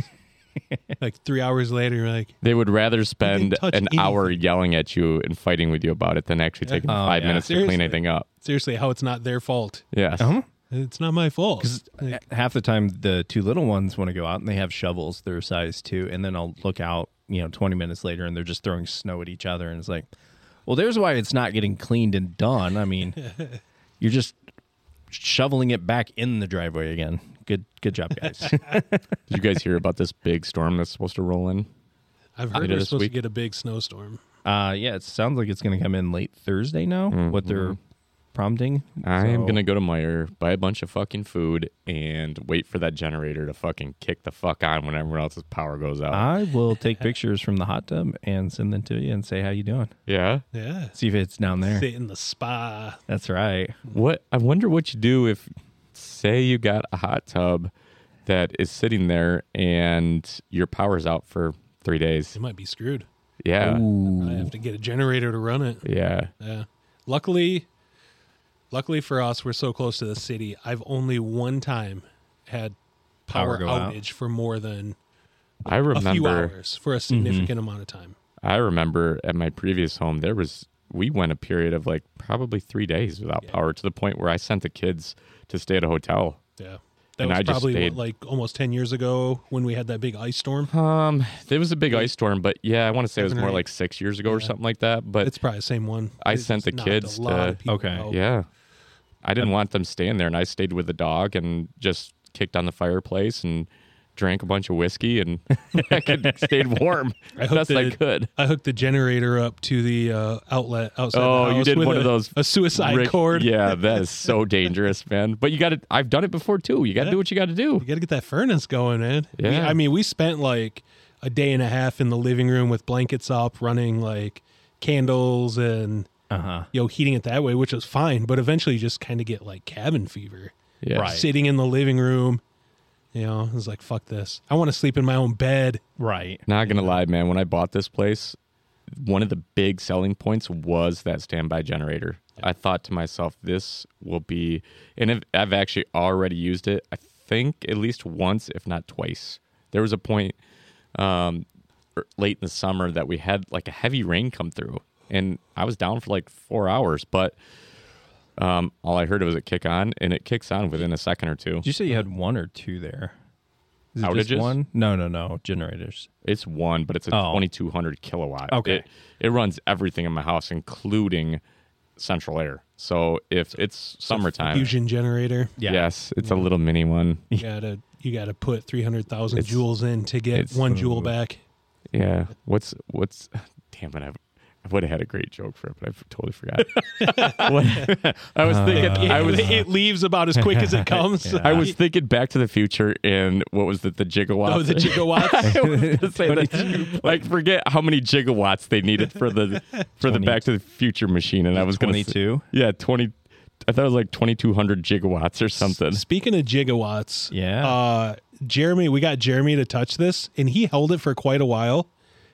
[SPEAKER 2] like three hours later, you're like,
[SPEAKER 6] They would rather spend an
[SPEAKER 2] touch
[SPEAKER 6] hour yelling at you and fighting with you about it than actually taking
[SPEAKER 3] Oh,
[SPEAKER 6] five
[SPEAKER 3] yeah.
[SPEAKER 6] minutes to clean
[SPEAKER 2] Seriously.
[SPEAKER 6] anything up.
[SPEAKER 2] seriously, how it's not their fault.
[SPEAKER 6] Yes.
[SPEAKER 3] Uh-huh.
[SPEAKER 2] It's not my fault.
[SPEAKER 3] h- half the time the two little ones want to go out and they have shovels, their size two, and then I'll look out, you know, twenty minutes later and they're just throwing snow at each other, and it's like, well, there's why it's not getting cleaned and done. I mean, you're just shoveling it back in the driveway again. Good, good job, guys.
[SPEAKER 6] Did you guys hear about this big storm that's supposed to roll in?
[SPEAKER 2] I've heard
[SPEAKER 6] Later
[SPEAKER 2] we're
[SPEAKER 6] this
[SPEAKER 2] supposed
[SPEAKER 6] week.
[SPEAKER 2] to get a big snowstorm.
[SPEAKER 3] uh, yeah, it sounds like it's going to come in late Thursday now. What they're prompting.
[SPEAKER 6] I'm
[SPEAKER 3] So-
[SPEAKER 6] gonna go to Meyer, buy a bunch of fucking food, and wait for that generator to fucking kick the fuck on when everyone else's power goes out.
[SPEAKER 2] Uh,
[SPEAKER 3] I will take pictures from the hot tub and send them to you and say how you doing.
[SPEAKER 6] yeah.
[SPEAKER 2] Yeah.
[SPEAKER 3] See if it's down there.
[SPEAKER 2] Sit in the spa.
[SPEAKER 3] That's right.
[SPEAKER 6] What? I wonder what you do if, say, you got a hot tub that is sitting there and your power's out for three days.
[SPEAKER 2] It might be screwed.
[SPEAKER 6] Yeah.
[SPEAKER 2] I have to get a generator to run it.
[SPEAKER 6] Yeah.
[SPEAKER 2] Yeah. Luckily, luckily for us, we're so close to the city. I've only one time had power,
[SPEAKER 3] Power go out.
[SPEAKER 2] outage for more than
[SPEAKER 6] I
[SPEAKER 2] a few
[SPEAKER 6] remember.
[SPEAKER 2] hours for a significant amount of time.
[SPEAKER 6] I remember at my previous home there was we went a period of like probably three days without power to the point where I sent the kids to stay at a hotel.
[SPEAKER 2] Yeah. That
[SPEAKER 6] And
[SPEAKER 2] was
[SPEAKER 6] I just
[SPEAKER 2] probably
[SPEAKER 6] stayed-
[SPEAKER 2] what, like almost 10 years ago when we had that big ice storm.
[SPEAKER 6] Um, there was a big ice storm, but yeah, I want to say it was
[SPEAKER 2] Seven or
[SPEAKER 6] more
[SPEAKER 2] eight.
[SPEAKER 6] like six years ago or something like that. But
[SPEAKER 2] It's probably the same one.
[SPEAKER 6] I
[SPEAKER 2] It just
[SPEAKER 6] sent the
[SPEAKER 2] knocked
[SPEAKER 6] kids
[SPEAKER 2] a lot
[SPEAKER 6] to-
[SPEAKER 2] of people
[SPEAKER 3] Okay,
[SPEAKER 2] out.
[SPEAKER 6] yeah, I didn't want them staying there, and I stayed with the dog and just kicked on the fireplace and drank a bunch of whiskey, and I could stayed warm
[SPEAKER 2] I
[SPEAKER 6] as
[SPEAKER 2] hope
[SPEAKER 6] best I
[SPEAKER 2] that-
[SPEAKER 6] could.
[SPEAKER 2] I hooked the generator up to the uh, outlet outside.
[SPEAKER 6] Oh,
[SPEAKER 2] the
[SPEAKER 6] you
[SPEAKER 2] house
[SPEAKER 6] did
[SPEAKER 2] with
[SPEAKER 6] one
[SPEAKER 2] a-
[SPEAKER 6] of those
[SPEAKER 2] a suicide
[SPEAKER 6] Rick-
[SPEAKER 2] cord.
[SPEAKER 6] Yeah, that is so dangerous, man. But you got to. I've done it before too. You got to do what you got to do.
[SPEAKER 2] You got to get that furnace going, man. We-
[SPEAKER 6] Yeah.
[SPEAKER 2] I mean, we spent like a day and a half in the living room with blankets up, running like candles and
[SPEAKER 3] Uh
[SPEAKER 6] Uh-huh.
[SPEAKER 3] huh.
[SPEAKER 2] you know heating it that way, which was fine. But eventually, you just kind of get like cabin fever,
[SPEAKER 6] Yeah.
[SPEAKER 3] Right.
[SPEAKER 2] sitting in the living room. You know, I was like, "Fuck this! I want to sleep in my own bed."
[SPEAKER 3] Right.
[SPEAKER 6] Not gonna lie, man. When I bought this place, one of the big selling points was that standby generator. I thought to myself, this will be, and I've, I've actually already used it. I think at least once, if not twice. There was a point um, er- late in the summer that we had like a heavy rain come through, and I was down for like four hours. But um, all I heard was it kick on, and it kicks on within a second or two.
[SPEAKER 3] Did you say you had one or two there? Is
[SPEAKER 6] Outages?
[SPEAKER 3] one? No, no, no. Generators.
[SPEAKER 6] It's one, but it's a
[SPEAKER 3] Oh.
[SPEAKER 6] 2200 kilowatt.
[SPEAKER 3] Okay.
[SPEAKER 6] It, it runs everything in my house, including central air. So if it's summertime,
[SPEAKER 2] Fusion generator.
[SPEAKER 3] Yeah.
[SPEAKER 6] yes, it's a little mini one.
[SPEAKER 2] You gotta you gotta put three hundred thousand
[SPEAKER 6] It's-
[SPEAKER 2] joules in to get
[SPEAKER 6] it's-
[SPEAKER 2] one joule back.
[SPEAKER 6] Yeah. What's what's? Damn it! I, I would have had a great joke for it, but I f- totally forgot. What- I
[SPEAKER 2] Uh,
[SPEAKER 6] was thinking. Uh, I was.
[SPEAKER 2] it leaves about as quick as it comes.
[SPEAKER 6] I was thinking Back to the Future and what was it? The gigawatts.
[SPEAKER 2] Oh, the gigawatts.
[SPEAKER 6] I was gonna say that- like forget how many gigawatts they needed for the for the
[SPEAKER 3] 20.
[SPEAKER 6] Back to the Future machine, and I was going to
[SPEAKER 3] 22?
[SPEAKER 6] Yeah, twenty. I thought it was like twenty two hundred gigawatts or something.
[SPEAKER 2] Speaking of gigawatts,
[SPEAKER 3] Yeah.
[SPEAKER 2] Uh, Jeremy, we got Jeremy to touch this, and he held it for quite a while.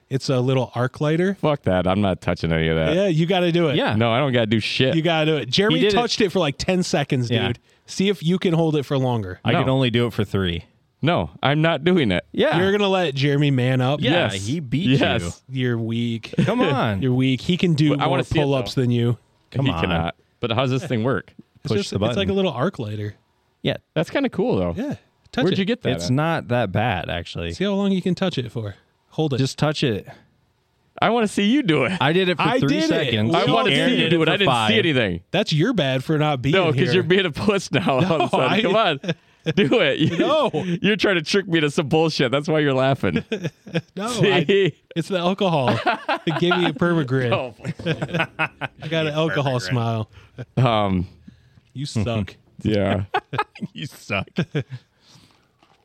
[SPEAKER 2] It's a little arc lighter.
[SPEAKER 6] Fuck that! I'm not touching any of that.
[SPEAKER 2] yeah, you got to do it.
[SPEAKER 3] Yeah.
[SPEAKER 6] No, I don't got to do shit.
[SPEAKER 2] you got to do it.
[SPEAKER 3] did
[SPEAKER 2] Jeremy
[SPEAKER 3] it.
[SPEAKER 2] touched it. for like ten seconds, dude.
[SPEAKER 3] Yeah.
[SPEAKER 2] See if you can hold it for longer.
[SPEAKER 3] I
[SPEAKER 6] No.
[SPEAKER 3] could only do it for three.
[SPEAKER 6] no, I'm not doing it.
[SPEAKER 3] Yeah.
[SPEAKER 2] You're gonna let Jeremy man up.
[SPEAKER 3] yeah.
[SPEAKER 6] Yes.
[SPEAKER 3] He beat you.
[SPEAKER 6] Yes.
[SPEAKER 2] you're weak.
[SPEAKER 3] Come on.
[SPEAKER 2] You're weak. He can do
[SPEAKER 6] Well, I
[SPEAKER 2] more
[SPEAKER 6] wanna see it,
[SPEAKER 2] pull ups
[SPEAKER 6] though.
[SPEAKER 2] than you.
[SPEAKER 3] Come
[SPEAKER 6] he
[SPEAKER 3] on.
[SPEAKER 6] cannot. But how does this thing work?
[SPEAKER 2] It's
[SPEAKER 3] Push
[SPEAKER 2] just
[SPEAKER 3] the
[SPEAKER 2] it's like
[SPEAKER 3] button.
[SPEAKER 2] a little arc lighter.
[SPEAKER 3] yeah.
[SPEAKER 6] That's kind of cool though.
[SPEAKER 2] Yeah, touch
[SPEAKER 6] Where'd
[SPEAKER 2] it.
[SPEAKER 6] you get that?
[SPEAKER 3] It's
[SPEAKER 6] at?
[SPEAKER 3] not that bad, actually.
[SPEAKER 2] See how long you can touch it for. Hold it.
[SPEAKER 3] Just touch it.
[SPEAKER 6] I want to see you do it.
[SPEAKER 3] I did it for
[SPEAKER 2] I
[SPEAKER 3] three
[SPEAKER 2] did it.
[SPEAKER 3] seconds.
[SPEAKER 2] We
[SPEAKER 6] I
[SPEAKER 2] all
[SPEAKER 6] want to
[SPEAKER 2] did
[SPEAKER 6] see you do it.
[SPEAKER 3] for
[SPEAKER 6] I didn't
[SPEAKER 3] five.
[SPEAKER 6] see anything.
[SPEAKER 2] that's your bad for not being
[SPEAKER 6] No,
[SPEAKER 2] here.
[SPEAKER 6] because you're being a puss now. all of a sudden.
[SPEAKER 2] I-
[SPEAKER 6] Come on, do it. You,
[SPEAKER 2] No.
[SPEAKER 6] you're trying to trick me to some bullshit. That's why you're laughing.
[SPEAKER 2] no. I-
[SPEAKER 6] See?
[SPEAKER 2] It's the alcohol. it gave me a permagrin.
[SPEAKER 6] Oh,
[SPEAKER 2] I got an alcohol smile.
[SPEAKER 6] um,
[SPEAKER 2] You suck.
[SPEAKER 6] yeah.
[SPEAKER 3] You suck.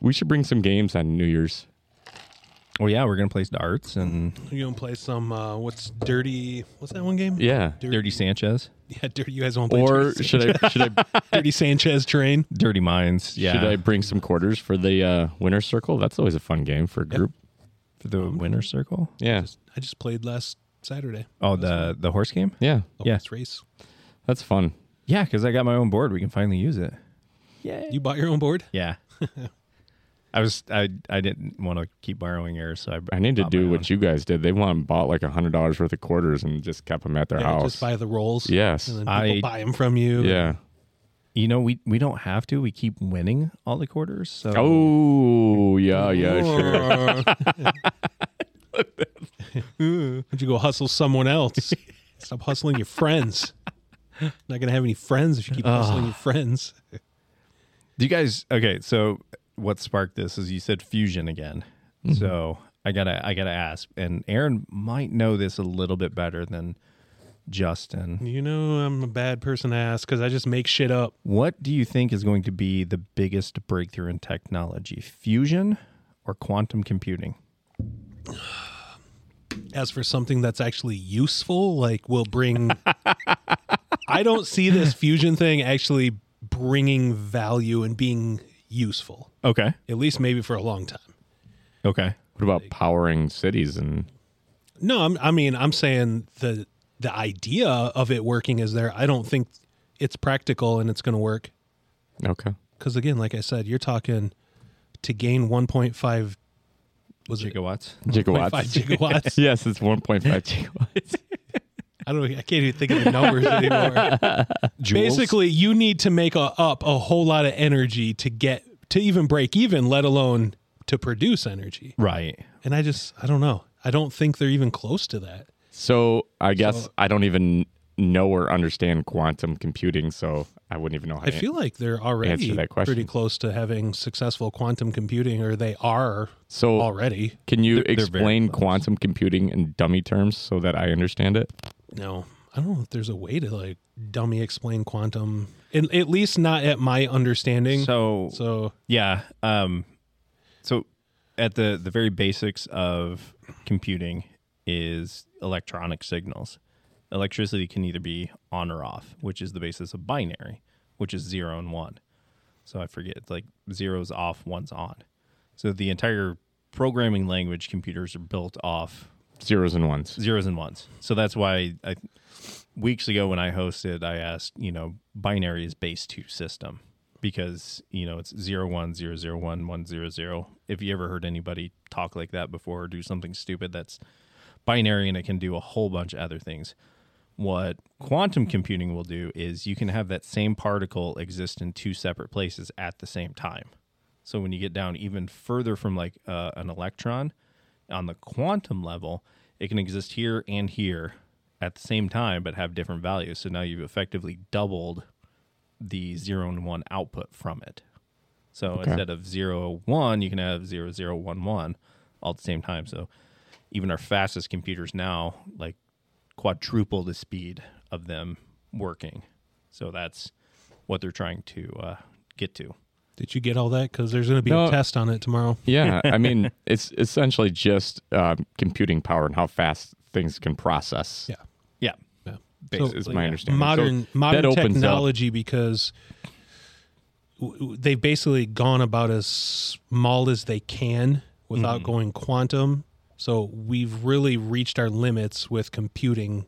[SPEAKER 6] we should bring some games on New Year's.
[SPEAKER 3] well, yeah, we're gonna play darts and
[SPEAKER 2] you gonna play some uh, what's dirty? What's that one game?
[SPEAKER 6] Yeah.
[SPEAKER 3] Dirty Sanchez,
[SPEAKER 2] yeah, dirty. You guys want to play
[SPEAKER 6] Or
[SPEAKER 2] dirty,
[SPEAKER 6] should I should I
[SPEAKER 2] dirty Sanchez train?
[SPEAKER 3] Dirty Minds. Yeah,
[SPEAKER 6] should I bring some quarters for the uh, winner circle? That's always a fun game for a group.
[SPEAKER 3] for the winner circle?
[SPEAKER 6] Yeah.
[SPEAKER 2] I just played last Saturday.
[SPEAKER 3] Oh, the the horse game.
[SPEAKER 6] Yeah.
[SPEAKER 2] The
[SPEAKER 3] Yeah.
[SPEAKER 2] horse race.
[SPEAKER 6] That's fun.
[SPEAKER 3] Yeah, because I got my own board. We can finally use it.
[SPEAKER 2] You bought your own board.
[SPEAKER 3] Yeah. I was I I didn't want to keep borrowing yours, so I,
[SPEAKER 6] I need to
[SPEAKER 3] bought
[SPEAKER 6] do
[SPEAKER 3] my
[SPEAKER 6] what
[SPEAKER 3] own.
[SPEAKER 6] you guys did. They went and bought like a hundred dollars worth of quarters and just kept them at their
[SPEAKER 2] Yeah,
[SPEAKER 6] house.
[SPEAKER 2] just buy the rolls.
[SPEAKER 6] Yes.
[SPEAKER 2] and then
[SPEAKER 3] I-
[SPEAKER 2] people buy them from you.
[SPEAKER 6] yeah.
[SPEAKER 3] You know, we we don't have to. We keep winning all the quarters. So
[SPEAKER 6] Oh yeah, yeah, sure.
[SPEAKER 2] Would you go hustle someone else? Stop hustling your friends. Not gonna have any friends if you keep hustling your friends.
[SPEAKER 3] Do you guys okay, so what sparked this is you said fusion again.
[SPEAKER 6] Mm-hmm.
[SPEAKER 3] So I gotta I gotta ask, and Aaron might know this a little bit better than Justin.
[SPEAKER 2] You know I'm a bad person to ask because I just make shit up.
[SPEAKER 3] What do you think is going to be the biggest breakthrough in technology? Fusion or quantum computing?
[SPEAKER 2] As for something that's actually useful, like will bring. I don't see this fusion thing actually bringing value and being useful.
[SPEAKER 3] Okay.
[SPEAKER 2] At least maybe for a long time.
[SPEAKER 3] Okay.
[SPEAKER 6] What about powering cities and
[SPEAKER 2] No, I'm, I mean, I'm saying the the idea of it working is there. I don't think it's practical and it's going to work
[SPEAKER 6] okay?
[SPEAKER 2] because again, like I said, you're talking to gain 1.5 was it
[SPEAKER 3] Gigawatts.
[SPEAKER 2] 1.5
[SPEAKER 6] Gigawatts.
[SPEAKER 2] gigawatts?
[SPEAKER 6] Yes, it's 1.5 gigawatts.
[SPEAKER 2] I don't. I can't even think of the numbers anymore. Basically, you need to make a, up a whole lot of energy to get to even break even, let alone to produce energy.
[SPEAKER 3] Right.
[SPEAKER 2] And I just, I don't know. I don't think they're even close to that.
[SPEAKER 6] So I guess I don't even know or understand quantum computing, so I wouldn't even know how
[SPEAKER 2] I
[SPEAKER 6] to
[SPEAKER 2] feel like they're already
[SPEAKER 6] Answer that question.
[SPEAKER 2] pretty close to having successful quantum computing, or they are
[SPEAKER 6] So
[SPEAKER 2] already.
[SPEAKER 6] can you
[SPEAKER 3] they're very
[SPEAKER 6] explain
[SPEAKER 3] close.
[SPEAKER 6] quantum computing in dummy terms so that I understand it?
[SPEAKER 2] No, I don't know if there's a way to like dummy explain quantum, and at least not at my understanding. So,
[SPEAKER 3] So Yeah. Um, so at the the very basics of computing is electronic signals. Electricity can either be on or off, which is the basis of binary, which is zero and one. So I forget it's like zero's off, one's on. So the entire programming language computers are built off
[SPEAKER 6] Zeros and ones.
[SPEAKER 3] zeros and ones. So that's why I weeks ago when I hosted, I asked, you know, binary is base two system. because you know it's zero one zero zero one one zero zero. If you ever heard anybody talk like that before or do something stupid, that's binary and it can do a whole bunch of other things. What quantum computing will do is you can have that same particle exist in two separate places at the same time. So when you get down even further from like uh, an electron on the quantum level, it can exist here and here at the same time but have different values. So now you've effectively doubled the zero and one output from it. So instead of zero one, you can have zero zero one one all at the same time. So even our fastest computers now, like quadruple the speed of them working. So that's what they're trying to uh, get to.
[SPEAKER 2] Did you get all that? Because there's going to be
[SPEAKER 6] No.
[SPEAKER 2] a test on it tomorrow.
[SPEAKER 6] Yeah, I mean, it's essentially just um, computing power and how fast things can process.
[SPEAKER 2] Yeah.
[SPEAKER 3] Yeah.
[SPEAKER 2] Yeah.
[SPEAKER 3] Basically,
[SPEAKER 6] is my
[SPEAKER 3] yeah.
[SPEAKER 6] understanding.
[SPEAKER 2] Modern
[SPEAKER 6] So that
[SPEAKER 2] modern
[SPEAKER 6] opens up-
[SPEAKER 2] technology because w- w- they've basically gone about as small as they can without
[SPEAKER 6] Hmm.
[SPEAKER 2] going quantum. So we've really reached our limits with computing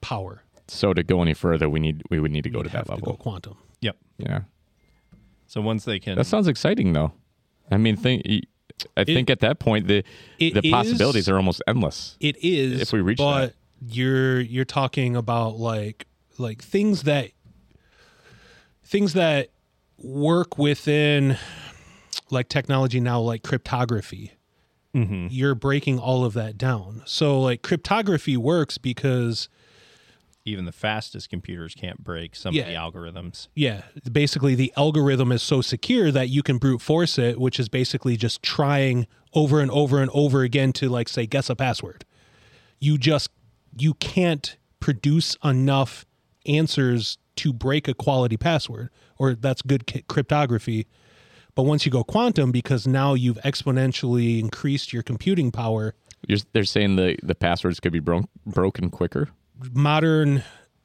[SPEAKER 2] power.
[SPEAKER 6] So to go any further, we need we would need to go
[SPEAKER 2] We'd
[SPEAKER 6] to that
[SPEAKER 2] have go
[SPEAKER 6] level.
[SPEAKER 2] quantum.
[SPEAKER 3] Yep.
[SPEAKER 6] yeah,
[SPEAKER 3] So once they can,
[SPEAKER 6] that sounds exciting though. I mean, think I think at that point the
[SPEAKER 2] It
[SPEAKER 6] the possibilities
[SPEAKER 2] is-
[SPEAKER 6] are almost endless.
[SPEAKER 2] It is
[SPEAKER 6] If we reach
[SPEAKER 2] but you're you're talking about like like things that things that work within like technology now like cryptography.
[SPEAKER 6] Mm-hmm.
[SPEAKER 2] You're breaking all of that down. So like cryptography works because
[SPEAKER 3] even the fastest computers can't break some of
[SPEAKER 2] Yeah.
[SPEAKER 3] the algorithms.
[SPEAKER 2] yeah, basically the algorithm is so secure that you can brute force it, which is basically just trying over and over and over again to like say guess a password. You just you can't produce enough answers to break a quality password or that's good c- cryptography. But once you go quantum because now you've exponentially increased your computing power,
[SPEAKER 6] You're, they're saying the the passwords could be bro- broken quicker.
[SPEAKER 2] modern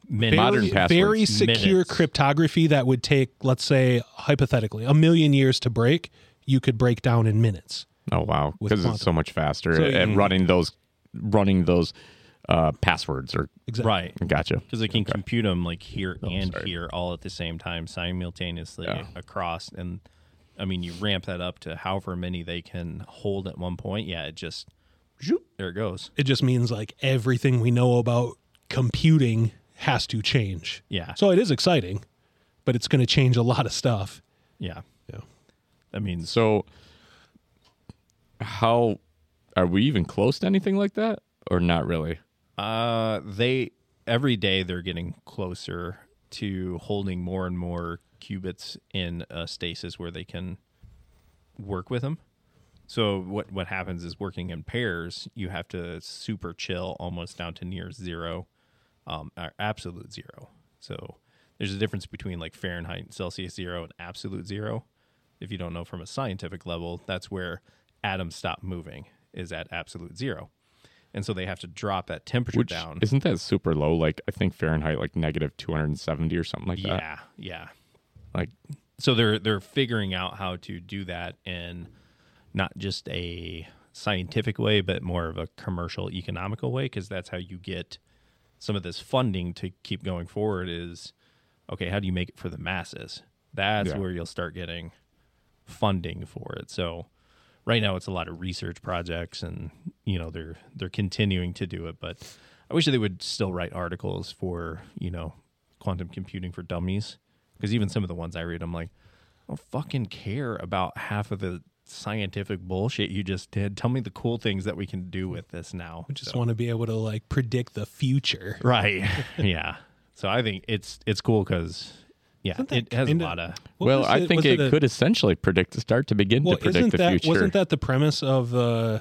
[SPEAKER 3] Min-
[SPEAKER 2] very,
[SPEAKER 6] Modern passwords,
[SPEAKER 2] very secure
[SPEAKER 3] minutes.
[SPEAKER 2] cryptography that would take, let's say, hypothetically, a million years to break. You could break down in minutes.
[SPEAKER 6] Oh wow,
[SPEAKER 2] With
[SPEAKER 6] because it's
[SPEAKER 2] quantum.
[SPEAKER 6] so much faster
[SPEAKER 2] So,
[SPEAKER 6] at running those running those uh, passwords or
[SPEAKER 2] Exactly.
[SPEAKER 3] right.
[SPEAKER 6] gotcha.
[SPEAKER 3] Because they can compute 'em compute them like here and
[SPEAKER 6] sorry.
[SPEAKER 3] here all at the same time, simultaneously
[SPEAKER 6] Yeah.
[SPEAKER 3] across. And I mean, you ramp that up to however many they can hold at one point. Yeah, it just, zoop, there it goes.
[SPEAKER 2] It just means like everything we know about computing has to change.
[SPEAKER 3] Yeah.
[SPEAKER 2] So it is exciting, but it's going to change a lot of stuff.
[SPEAKER 3] Yeah.
[SPEAKER 2] Yeah.
[SPEAKER 3] I mean,
[SPEAKER 6] So, how are we even close to anything like that, or not really?
[SPEAKER 3] Uh, they every day they're getting closer to holding more and more qubits in a stasis where they can work with them. So what what happens is working in pairs, you have to super chill almost down to near zero, um, or absolute zero. So there's a difference between like Fahrenheit and Celsius zero and absolute zero. If you don't know from a scientific level, that's where atoms stop moving is at absolute zero. And so they have to drop that temperature
[SPEAKER 6] Which
[SPEAKER 3] down.
[SPEAKER 6] isn't that super low? Like I think Fahrenheit, like negative two hundred and seventy or something like that.
[SPEAKER 3] yeah, yeah.
[SPEAKER 6] Like
[SPEAKER 3] so they're they're figuring out how to do that in not just a scientific way but more of a commercial economical way because that's how you get some of this funding to keep going forward is okay how do you make it for the masses that's
[SPEAKER 6] Yeah.
[SPEAKER 3] where you'll start getting funding for it so right now it's a lot of research projects and you know they're they're continuing to do it but i wish they would still write articles for you know quantum computing for dummies because even some of the ones i read i'm like i don't fucking care about half of the scientific bullshit you just did tell me the cool things that we can do with this now
[SPEAKER 2] I just want to be able to like predict the future.
[SPEAKER 3] right yeah so i think it's it's cool because yeah
[SPEAKER 2] Isn't that
[SPEAKER 3] it has a
[SPEAKER 2] kinda-
[SPEAKER 3] lot of
[SPEAKER 2] What
[SPEAKER 6] well,
[SPEAKER 2] was
[SPEAKER 6] I think
[SPEAKER 2] was
[SPEAKER 6] it,
[SPEAKER 2] a-
[SPEAKER 6] could essentially predict start to begin
[SPEAKER 2] Well,
[SPEAKER 6] to predict
[SPEAKER 2] isn't
[SPEAKER 6] the
[SPEAKER 2] that
[SPEAKER 6] future.
[SPEAKER 2] wasn't that the premise of uh,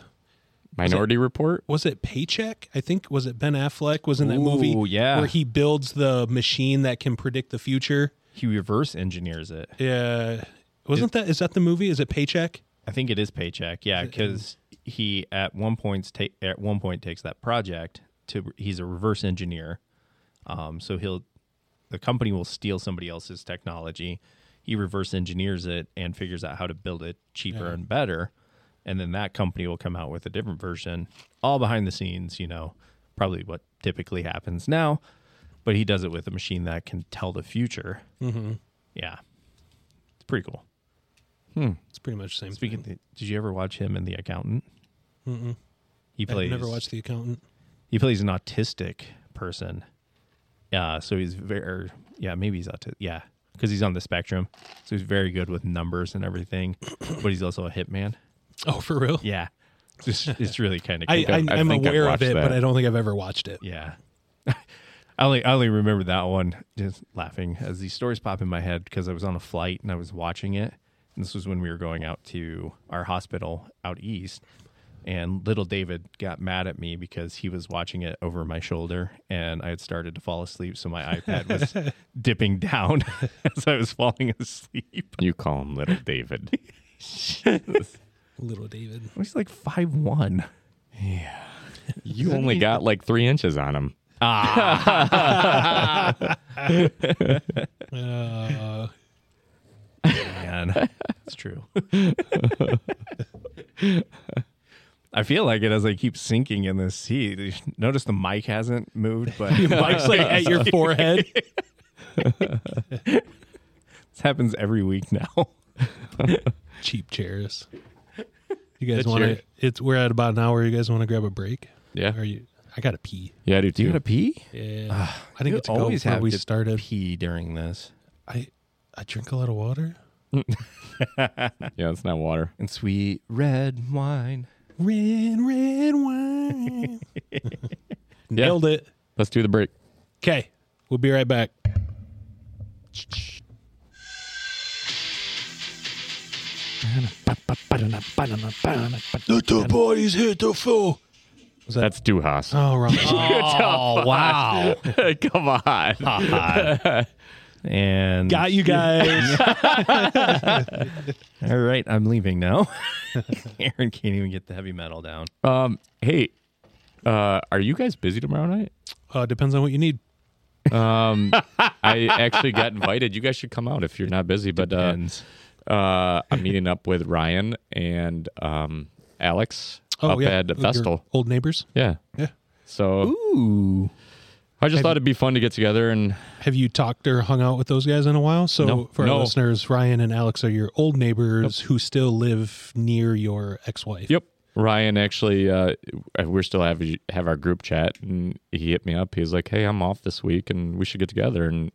[SPEAKER 6] Minority Report?
[SPEAKER 2] was it Paycheck? I think was it Ben Affleck was in that
[SPEAKER 3] Ooh,
[SPEAKER 2] movie
[SPEAKER 3] yeah.
[SPEAKER 2] where he builds the machine that can predict the future.
[SPEAKER 3] he reverse engineers it
[SPEAKER 2] Yeah. Wasn't that is that the movie? Is it Paycheck?
[SPEAKER 3] I think it is paycheck. Yeah, because he at one point ta- at one point takes that project to he's a reverse engineer. Um, so he'll the company will steal somebody else's technology. He reverse engineers it and figures out how to build it cheaper and better, and then that company will come out with a different version, all behind the scenes. You know, probably what typically happens now, but he does it with a machine that can tell the future. Mm-hmm. Yeah, it's pretty cool.
[SPEAKER 2] It's pretty much the same.
[SPEAKER 3] Speaking,
[SPEAKER 2] thing.
[SPEAKER 3] of, did you ever watch him in The Accountant? Mm-mm. He plays.
[SPEAKER 2] I've never watched The Accountant.
[SPEAKER 3] He plays an autistic person. Yeah, so he's very. Or, yeah, maybe he's autistic. Yeah, because he's on the spectrum, so he's very good with numbers and everything. but he's also a hitman.
[SPEAKER 2] Oh, for real?
[SPEAKER 3] Yeah, it's, it's really kind of.
[SPEAKER 2] I, I,
[SPEAKER 6] I
[SPEAKER 2] am
[SPEAKER 6] think I've
[SPEAKER 2] aware of
[SPEAKER 6] watched
[SPEAKER 2] it, but
[SPEAKER 6] that.
[SPEAKER 2] I don't think I've ever watched it.
[SPEAKER 3] Yeah. I only, I only remember that one just laughing as these stories pop in my head because I was on a flight and I was watching it. And this was when we were going out to our hospital out east. And little David got mad at me because he was watching it over my shoulder and I had started to fall asleep. So my iPad was dipping down as I was falling asleep.
[SPEAKER 6] You call him Little David.
[SPEAKER 2] Little David.
[SPEAKER 3] He's like five one.
[SPEAKER 6] You only got like three inches on him.
[SPEAKER 2] Uh,
[SPEAKER 3] Man, it's true. I feel like it as I keep sinking in this sea. Notice the mic hasn't moved, but
[SPEAKER 2] Mike's like at your forehead.
[SPEAKER 3] this happens every week now.
[SPEAKER 2] Cheap chairs. You guys
[SPEAKER 6] The
[SPEAKER 2] want to?
[SPEAKER 6] chair-
[SPEAKER 2] It's we're at about an hour. You guys want to grab a break?
[SPEAKER 6] Yeah.
[SPEAKER 2] Are you? I gotta pee.
[SPEAKER 6] Yeah, I do too.
[SPEAKER 3] pee?
[SPEAKER 2] Yeah. I didn't
[SPEAKER 3] You
[SPEAKER 2] get to go
[SPEAKER 3] always
[SPEAKER 2] before
[SPEAKER 3] have
[SPEAKER 2] we
[SPEAKER 3] to
[SPEAKER 2] started.
[SPEAKER 3] Pee during this
[SPEAKER 2] I I drink a lot of water.
[SPEAKER 6] yeah, it's not water.
[SPEAKER 3] and sweet red wine.
[SPEAKER 2] Red, red wine. Nailed it.
[SPEAKER 6] Let's do the break.
[SPEAKER 2] Okay, we'll be right back.
[SPEAKER 7] The two parties hit the floor.
[SPEAKER 6] That's Duhas.
[SPEAKER 2] Oh, wrong.
[SPEAKER 3] Oh wow!
[SPEAKER 2] Oh.
[SPEAKER 6] Come
[SPEAKER 2] Ah.
[SPEAKER 6] on.
[SPEAKER 3] and
[SPEAKER 2] Got you guys.
[SPEAKER 3] all right, I'm leaving now. Aaron can't even get the heavy metal down.
[SPEAKER 6] Um, hey, uh, are you guys busy tomorrow night?
[SPEAKER 2] Uh, depends on what you need.
[SPEAKER 6] I actually got invited. You guys should come out if you're not busy. But uh,
[SPEAKER 3] Depends.
[SPEAKER 6] uh, I'm meeting up with Ryan and um, Alex
[SPEAKER 2] Oh,
[SPEAKER 6] up
[SPEAKER 2] yeah.
[SPEAKER 6] at
[SPEAKER 2] your
[SPEAKER 6] Vestal.
[SPEAKER 2] Old neighbors.
[SPEAKER 6] Yeah.
[SPEAKER 2] Yeah.
[SPEAKER 6] So
[SPEAKER 3] Ooh,
[SPEAKER 6] I just thought it'd be fun to get together and
[SPEAKER 2] Have you talked or hung out with those guys in a while? So
[SPEAKER 6] No.
[SPEAKER 2] for
[SPEAKER 6] No.
[SPEAKER 2] our listeners, Ryan and Alex are your old neighbors who still live near your ex-wife.
[SPEAKER 6] Yep. Ryan actually, uh, we're still have have our group chat, and he hit me up. He's like, "Hey, I'm off this week, and we should get together." And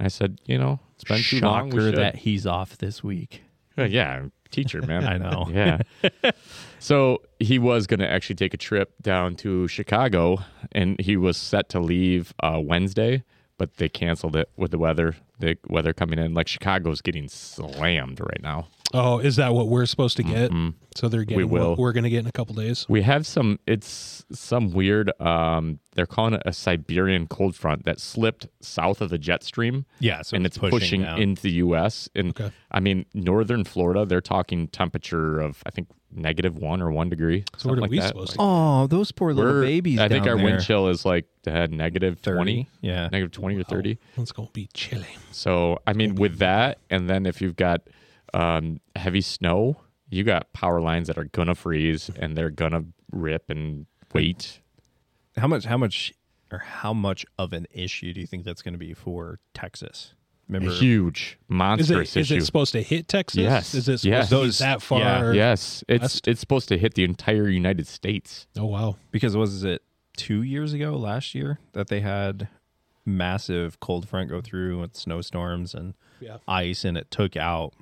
[SPEAKER 6] I said, "You know, it's been too long. We
[SPEAKER 3] shocker
[SPEAKER 6] should."
[SPEAKER 3] that he's off this week.
[SPEAKER 6] Uh, yeah, I'm a teacher, man.
[SPEAKER 3] I know.
[SPEAKER 6] Yeah. so he was going to actually take a trip down to Chicago, and he was set to leave uh, Wednesday, but they canceled it with the weather. The weather coming in, like Chicago's getting slammed right now.
[SPEAKER 2] Oh, is that what we're supposed to get? So they're getting
[SPEAKER 6] Mm-hmm. will.
[SPEAKER 2] what we're going to get in a couple days.
[SPEAKER 6] We have some. It's some weird. Um, they're calling it a Siberian cold front that slipped south of the jet stream.
[SPEAKER 3] Yeah, so
[SPEAKER 6] and it's pushing,
[SPEAKER 3] down.
[SPEAKER 6] into the U.S. And
[SPEAKER 2] Okay.
[SPEAKER 6] I mean, northern Florida. They're talking temperature of I think negative one or one degree.
[SPEAKER 2] So what are
[SPEAKER 6] something like
[SPEAKER 2] we
[SPEAKER 6] that.
[SPEAKER 2] supposed to?
[SPEAKER 3] Oh, those poor little
[SPEAKER 6] We're-
[SPEAKER 3] babies.
[SPEAKER 6] I think
[SPEAKER 3] down
[SPEAKER 6] our
[SPEAKER 3] there.
[SPEAKER 6] wind chill is like uh, negative 20.
[SPEAKER 3] Yeah.
[SPEAKER 6] Negative 20 or 30.
[SPEAKER 2] Oh, It's going to be chilly.
[SPEAKER 6] So, I mean, with that, and then if you've got um, heavy snow, you got power lines that are going to freeze and they're going to rip and wait.
[SPEAKER 3] How much? How much? Or how much of an issue do you think that's going to be for Texas? Remember
[SPEAKER 6] Huge,
[SPEAKER 2] Is
[SPEAKER 6] monstrous
[SPEAKER 2] it, is
[SPEAKER 6] issue.
[SPEAKER 2] it supposed to hit Texas?
[SPEAKER 6] Yes.
[SPEAKER 2] Is it supposed
[SPEAKER 6] Yes.
[SPEAKER 2] to be
[SPEAKER 3] Those-
[SPEAKER 2] that far?
[SPEAKER 3] yeah.
[SPEAKER 6] yes, it's
[SPEAKER 2] West?
[SPEAKER 6] it's supposed to hit the entire United States.
[SPEAKER 2] Oh, wow.
[SPEAKER 3] because was it two years ago, last year that they had massive cold front go through with snowstorms and
[SPEAKER 2] Yeah.
[SPEAKER 3] ice, and it took out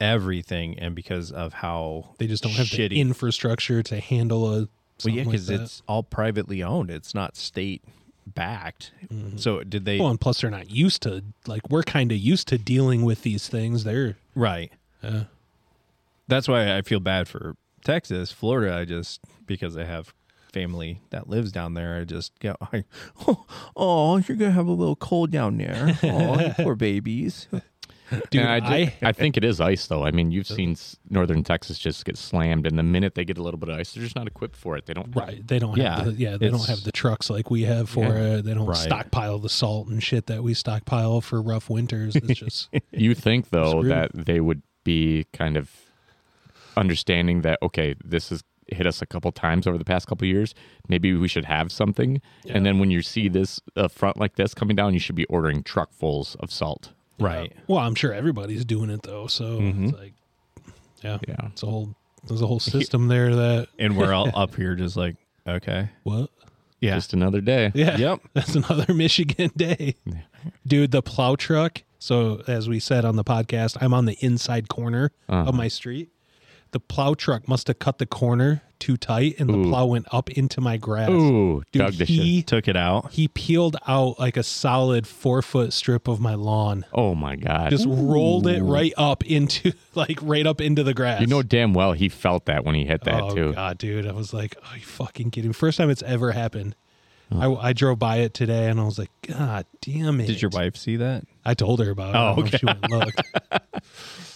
[SPEAKER 3] everything. And because of how
[SPEAKER 2] They just don't have
[SPEAKER 3] shitty,
[SPEAKER 2] the infrastructure to handle a.
[SPEAKER 3] well, yeah,
[SPEAKER 2] something like
[SPEAKER 3] because
[SPEAKER 2] that.
[SPEAKER 3] it's all privately owned. It's not state backed.
[SPEAKER 2] Mm-hmm.
[SPEAKER 3] So did they?
[SPEAKER 2] Well, and plus they're not used to like we're kind of used to dealing with these things. They're
[SPEAKER 3] Right. That's why I feel bad for Texas, Florida. I just because I have family that lives down there. I just go, I, oh, oh, you're gonna have a little cold down there. Oh, you poor babies.
[SPEAKER 2] dude.
[SPEAKER 6] And I,
[SPEAKER 2] I,
[SPEAKER 6] ju- I think it is ice, though. I mean, you've seen s- northern Texas just get slammed, and the minute they get a little bit of ice, they're just not equipped for it. They don't.
[SPEAKER 2] right. They don't
[SPEAKER 3] Yeah,
[SPEAKER 2] have the, yeah. They don't
[SPEAKER 3] it's-
[SPEAKER 2] have the trucks like we have for it. They don't
[SPEAKER 3] right.
[SPEAKER 2] stockpile the salt and shit that we stockpile for rough winters. It's just
[SPEAKER 6] You think though
[SPEAKER 2] Screwed.
[SPEAKER 6] that they would be kind of understanding that okay, this has hit us a couple times over the past couple years. Maybe we should have something. And then when you see this a front like this coming down, you should be ordering truckfuls of salt.
[SPEAKER 3] Right.
[SPEAKER 2] Well, I'm sure everybody's doing it though, so it's like, yeah,
[SPEAKER 6] Mm-hmm. Yeah.
[SPEAKER 2] it's a whole there's a whole system there that
[SPEAKER 3] And we're all up here just like, okay.
[SPEAKER 2] what?
[SPEAKER 3] Yeah.
[SPEAKER 6] Just another day.
[SPEAKER 2] Yeah,
[SPEAKER 3] Yep.
[SPEAKER 2] That's another Michigan day, dude. The plow truck. So as we said on the podcast, I'm on the inside corner
[SPEAKER 6] Uh-huh.
[SPEAKER 2] of my street. The plow truck must have cut the corner too tight, and the plow went up into my grass.
[SPEAKER 6] Ooh,
[SPEAKER 2] dude,
[SPEAKER 6] dug the shit.
[SPEAKER 2] he
[SPEAKER 3] Took it out.
[SPEAKER 2] he peeled out like a solid four foot strip of my lawn.
[SPEAKER 6] Oh my god.
[SPEAKER 2] Just rolled it right up into like right up into the grass.
[SPEAKER 6] you know damn well he felt that when he hit that
[SPEAKER 2] oh
[SPEAKER 6] too.
[SPEAKER 2] god, dude! I was like, "Are you fucking kidding?" me?" First time it's ever happened. I, I drove by it today, and I was like, "God damn it!"
[SPEAKER 3] Did your wife see that?
[SPEAKER 2] I told her about it. I
[SPEAKER 3] Oh,
[SPEAKER 2] don't know if She went and looked.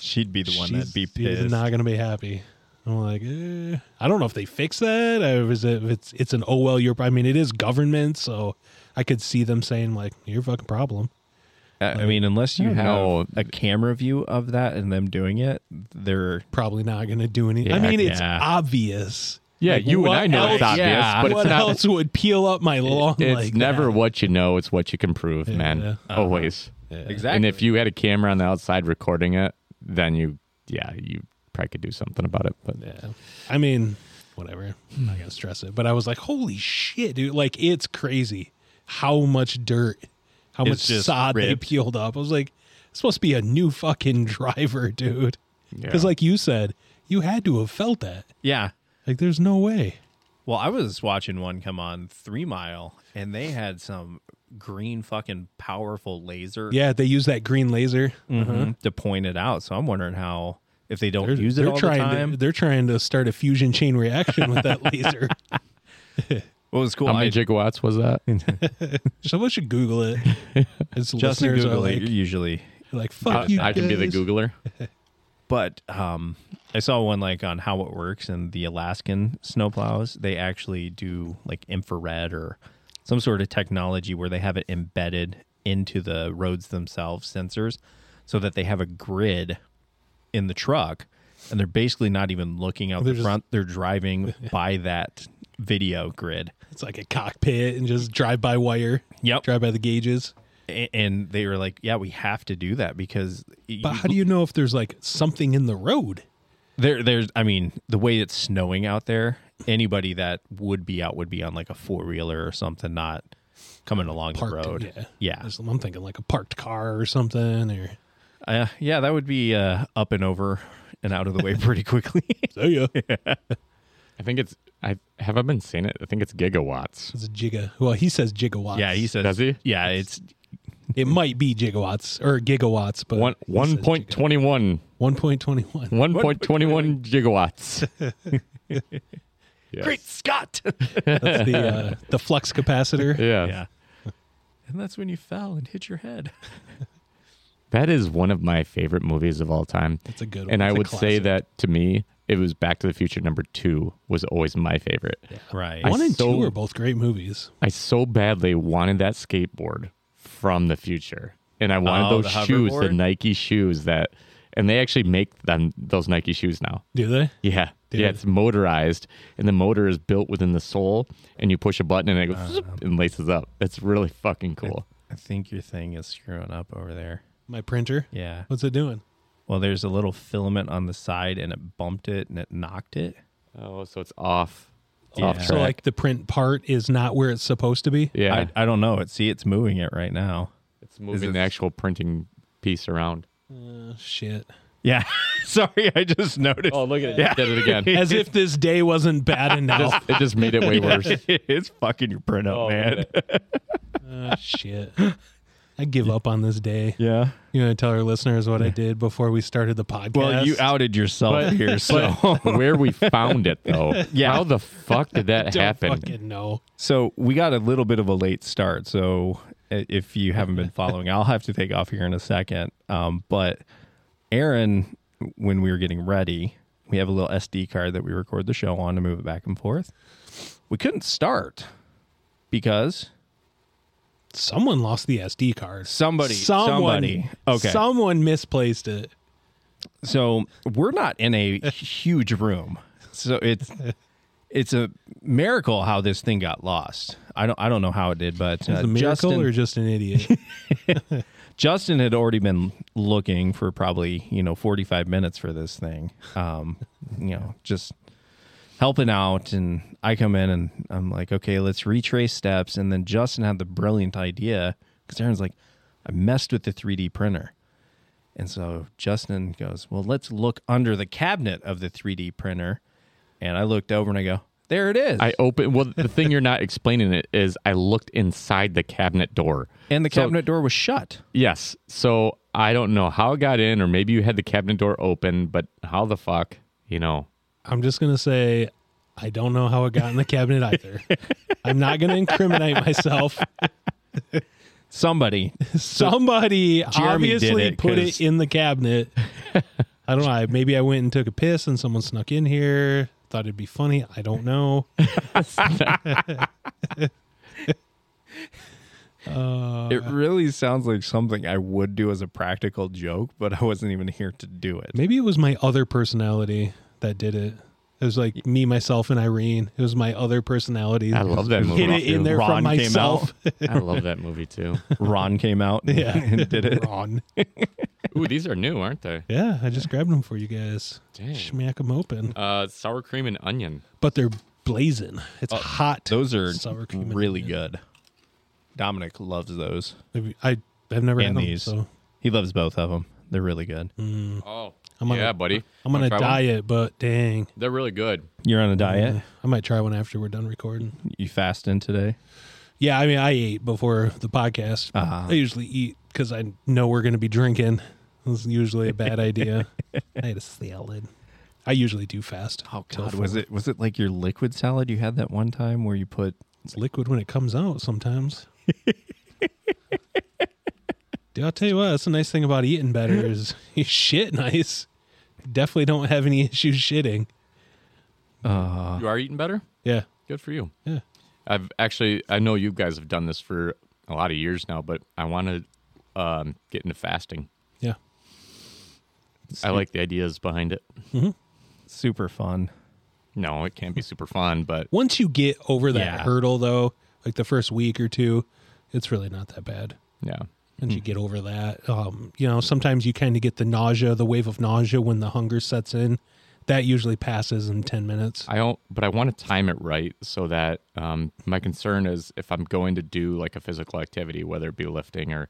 [SPEAKER 3] She'd be the one that'd be
[SPEAKER 2] She's- she's
[SPEAKER 3] pissed.
[SPEAKER 2] not gonna be happy. I'm like, eh. I don't know if they fix that. Or is it, if it's it's an oh well, you're. I mean, it is government, so I could see them saying like, "Your fucking problem."
[SPEAKER 3] I I mean, unless you
[SPEAKER 6] I
[SPEAKER 3] have
[SPEAKER 6] don't know.
[SPEAKER 3] a camera view of that and them doing it, they're
[SPEAKER 2] Probably not gonna do anything. I
[SPEAKER 6] Yeah,
[SPEAKER 2] mean, it's
[SPEAKER 3] yeah.
[SPEAKER 2] obvious.
[SPEAKER 6] Yeah,
[SPEAKER 2] Like,
[SPEAKER 6] you and
[SPEAKER 2] what
[SPEAKER 6] I know it's
[SPEAKER 2] else-
[SPEAKER 6] obvious,
[SPEAKER 3] yeah.
[SPEAKER 6] but
[SPEAKER 2] what
[SPEAKER 6] it's not
[SPEAKER 2] else would peel up my lawn?
[SPEAKER 6] it's
[SPEAKER 2] like
[SPEAKER 6] never
[SPEAKER 2] that?
[SPEAKER 6] what you know, it's what you can prove, man.
[SPEAKER 2] yeah.
[SPEAKER 3] Uh-huh.
[SPEAKER 6] Always.
[SPEAKER 3] exactly.
[SPEAKER 6] And if you had a camera on the outside recording it, then you yeah, you probably could do something about it. But yeah.
[SPEAKER 2] I mean, whatever. I'm not gonna stress it. But I was like, holy shit, dude! Like it's crazy how much dirt, how
[SPEAKER 3] It's
[SPEAKER 2] much
[SPEAKER 3] just
[SPEAKER 2] sod they
[SPEAKER 3] ripped.
[SPEAKER 2] peeled up. I was like, it's supposed to be a new fucking driver, dude. Because like you said, you had to have felt that.
[SPEAKER 3] yeah.
[SPEAKER 2] Like there's no way.
[SPEAKER 3] Well, I was watching one come on Three Mile, and they had some green fucking powerful laser
[SPEAKER 2] Yeah, they use that green laser.
[SPEAKER 3] mhm, to point it out. So I'm wondering how if they don't
[SPEAKER 2] They're,
[SPEAKER 3] use it
[SPEAKER 2] they're
[SPEAKER 3] all the
[SPEAKER 2] trying
[SPEAKER 3] time.
[SPEAKER 2] to they're trying to start a fusion chain reaction with that laser.
[SPEAKER 3] what was cool?
[SPEAKER 6] How many
[SPEAKER 3] I-
[SPEAKER 6] gigawatts was that?
[SPEAKER 2] Someone should Google it. It's
[SPEAKER 3] Justin
[SPEAKER 2] listeners
[SPEAKER 3] Google
[SPEAKER 2] are
[SPEAKER 3] it
[SPEAKER 2] like,
[SPEAKER 3] usually,
[SPEAKER 2] like fuck you.
[SPEAKER 6] I can be the
[SPEAKER 2] guys."
[SPEAKER 6] Googler.
[SPEAKER 3] but um, I saw one like on how it works and the Alaskan snowplows. They actually do like infrared or some sort of technology where they have it embedded into the roads themselves, sensors, so that they have a grid in the truck, and they're basically not even looking out
[SPEAKER 2] They're
[SPEAKER 3] the
[SPEAKER 2] just-
[SPEAKER 3] front. They're driving by that video grid.
[SPEAKER 2] It's like a cockpit and just drive by wire.
[SPEAKER 3] Yep.
[SPEAKER 2] Drive by the gauges.
[SPEAKER 3] A- and they were like, "Yeah, we have to do that because."
[SPEAKER 2] But how do you know if there's like something in the road?
[SPEAKER 3] There, there's. I mean, the way it's snowing out there, anybody that would be out would be on like a four wheeler or something, not coming along
[SPEAKER 2] Parked.
[SPEAKER 3] the road.
[SPEAKER 2] Yeah.
[SPEAKER 3] yeah,
[SPEAKER 2] There's- I'm thinking like a parked car or something or
[SPEAKER 3] Uh, yeah. That would be uh, up and over and out of the way pretty quickly.
[SPEAKER 2] so yeah.
[SPEAKER 6] I think it's I have I been saying it? I think it's gigawatts.
[SPEAKER 2] It's a giga. Well, he says gigawatts.
[SPEAKER 3] yeah, he says.
[SPEAKER 6] Does he?
[SPEAKER 3] Yeah, it's
[SPEAKER 2] it might be gigawatts or gigawatts, but
[SPEAKER 6] One one point twenty one.
[SPEAKER 2] one point twenty one.
[SPEAKER 6] One point twenty one gigawatts. Yes.
[SPEAKER 3] great Scott.
[SPEAKER 2] That's the uh, the flux capacitor.
[SPEAKER 6] Yeah.
[SPEAKER 3] yeah, and that's when you fell and hit your head.
[SPEAKER 6] That is one of my favorite movies of all time.
[SPEAKER 2] That's a good one.
[SPEAKER 6] and I
[SPEAKER 2] It's a
[SPEAKER 6] would say
[SPEAKER 2] classic.
[SPEAKER 6] that to me, it was Back to the Future number two was always my favorite.
[SPEAKER 3] Right.
[SPEAKER 6] I
[SPEAKER 2] one and
[SPEAKER 6] so-
[SPEAKER 2] two are both great movies.
[SPEAKER 6] I so badly wanted that skateboard from the future, and I wanted
[SPEAKER 3] Oh,
[SPEAKER 6] those
[SPEAKER 3] the
[SPEAKER 6] shoes, the
[SPEAKER 3] hoverboard?
[SPEAKER 6] Nike shoes that, and they actually make them those Nike shoes now.
[SPEAKER 2] Do they?
[SPEAKER 6] Yeah, yeah, it's motorized, and the motor is built within the sole, and you push a button and it goes zoop and laces up. That's really fucking cool.
[SPEAKER 3] I think your thing is screwing up over there.
[SPEAKER 2] My printer.
[SPEAKER 3] Yeah.
[SPEAKER 2] What's it doing?
[SPEAKER 3] Well, there's a little filament on the side, and it bumped it and it knocked it.
[SPEAKER 6] Oh, so it's off, it's off track.
[SPEAKER 2] So like the print part is not where it's supposed to be.
[SPEAKER 6] yeah,
[SPEAKER 3] I, I don't know. It see, it's moving it right now.
[SPEAKER 6] it's moving
[SPEAKER 3] it-
[SPEAKER 6] the actual printing piece around.
[SPEAKER 2] Oh, shit.
[SPEAKER 3] Yeah. Sorry, I just noticed.
[SPEAKER 6] Oh, look at it! Did it again.
[SPEAKER 2] As if this day wasn't bad enough.
[SPEAKER 6] it just made it way worse.
[SPEAKER 3] it's fucking your printout,
[SPEAKER 6] Oh,
[SPEAKER 3] man. oh,
[SPEAKER 2] Ah, shit. I give up on this day.
[SPEAKER 3] Yeah.
[SPEAKER 2] You want to tell our listeners what I did before we started the podcast?
[SPEAKER 3] Well, you outed yourself here, so
[SPEAKER 6] where we found it though.
[SPEAKER 3] Yeah.
[SPEAKER 6] How the fuck did that
[SPEAKER 2] don't
[SPEAKER 6] happen?
[SPEAKER 2] fucking know.
[SPEAKER 3] so we got a little bit of a late start. So i- if you haven't been following, I'll have to take off here in a second. Um, but Aaron, when we were getting ready, we have a little SD card that we record the show on to move it back and forth. We couldn't start because
[SPEAKER 2] Someone lost the SD card.
[SPEAKER 3] Somebody-
[SPEAKER 2] Someone,
[SPEAKER 3] somebody. Okay.
[SPEAKER 2] Someone misplaced it.
[SPEAKER 3] so we're not in a huge room so it's it's a miracle how this thing got lost i don't i don't know how it did but
[SPEAKER 2] Is
[SPEAKER 3] uh,
[SPEAKER 2] it a miracle
[SPEAKER 3] justin
[SPEAKER 2] or just an idiot?
[SPEAKER 3] Justin had already been looking for probably you know 45 minutes for this thing. Um, you know, just helping out, and I come in and I'm like, okay, let's retrace steps, and then Justin had the brilliant idea because Aaron's like, I messed with the 3D printer. And so Justin goes, Well, let's look under the cabinet of the 3D printer. And I looked over and I go, There it is.
[SPEAKER 6] I open. Well, the thing you're not explaining it is I looked inside the cabinet door.
[SPEAKER 3] and the
[SPEAKER 6] So-
[SPEAKER 3] cabinet door was shut.
[SPEAKER 6] yes. So I don't know how it got in, or maybe you had the cabinet door open, but how the fuck, you know?
[SPEAKER 2] I'm just gonna say I don't know how it got in the cabinet either. I'm not gonna incriminate myself.
[SPEAKER 3] Somebody.
[SPEAKER 2] Somebody
[SPEAKER 3] Jeremy did
[SPEAKER 2] obviously
[SPEAKER 3] it
[SPEAKER 2] put
[SPEAKER 3] 'cause-
[SPEAKER 2] it in the cabinet. I don't know. I- Maybe I went and took a piss and someone snuck in here. Thought it'd be funny. I don't know.
[SPEAKER 3] it
[SPEAKER 6] Uh-huh.
[SPEAKER 3] really sounds like something I would do as a practical joke, but I wasn't even here to do it.
[SPEAKER 2] Maybe it was my other personality that did it. It was like me, myself, and Irene. It was my other personality.
[SPEAKER 6] I love that movie.
[SPEAKER 2] Hid it in
[SPEAKER 6] too.
[SPEAKER 2] there
[SPEAKER 3] Ron
[SPEAKER 2] from
[SPEAKER 3] came
[SPEAKER 2] myself.
[SPEAKER 6] I love that movie too.
[SPEAKER 3] Ron came out and did it.
[SPEAKER 2] Ron.
[SPEAKER 6] Ooh, these are new, aren't they?
[SPEAKER 2] Yeah, I just grabbed them for you guys.
[SPEAKER 6] Dang.
[SPEAKER 2] Smack them open.
[SPEAKER 6] Uh, sour cream and onion.
[SPEAKER 2] But they're blazing.
[SPEAKER 6] Uh,
[SPEAKER 2] It's hot.
[SPEAKER 3] Those are
[SPEAKER 2] Sour cream and
[SPEAKER 3] really
[SPEAKER 2] onion.
[SPEAKER 3] good. Dominic loves those
[SPEAKER 2] Maybe- I, I've never had
[SPEAKER 3] and
[SPEAKER 2] them,
[SPEAKER 3] these.
[SPEAKER 2] so
[SPEAKER 3] He loves both of them. They're really good.
[SPEAKER 6] Oh,
[SPEAKER 2] Mm. I'm on
[SPEAKER 6] yeah,
[SPEAKER 2] a-
[SPEAKER 6] buddy.
[SPEAKER 2] I'm on
[SPEAKER 6] Wanna
[SPEAKER 2] a
[SPEAKER 6] try one?
[SPEAKER 2] diet, but dang.
[SPEAKER 6] They're really good.
[SPEAKER 3] You're
[SPEAKER 2] Mm-hmm.
[SPEAKER 3] on a diet.
[SPEAKER 2] I might try one after we're done recording.
[SPEAKER 3] You fasting today?
[SPEAKER 2] Yeah, I mean, I ate before the podcast.
[SPEAKER 3] Uh-huh.
[SPEAKER 2] I usually eat because I know we're going to be drinking. It's usually a bad idea. I had a salad. I usually do fast.
[SPEAKER 3] Oh
[SPEAKER 2] till
[SPEAKER 3] God, was
[SPEAKER 2] four.
[SPEAKER 3] it was it like your liquid salad you had that one time where you put?
[SPEAKER 2] It's liquid when it comes out sometimes. Dude, I'll tell you what, that's the nice thing about eating better is you shit nice. Definitely don't have any issues shitting. Uh.
[SPEAKER 6] You are eating better.
[SPEAKER 2] Yeah.
[SPEAKER 6] Good for you.
[SPEAKER 2] Yeah.
[SPEAKER 6] I've actually, I know you guys have done this for a lot of years now, but I want to um, get into fasting.
[SPEAKER 2] Yeah.
[SPEAKER 6] I like the ideas behind it.
[SPEAKER 3] Super fun.
[SPEAKER 6] No, it can't be super fun, but
[SPEAKER 2] Once you get over that
[SPEAKER 3] Yeah.
[SPEAKER 2] hurdle though, like the first week or two, it's really not that bad.
[SPEAKER 6] yeah.
[SPEAKER 2] Once
[SPEAKER 6] Hmm.
[SPEAKER 2] you get over that, um, you know, sometimes you kind of get the nausea, the wave of nausea when the hunger sets in. That usually passes in 10 minutes.
[SPEAKER 6] I don't, but I want to time it right so that um, my concern is if I'm going to do like a physical activity, whether it be lifting or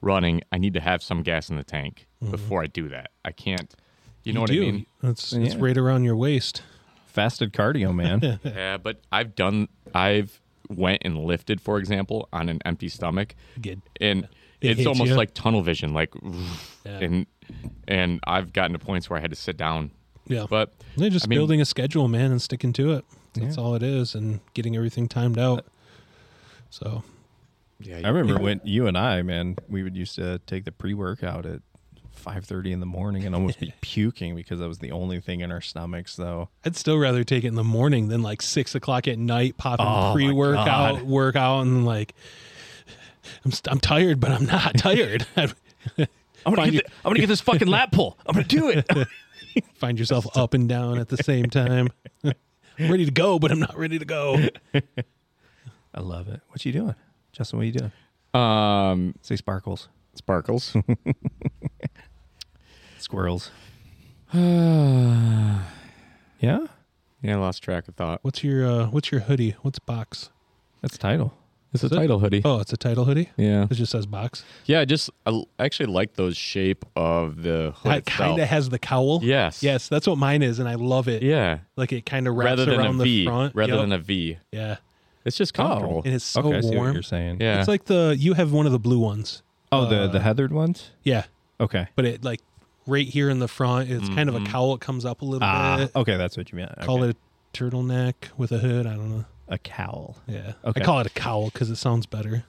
[SPEAKER 6] running, I need to have some gas in the tank before I do that. I can't, Mm-hmm. you know what
[SPEAKER 2] do.
[SPEAKER 6] I mean?
[SPEAKER 2] It's, it's
[SPEAKER 3] Yeah.
[SPEAKER 2] right around your waist.
[SPEAKER 3] Fasted cardio, man.
[SPEAKER 6] Yeah, but I've done, I've went and lifted, for example, on an empty stomach.
[SPEAKER 2] Good.
[SPEAKER 6] and
[SPEAKER 2] It
[SPEAKER 6] it's
[SPEAKER 2] hits
[SPEAKER 6] almost
[SPEAKER 2] you.
[SPEAKER 6] like tunnel vision like
[SPEAKER 2] Yeah.
[SPEAKER 6] and and i've gotten to points where i had to sit down
[SPEAKER 2] Yeah.
[SPEAKER 6] but
[SPEAKER 2] They're just
[SPEAKER 6] I mean-
[SPEAKER 2] building a schedule, man, and sticking to it. That's all it is, and getting everything timed out. So
[SPEAKER 6] yeah
[SPEAKER 3] I remember when you and I, man, we would used to take the pre-workout at 5:30 in the morning and almost be puking because that was the only thing in our stomachs. Though
[SPEAKER 2] I'd still rather take it in the morning than like six o'clock at night, popping
[SPEAKER 3] Oh, my
[SPEAKER 2] pre-workout,
[SPEAKER 3] God.
[SPEAKER 2] workout, and like I'm st- I'm tired, but I'm not tired.
[SPEAKER 3] I'm
[SPEAKER 2] Find
[SPEAKER 3] th- I'm gonna get this fucking lap pull. I'm gonna do it.
[SPEAKER 2] Find yourself up and down at the same time. I'm ready to go, but I'm not ready to go.
[SPEAKER 3] I love it. What you doing, Justin? What you doing?
[SPEAKER 6] um
[SPEAKER 3] Say sparkles,
[SPEAKER 6] sparkles
[SPEAKER 3] squirrels. yeah,
[SPEAKER 6] yeah I lost track of thought
[SPEAKER 2] What's your uh, What's your hoodie? What's box?
[SPEAKER 3] that's title.
[SPEAKER 6] it's a
[SPEAKER 2] it?
[SPEAKER 6] title hoodie
[SPEAKER 2] Oh, it's a title hoodie.
[SPEAKER 6] yeah
[SPEAKER 2] It just says box.
[SPEAKER 6] yeah i just i l- actually like those shape of the hood
[SPEAKER 2] That kind of
[SPEAKER 6] itself.
[SPEAKER 2] has the cowl.
[SPEAKER 6] yes
[SPEAKER 2] Yes, that's what mine is, and I love it.
[SPEAKER 6] yeah
[SPEAKER 2] Like it kind of wraps
[SPEAKER 6] rather than a
[SPEAKER 2] around the
[SPEAKER 6] v
[SPEAKER 2] front.
[SPEAKER 6] rather
[SPEAKER 2] Yep.
[SPEAKER 6] than a v
[SPEAKER 2] yeah.
[SPEAKER 6] it's just comfortable
[SPEAKER 2] And it's so
[SPEAKER 3] okay, I see what
[SPEAKER 2] warm.
[SPEAKER 3] you're saying.
[SPEAKER 6] yeah
[SPEAKER 2] It's like the you have one of the blue ones.
[SPEAKER 3] Oh, the the heathered ones.
[SPEAKER 2] Yeah,
[SPEAKER 3] Okay.
[SPEAKER 2] but it like right here in the front, it's kind of a cowl. It comes up a little
[SPEAKER 3] Mm-hmm. Ah,
[SPEAKER 2] bit.
[SPEAKER 3] okay, that's what you meant.
[SPEAKER 2] Call
[SPEAKER 3] Okay.
[SPEAKER 2] it a turtleneck with a hood. I don't know.
[SPEAKER 3] a cowl.
[SPEAKER 2] Yeah,
[SPEAKER 3] Okay.
[SPEAKER 2] I call it a cowl because it sounds better.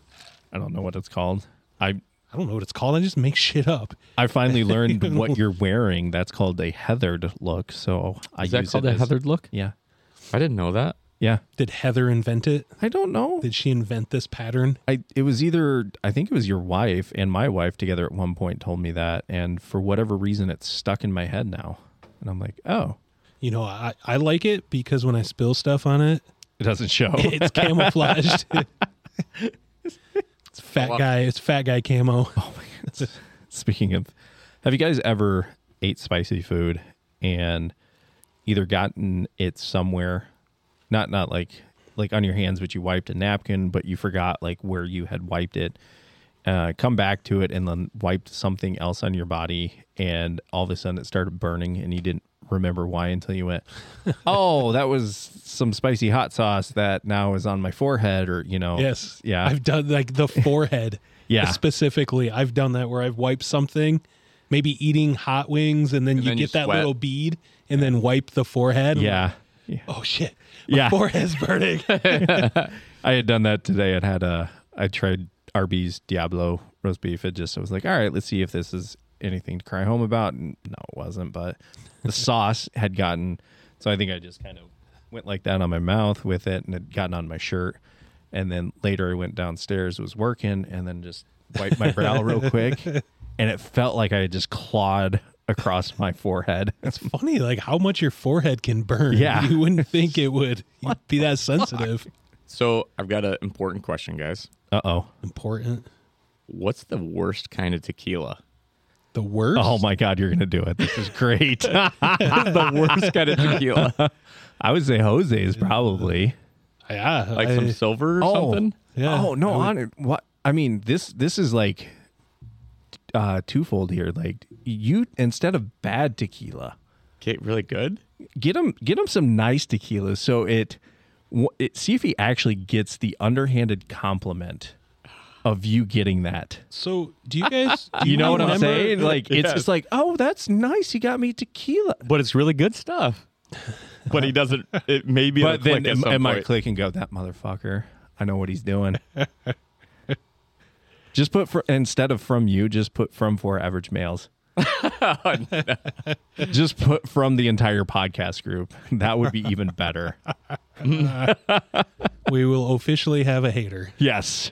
[SPEAKER 3] I don't know what it's called. I
[SPEAKER 2] I don't know what it's called. I just make shit up.
[SPEAKER 3] I finally learned what you're wearing. That's called a heathered look. So I
[SPEAKER 6] is that
[SPEAKER 3] use
[SPEAKER 6] called
[SPEAKER 3] it
[SPEAKER 6] a
[SPEAKER 3] as-
[SPEAKER 6] heathered look
[SPEAKER 3] Yeah,
[SPEAKER 6] i didn't know that
[SPEAKER 3] yeah.
[SPEAKER 2] Did Heather invent it?
[SPEAKER 3] I don't know.
[SPEAKER 2] Did she invent this pattern?
[SPEAKER 3] I it was either I think it was your wife and my wife together at one point told me that, and for whatever reason, it's stuck in my head now. And I'm like, oh,
[SPEAKER 2] You know, I, I like it because when I spill stuff on it,
[SPEAKER 3] it doesn't show.
[SPEAKER 2] it's camouflaged. it's fat guy. It's fat guy camo.
[SPEAKER 3] That's speaking of. Have you guys ever ate spicy food and either gotten it somewhere, not not like like on your hands, but you wiped a napkin, but you forgot like where you had wiped it. Uh, come back to it and then wiped something else on your body, and all of a sudden it started burning, and you didn't remember why until you went, "Oh, that was some spicy hot sauce that now is on my forehead," or you know,
[SPEAKER 2] Yes.
[SPEAKER 3] Oh, yeah,
[SPEAKER 2] I've done like the forehead.
[SPEAKER 3] Yeah.
[SPEAKER 2] Specifically, I've done that where I've wiped something, maybe eating hot wings, and then you
[SPEAKER 6] then
[SPEAKER 2] get
[SPEAKER 6] you
[SPEAKER 2] that
[SPEAKER 6] sweat.
[SPEAKER 2] little bead and then wipe the forehead. I'm
[SPEAKER 3] yeah.
[SPEAKER 2] like,
[SPEAKER 3] yeah.
[SPEAKER 2] oh shit. My
[SPEAKER 3] Yeah.
[SPEAKER 2] forehead's burning.
[SPEAKER 3] I had done that today. I'd had a, I tried Arby's Diablo roast beef. It just, I was like, all right, let's see if this is anything to cry home about. And no, it wasn't, but the sauce had gotten, so I think I just kind of went like that on my mouth with it and it gotten on my shirt. And then later I went downstairs, was working, and then just wiped my brow real quick. And it felt like I had just clawed across my forehead.
[SPEAKER 2] It's funny, like how much your forehead can burn.
[SPEAKER 3] Yeah.
[SPEAKER 2] You wouldn't think it would be that sensitive.
[SPEAKER 6] So I've got an important question, guys.
[SPEAKER 3] Uh oh.
[SPEAKER 2] Important.
[SPEAKER 6] What's the worst kind of tequila?
[SPEAKER 2] The worst.
[SPEAKER 3] Oh my God, you're going to do it. This is great.
[SPEAKER 6] the worst kind of tequila,
[SPEAKER 3] I would say Jose's probably.
[SPEAKER 2] Yeah.
[SPEAKER 6] like
[SPEAKER 2] I-
[SPEAKER 6] some silver or something.
[SPEAKER 2] Yeah,
[SPEAKER 3] Oh no, on what I mean this this is like uh twofold here. Like you instead of bad tequila,
[SPEAKER 6] Okay, really good.
[SPEAKER 3] get him get him some nice tequila so it, wh- it see if he actually gets the underhanded compliment of you getting that.
[SPEAKER 2] So do you guys do
[SPEAKER 3] You, know what I'm
[SPEAKER 2] remember-
[SPEAKER 3] saying? Like it's just like, "Oh, that's nice. He got me tequila."
[SPEAKER 6] But it's really good stuff. But he doesn't. It maybe.
[SPEAKER 3] But then am, am I click and go, "That motherfucker. I know what he's doing." just put for instead of from you, just put from for average males. just put from the entire podcast group. That would be even better.
[SPEAKER 2] we will officially have a hater.
[SPEAKER 3] yes.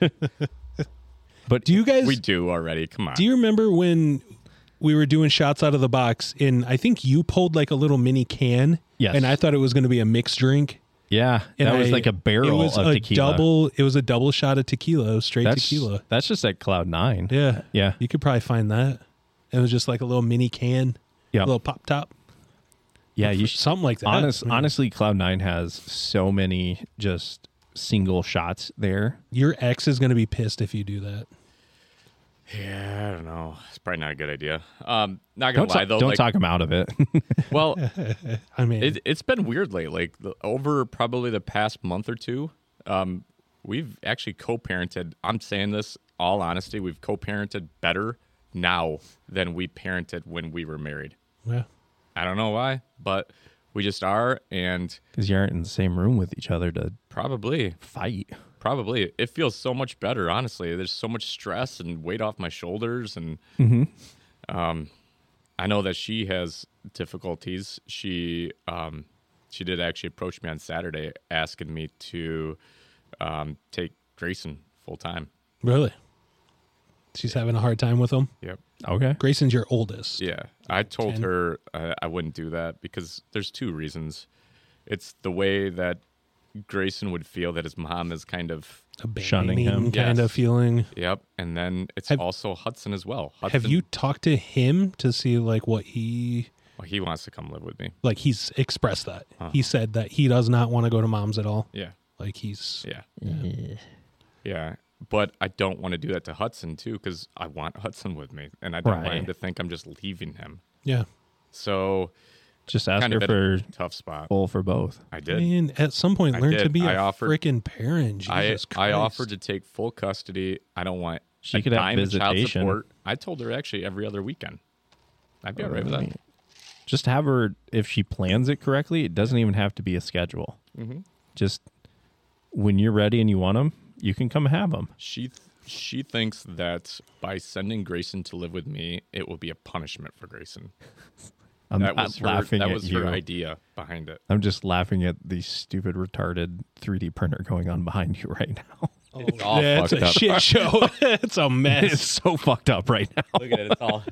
[SPEAKER 2] Do you guys
[SPEAKER 6] We do already. Come on.
[SPEAKER 2] Do you remember when we were doing shots out of the box and I think you pulled like a little mini can?
[SPEAKER 3] Yes.
[SPEAKER 2] And I thought it was going to be a mixed drink.
[SPEAKER 3] Yeah.
[SPEAKER 2] And
[SPEAKER 3] that was
[SPEAKER 2] I-
[SPEAKER 3] like a barrel
[SPEAKER 2] it was
[SPEAKER 3] of
[SPEAKER 2] a
[SPEAKER 3] tequila.
[SPEAKER 2] Double, it was a double shot of tequila, it was straight
[SPEAKER 3] that's,
[SPEAKER 2] tequila.
[SPEAKER 3] That's just at Cloud Nine.
[SPEAKER 2] Yeah.
[SPEAKER 3] Yeah.
[SPEAKER 2] You could probably find that. It was just like a little mini can, a
[SPEAKER 3] Yeah.
[SPEAKER 2] little pop top,
[SPEAKER 3] yeah. You should,
[SPEAKER 2] something like that.
[SPEAKER 3] honest, honestly, Cloud Nine has so many just single shots there.
[SPEAKER 2] Your ex is going to be pissed if you do that.
[SPEAKER 6] yeah, I don't know. It's probably not a good idea. Um, not gonna
[SPEAKER 3] Don't,
[SPEAKER 6] lie
[SPEAKER 3] talk,
[SPEAKER 6] though.
[SPEAKER 3] don't
[SPEAKER 6] like,
[SPEAKER 3] talk him out of it.
[SPEAKER 6] Well,
[SPEAKER 2] I mean,
[SPEAKER 6] it, it's been weird lately. Like the, over probably the past month or two, um, we've actually co-parented. I'm saying this all honesty. We've co-parented better now than we parented when we were married.
[SPEAKER 2] yeah.
[SPEAKER 6] I don't know why, but we just are, and
[SPEAKER 3] Because you aren't in the same room with each other to
[SPEAKER 6] probably,
[SPEAKER 3] fight.
[SPEAKER 6] probably, it feels so much better. Honestly, there's so much stress and weight off my shoulders, and
[SPEAKER 2] Mm-hmm.
[SPEAKER 6] um, I know that she has difficulties. She, um, she did actually approach me on Saturday asking me to um, take Grayson full time.
[SPEAKER 2] Really? She's having a hard time with him.
[SPEAKER 6] Yep.
[SPEAKER 3] Okay.
[SPEAKER 2] Grayson's your oldest.
[SPEAKER 6] Yeah, I told
[SPEAKER 2] 10.
[SPEAKER 6] her uh, I wouldn't do that because there's two reasons. It's the way that Grayson would feel that his mom is kind of
[SPEAKER 3] Shunning him.
[SPEAKER 2] Abandoning kind
[SPEAKER 6] Yes.
[SPEAKER 2] of feeling.
[SPEAKER 6] yep, and then it's
[SPEAKER 2] Have-
[SPEAKER 6] also Hudson as well. Hudson,
[SPEAKER 2] Have you talked to him to see like what he
[SPEAKER 6] Well, he wants to come live with me.
[SPEAKER 2] like he's expressed that.
[SPEAKER 6] Uh-huh.
[SPEAKER 2] He said that he does not want to go to mom's at all.
[SPEAKER 6] Yeah,
[SPEAKER 2] Like he's
[SPEAKER 6] yeah, yeah. But I don't want to do that to Hudson too because I want Hudson with me, and I don't want him
[SPEAKER 3] Right.
[SPEAKER 6] to think I'm just leaving him.
[SPEAKER 2] yeah.
[SPEAKER 6] So
[SPEAKER 3] Just ask
[SPEAKER 6] kind
[SPEAKER 3] her
[SPEAKER 6] of
[SPEAKER 3] for
[SPEAKER 6] a tough spot.
[SPEAKER 3] full for both.
[SPEAKER 6] I did.
[SPEAKER 2] And at some point
[SPEAKER 6] I
[SPEAKER 2] learn to
[SPEAKER 6] did.
[SPEAKER 2] be
[SPEAKER 6] I
[SPEAKER 2] a
[SPEAKER 6] offered-
[SPEAKER 2] freaking parent.
[SPEAKER 6] I
[SPEAKER 2] Jesus
[SPEAKER 6] I
[SPEAKER 2] Christ.
[SPEAKER 6] offered to take full custody. I don't want
[SPEAKER 3] She
[SPEAKER 6] a
[SPEAKER 3] could have
[SPEAKER 6] dime in child
[SPEAKER 3] visitation.
[SPEAKER 6] support. I told her actually every other weekend. I'd be all right with that.
[SPEAKER 3] Just have her, if she plans it correctly, it doesn't even have to be a schedule.
[SPEAKER 6] Mm-hmm.
[SPEAKER 3] Just when you're ready and you want them, you can come have them.
[SPEAKER 6] She th- she thinks that by sending Grayson to live with me, it will be a punishment for Grayson.
[SPEAKER 3] I'm
[SPEAKER 6] that
[SPEAKER 3] not
[SPEAKER 6] was her,
[SPEAKER 3] laughing
[SPEAKER 6] that
[SPEAKER 3] at
[SPEAKER 6] was
[SPEAKER 3] you.
[SPEAKER 6] her idea behind it.
[SPEAKER 3] I'm just laughing at the stupid, retarded 3D printer going on behind you right now.
[SPEAKER 6] It's all
[SPEAKER 2] yeah, it's
[SPEAKER 6] fucked
[SPEAKER 2] a
[SPEAKER 6] up.
[SPEAKER 2] shit show. it's a
[SPEAKER 3] It's
[SPEAKER 2] mess.
[SPEAKER 3] so fucked up right now.
[SPEAKER 6] Look at it. It's all.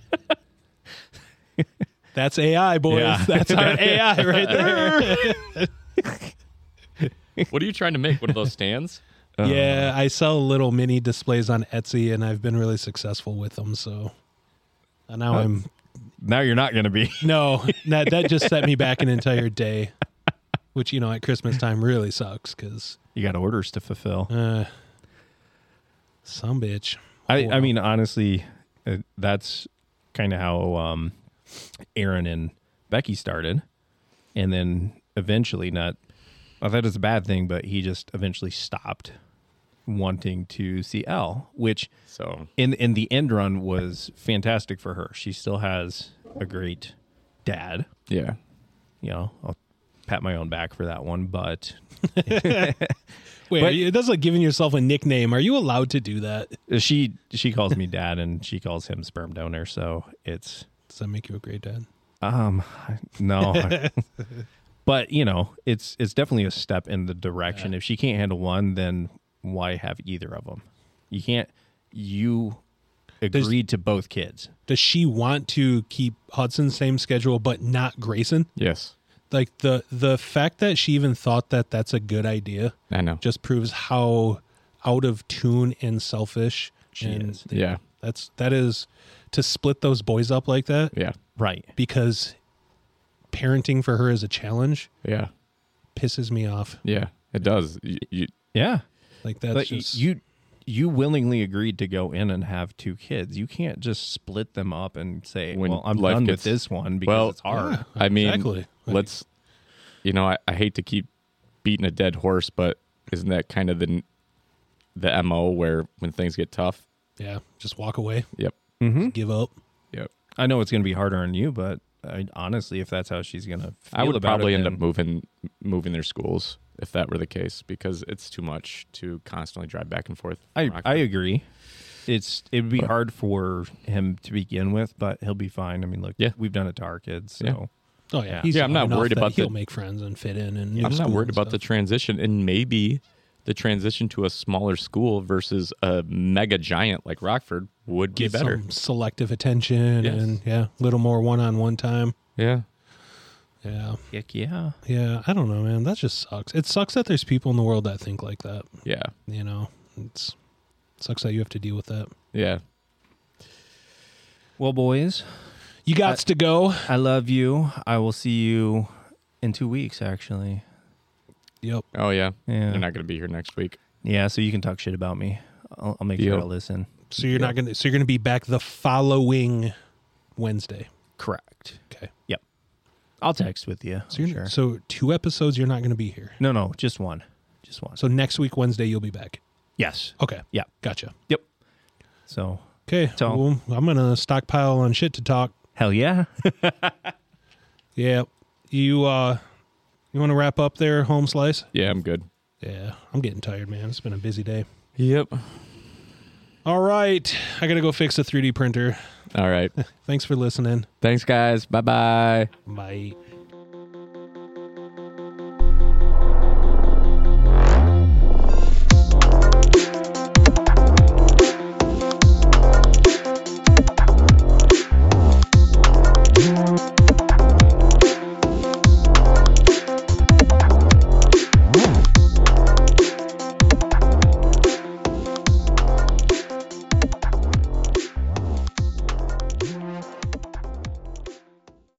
[SPEAKER 2] That's AI, boys.
[SPEAKER 3] Yeah.
[SPEAKER 2] That's our AI right there.
[SPEAKER 6] What are you trying to make? One of those stands?
[SPEAKER 2] yeah, I sell little mini displays on Etsy, and I've been really successful with them. So And now
[SPEAKER 6] Uh,
[SPEAKER 2] I'm
[SPEAKER 3] Now you're not going to be.
[SPEAKER 2] no that that just set me back an entire day, which you know at Christmas time really sucks because
[SPEAKER 3] You got orders to fulfill.
[SPEAKER 2] uh, some bitch.
[SPEAKER 3] I,
[SPEAKER 2] Wow.
[SPEAKER 3] I mean, honestly, uh, that's kind of how um, Aaron and Becky started. And then eventually, not, I thought it's a bad thing, but he just eventually stopped wanting to see Elle, which
[SPEAKER 6] So
[SPEAKER 3] in, in the end run was fantastic for her. She still has a great dad.
[SPEAKER 6] yeah,
[SPEAKER 3] You know, I'll pat my own back for that one, but
[SPEAKER 2] Wait, are you- that's like giving yourself a nickname. Are you allowed to do that?
[SPEAKER 3] she she calls me dad and she calls him sperm donor so it's
[SPEAKER 2] Does that make you a great dad?
[SPEAKER 3] Um, I- no, but you know, it's it's definitely a step in the direction. If she can't handle one, then why have either of them? You can't. You agreed to both kids.
[SPEAKER 2] Does she want to keep Hudson's same schedule but not Grayson?
[SPEAKER 6] yes,
[SPEAKER 2] Like the the fact that she even thought that that's a good idea
[SPEAKER 6] I know.
[SPEAKER 2] just proves how out of tune and selfish she
[SPEAKER 3] is.
[SPEAKER 6] yeah,
[SPEAKER 2] That's that is to split those boys up like that
[SPEAKER 6] yeah,
[SPEAKER 3] Right.
[SPEAKER 2] because parenting for her is a challenge
[SPEAKER 6] yeah,
[SPEAKER 2] pisses me off.
[SPEAKER 6] yeah. It does. You, you,
[SPEAKER 3] Yeah.
[SPEAKER 2] Like that's
[SPEAKER 3] but y-
[SPEAKER 2] just
[SPEAKER 3] you you willingly agreed to go in and have two kids. You can't just split them up and say,
[SPEAKER 6] When
[SPEAKER 3] "Well, I'm
[SPEAKER 6] life
[SPEAKER 3] done
[SPEAKER 6] gets-
[SPEAKER 3] with this one because
[SPEAKER 6] well,
[SPEAKER 3] it's hard."
[SPEAKER 6] I mean,
[SPEAKER 2] Exactly. Like-
[SPEAKER 6] let's. You know, I, I hate to keep beating a dead horse, but isn't that kind of the the mo where when things get tough?
[SPEAKER 2] yeah, just walk away,
[SPEAKER 6] Yep.
[SPEAKER 2] give up.
[SPEAKER 6] Yep.
[SPEAKER 3] Mm-hmm. I know it's going to be harder on you, but I, honestly, if that's how she's going to,
[SPEAKER 6] I would probably end up moving moving their schools if that were the case because it's too much to constantly drive back and forth.
[SPEAKER 3] I I
[SPEAKER 6] from Rockford.
[SPEAKER 3] agree. It's it would be hard for him to begin with, but he'll be fine. I mean, look,
[SPEAKER 6] Yeah.
[SPEAKER 3] we've done it to our kids, so
[SPEAKER 6] Yeah.
[SPEAKER 2] Oh
[SPEAKER 3] Yeah.
[SPEAKER 2] yeah, he's
[SPEAKER 6] Yeah, I'm
[SPEAKER 2] young
[SPEAKER 6] not
[SPEAKER 2] enough
[SPEAKER 6] worried
[SPEAKER 2] that
[SPEAKER 6] about the-
[SPEAKER 2] he'll make friends and fit in. And
[SPEAKER 6] I'm not worried about the transition and maybe the transition to a smaller school versus a mega giant like Rockford would be
[SPEAKER 2] get
[SPEAKER 6] better.
[SPEAKER 2] some selective attention
[SPEAKER 6] Yes.
[SPEAKER 2] and yeah, a little more one-on-one time.
[SPEAKER 6] Yeah.
[SPEAKER 2] Yeah,
[SPEAKER 3] Heck yeah.
[SPEAKER 2] yeah. I don't know, man. That just sucks. It sucks that there's people in the world that think like that.
[SPEAKER 6] Yeah.
[SPEAKER 2] You know, it's sucks that you have to deal with that.
[SPEAKER 6] Yeah.
[SPEAKER 3] Well, boys,
[SPEAKER 2] You got to go.
[SPEAKER 3] I love you. I will see you in two weeks, actually.
[SPEAKER 2] Yep.
[SPEAKER 6] Oh yeah.
[SPEAKER 3] Yeah.
[SPEAKER 6] You're not gonna be here next week.
[SPEAKER 3] Yeah, so you can talk shit about me. I'll, I'll make
[SPEAKER 6] Deal.
[SPEAKER 3] sure I listen.
[SPEAKER 2] So you're not gonna. So you're gonna be back the following Wednesday.
[SPEAKER 3] Correct.
[SPEAKER 2] Okay.
[SPEAKER 3] Yep. I'll text with you.
[SPEAKER 2] So you're,
[SPEAKER 3] sure.
[SPEAKER 2] so two episodes. You're not gonna be here.
[SPEAKER 3] no, no, just one, just one.
[SPEAKER 2] So next week Wednesday you'll be back.
[SPEAKER 3] yes.
[SPEAKER 2] Okay.
[SPEAKER 3] Yeah.
[SPEAKER 2] Gotcha.
[SPEAKER 3] Yep. So
[SPEAKER 2] Okay.
[SPEAKER 3] So-
[SPEAKER 2] Well, I'm gonna stockpile on shit to talk.
[SPEAKER 3] hell yeah.
[SPEAKER 2] Yeah. You uh you want to wrap up there, home slice?
[SPEAKER 6] Yeah, I'm good.
[SPEAKER 2] Yeah, I'm getting tired, man. It's been a busy day.
[SPEAKER 6] Yep.
[SPEAKER 2] All right. I got to go fix a 3D printer.
[SPEAKER 6] All right.
[SPEAKER 2] Thanks for listening.
[SPEAKER 6] Thanks guys. Bye bye.
[SPEAKER 2] Bye.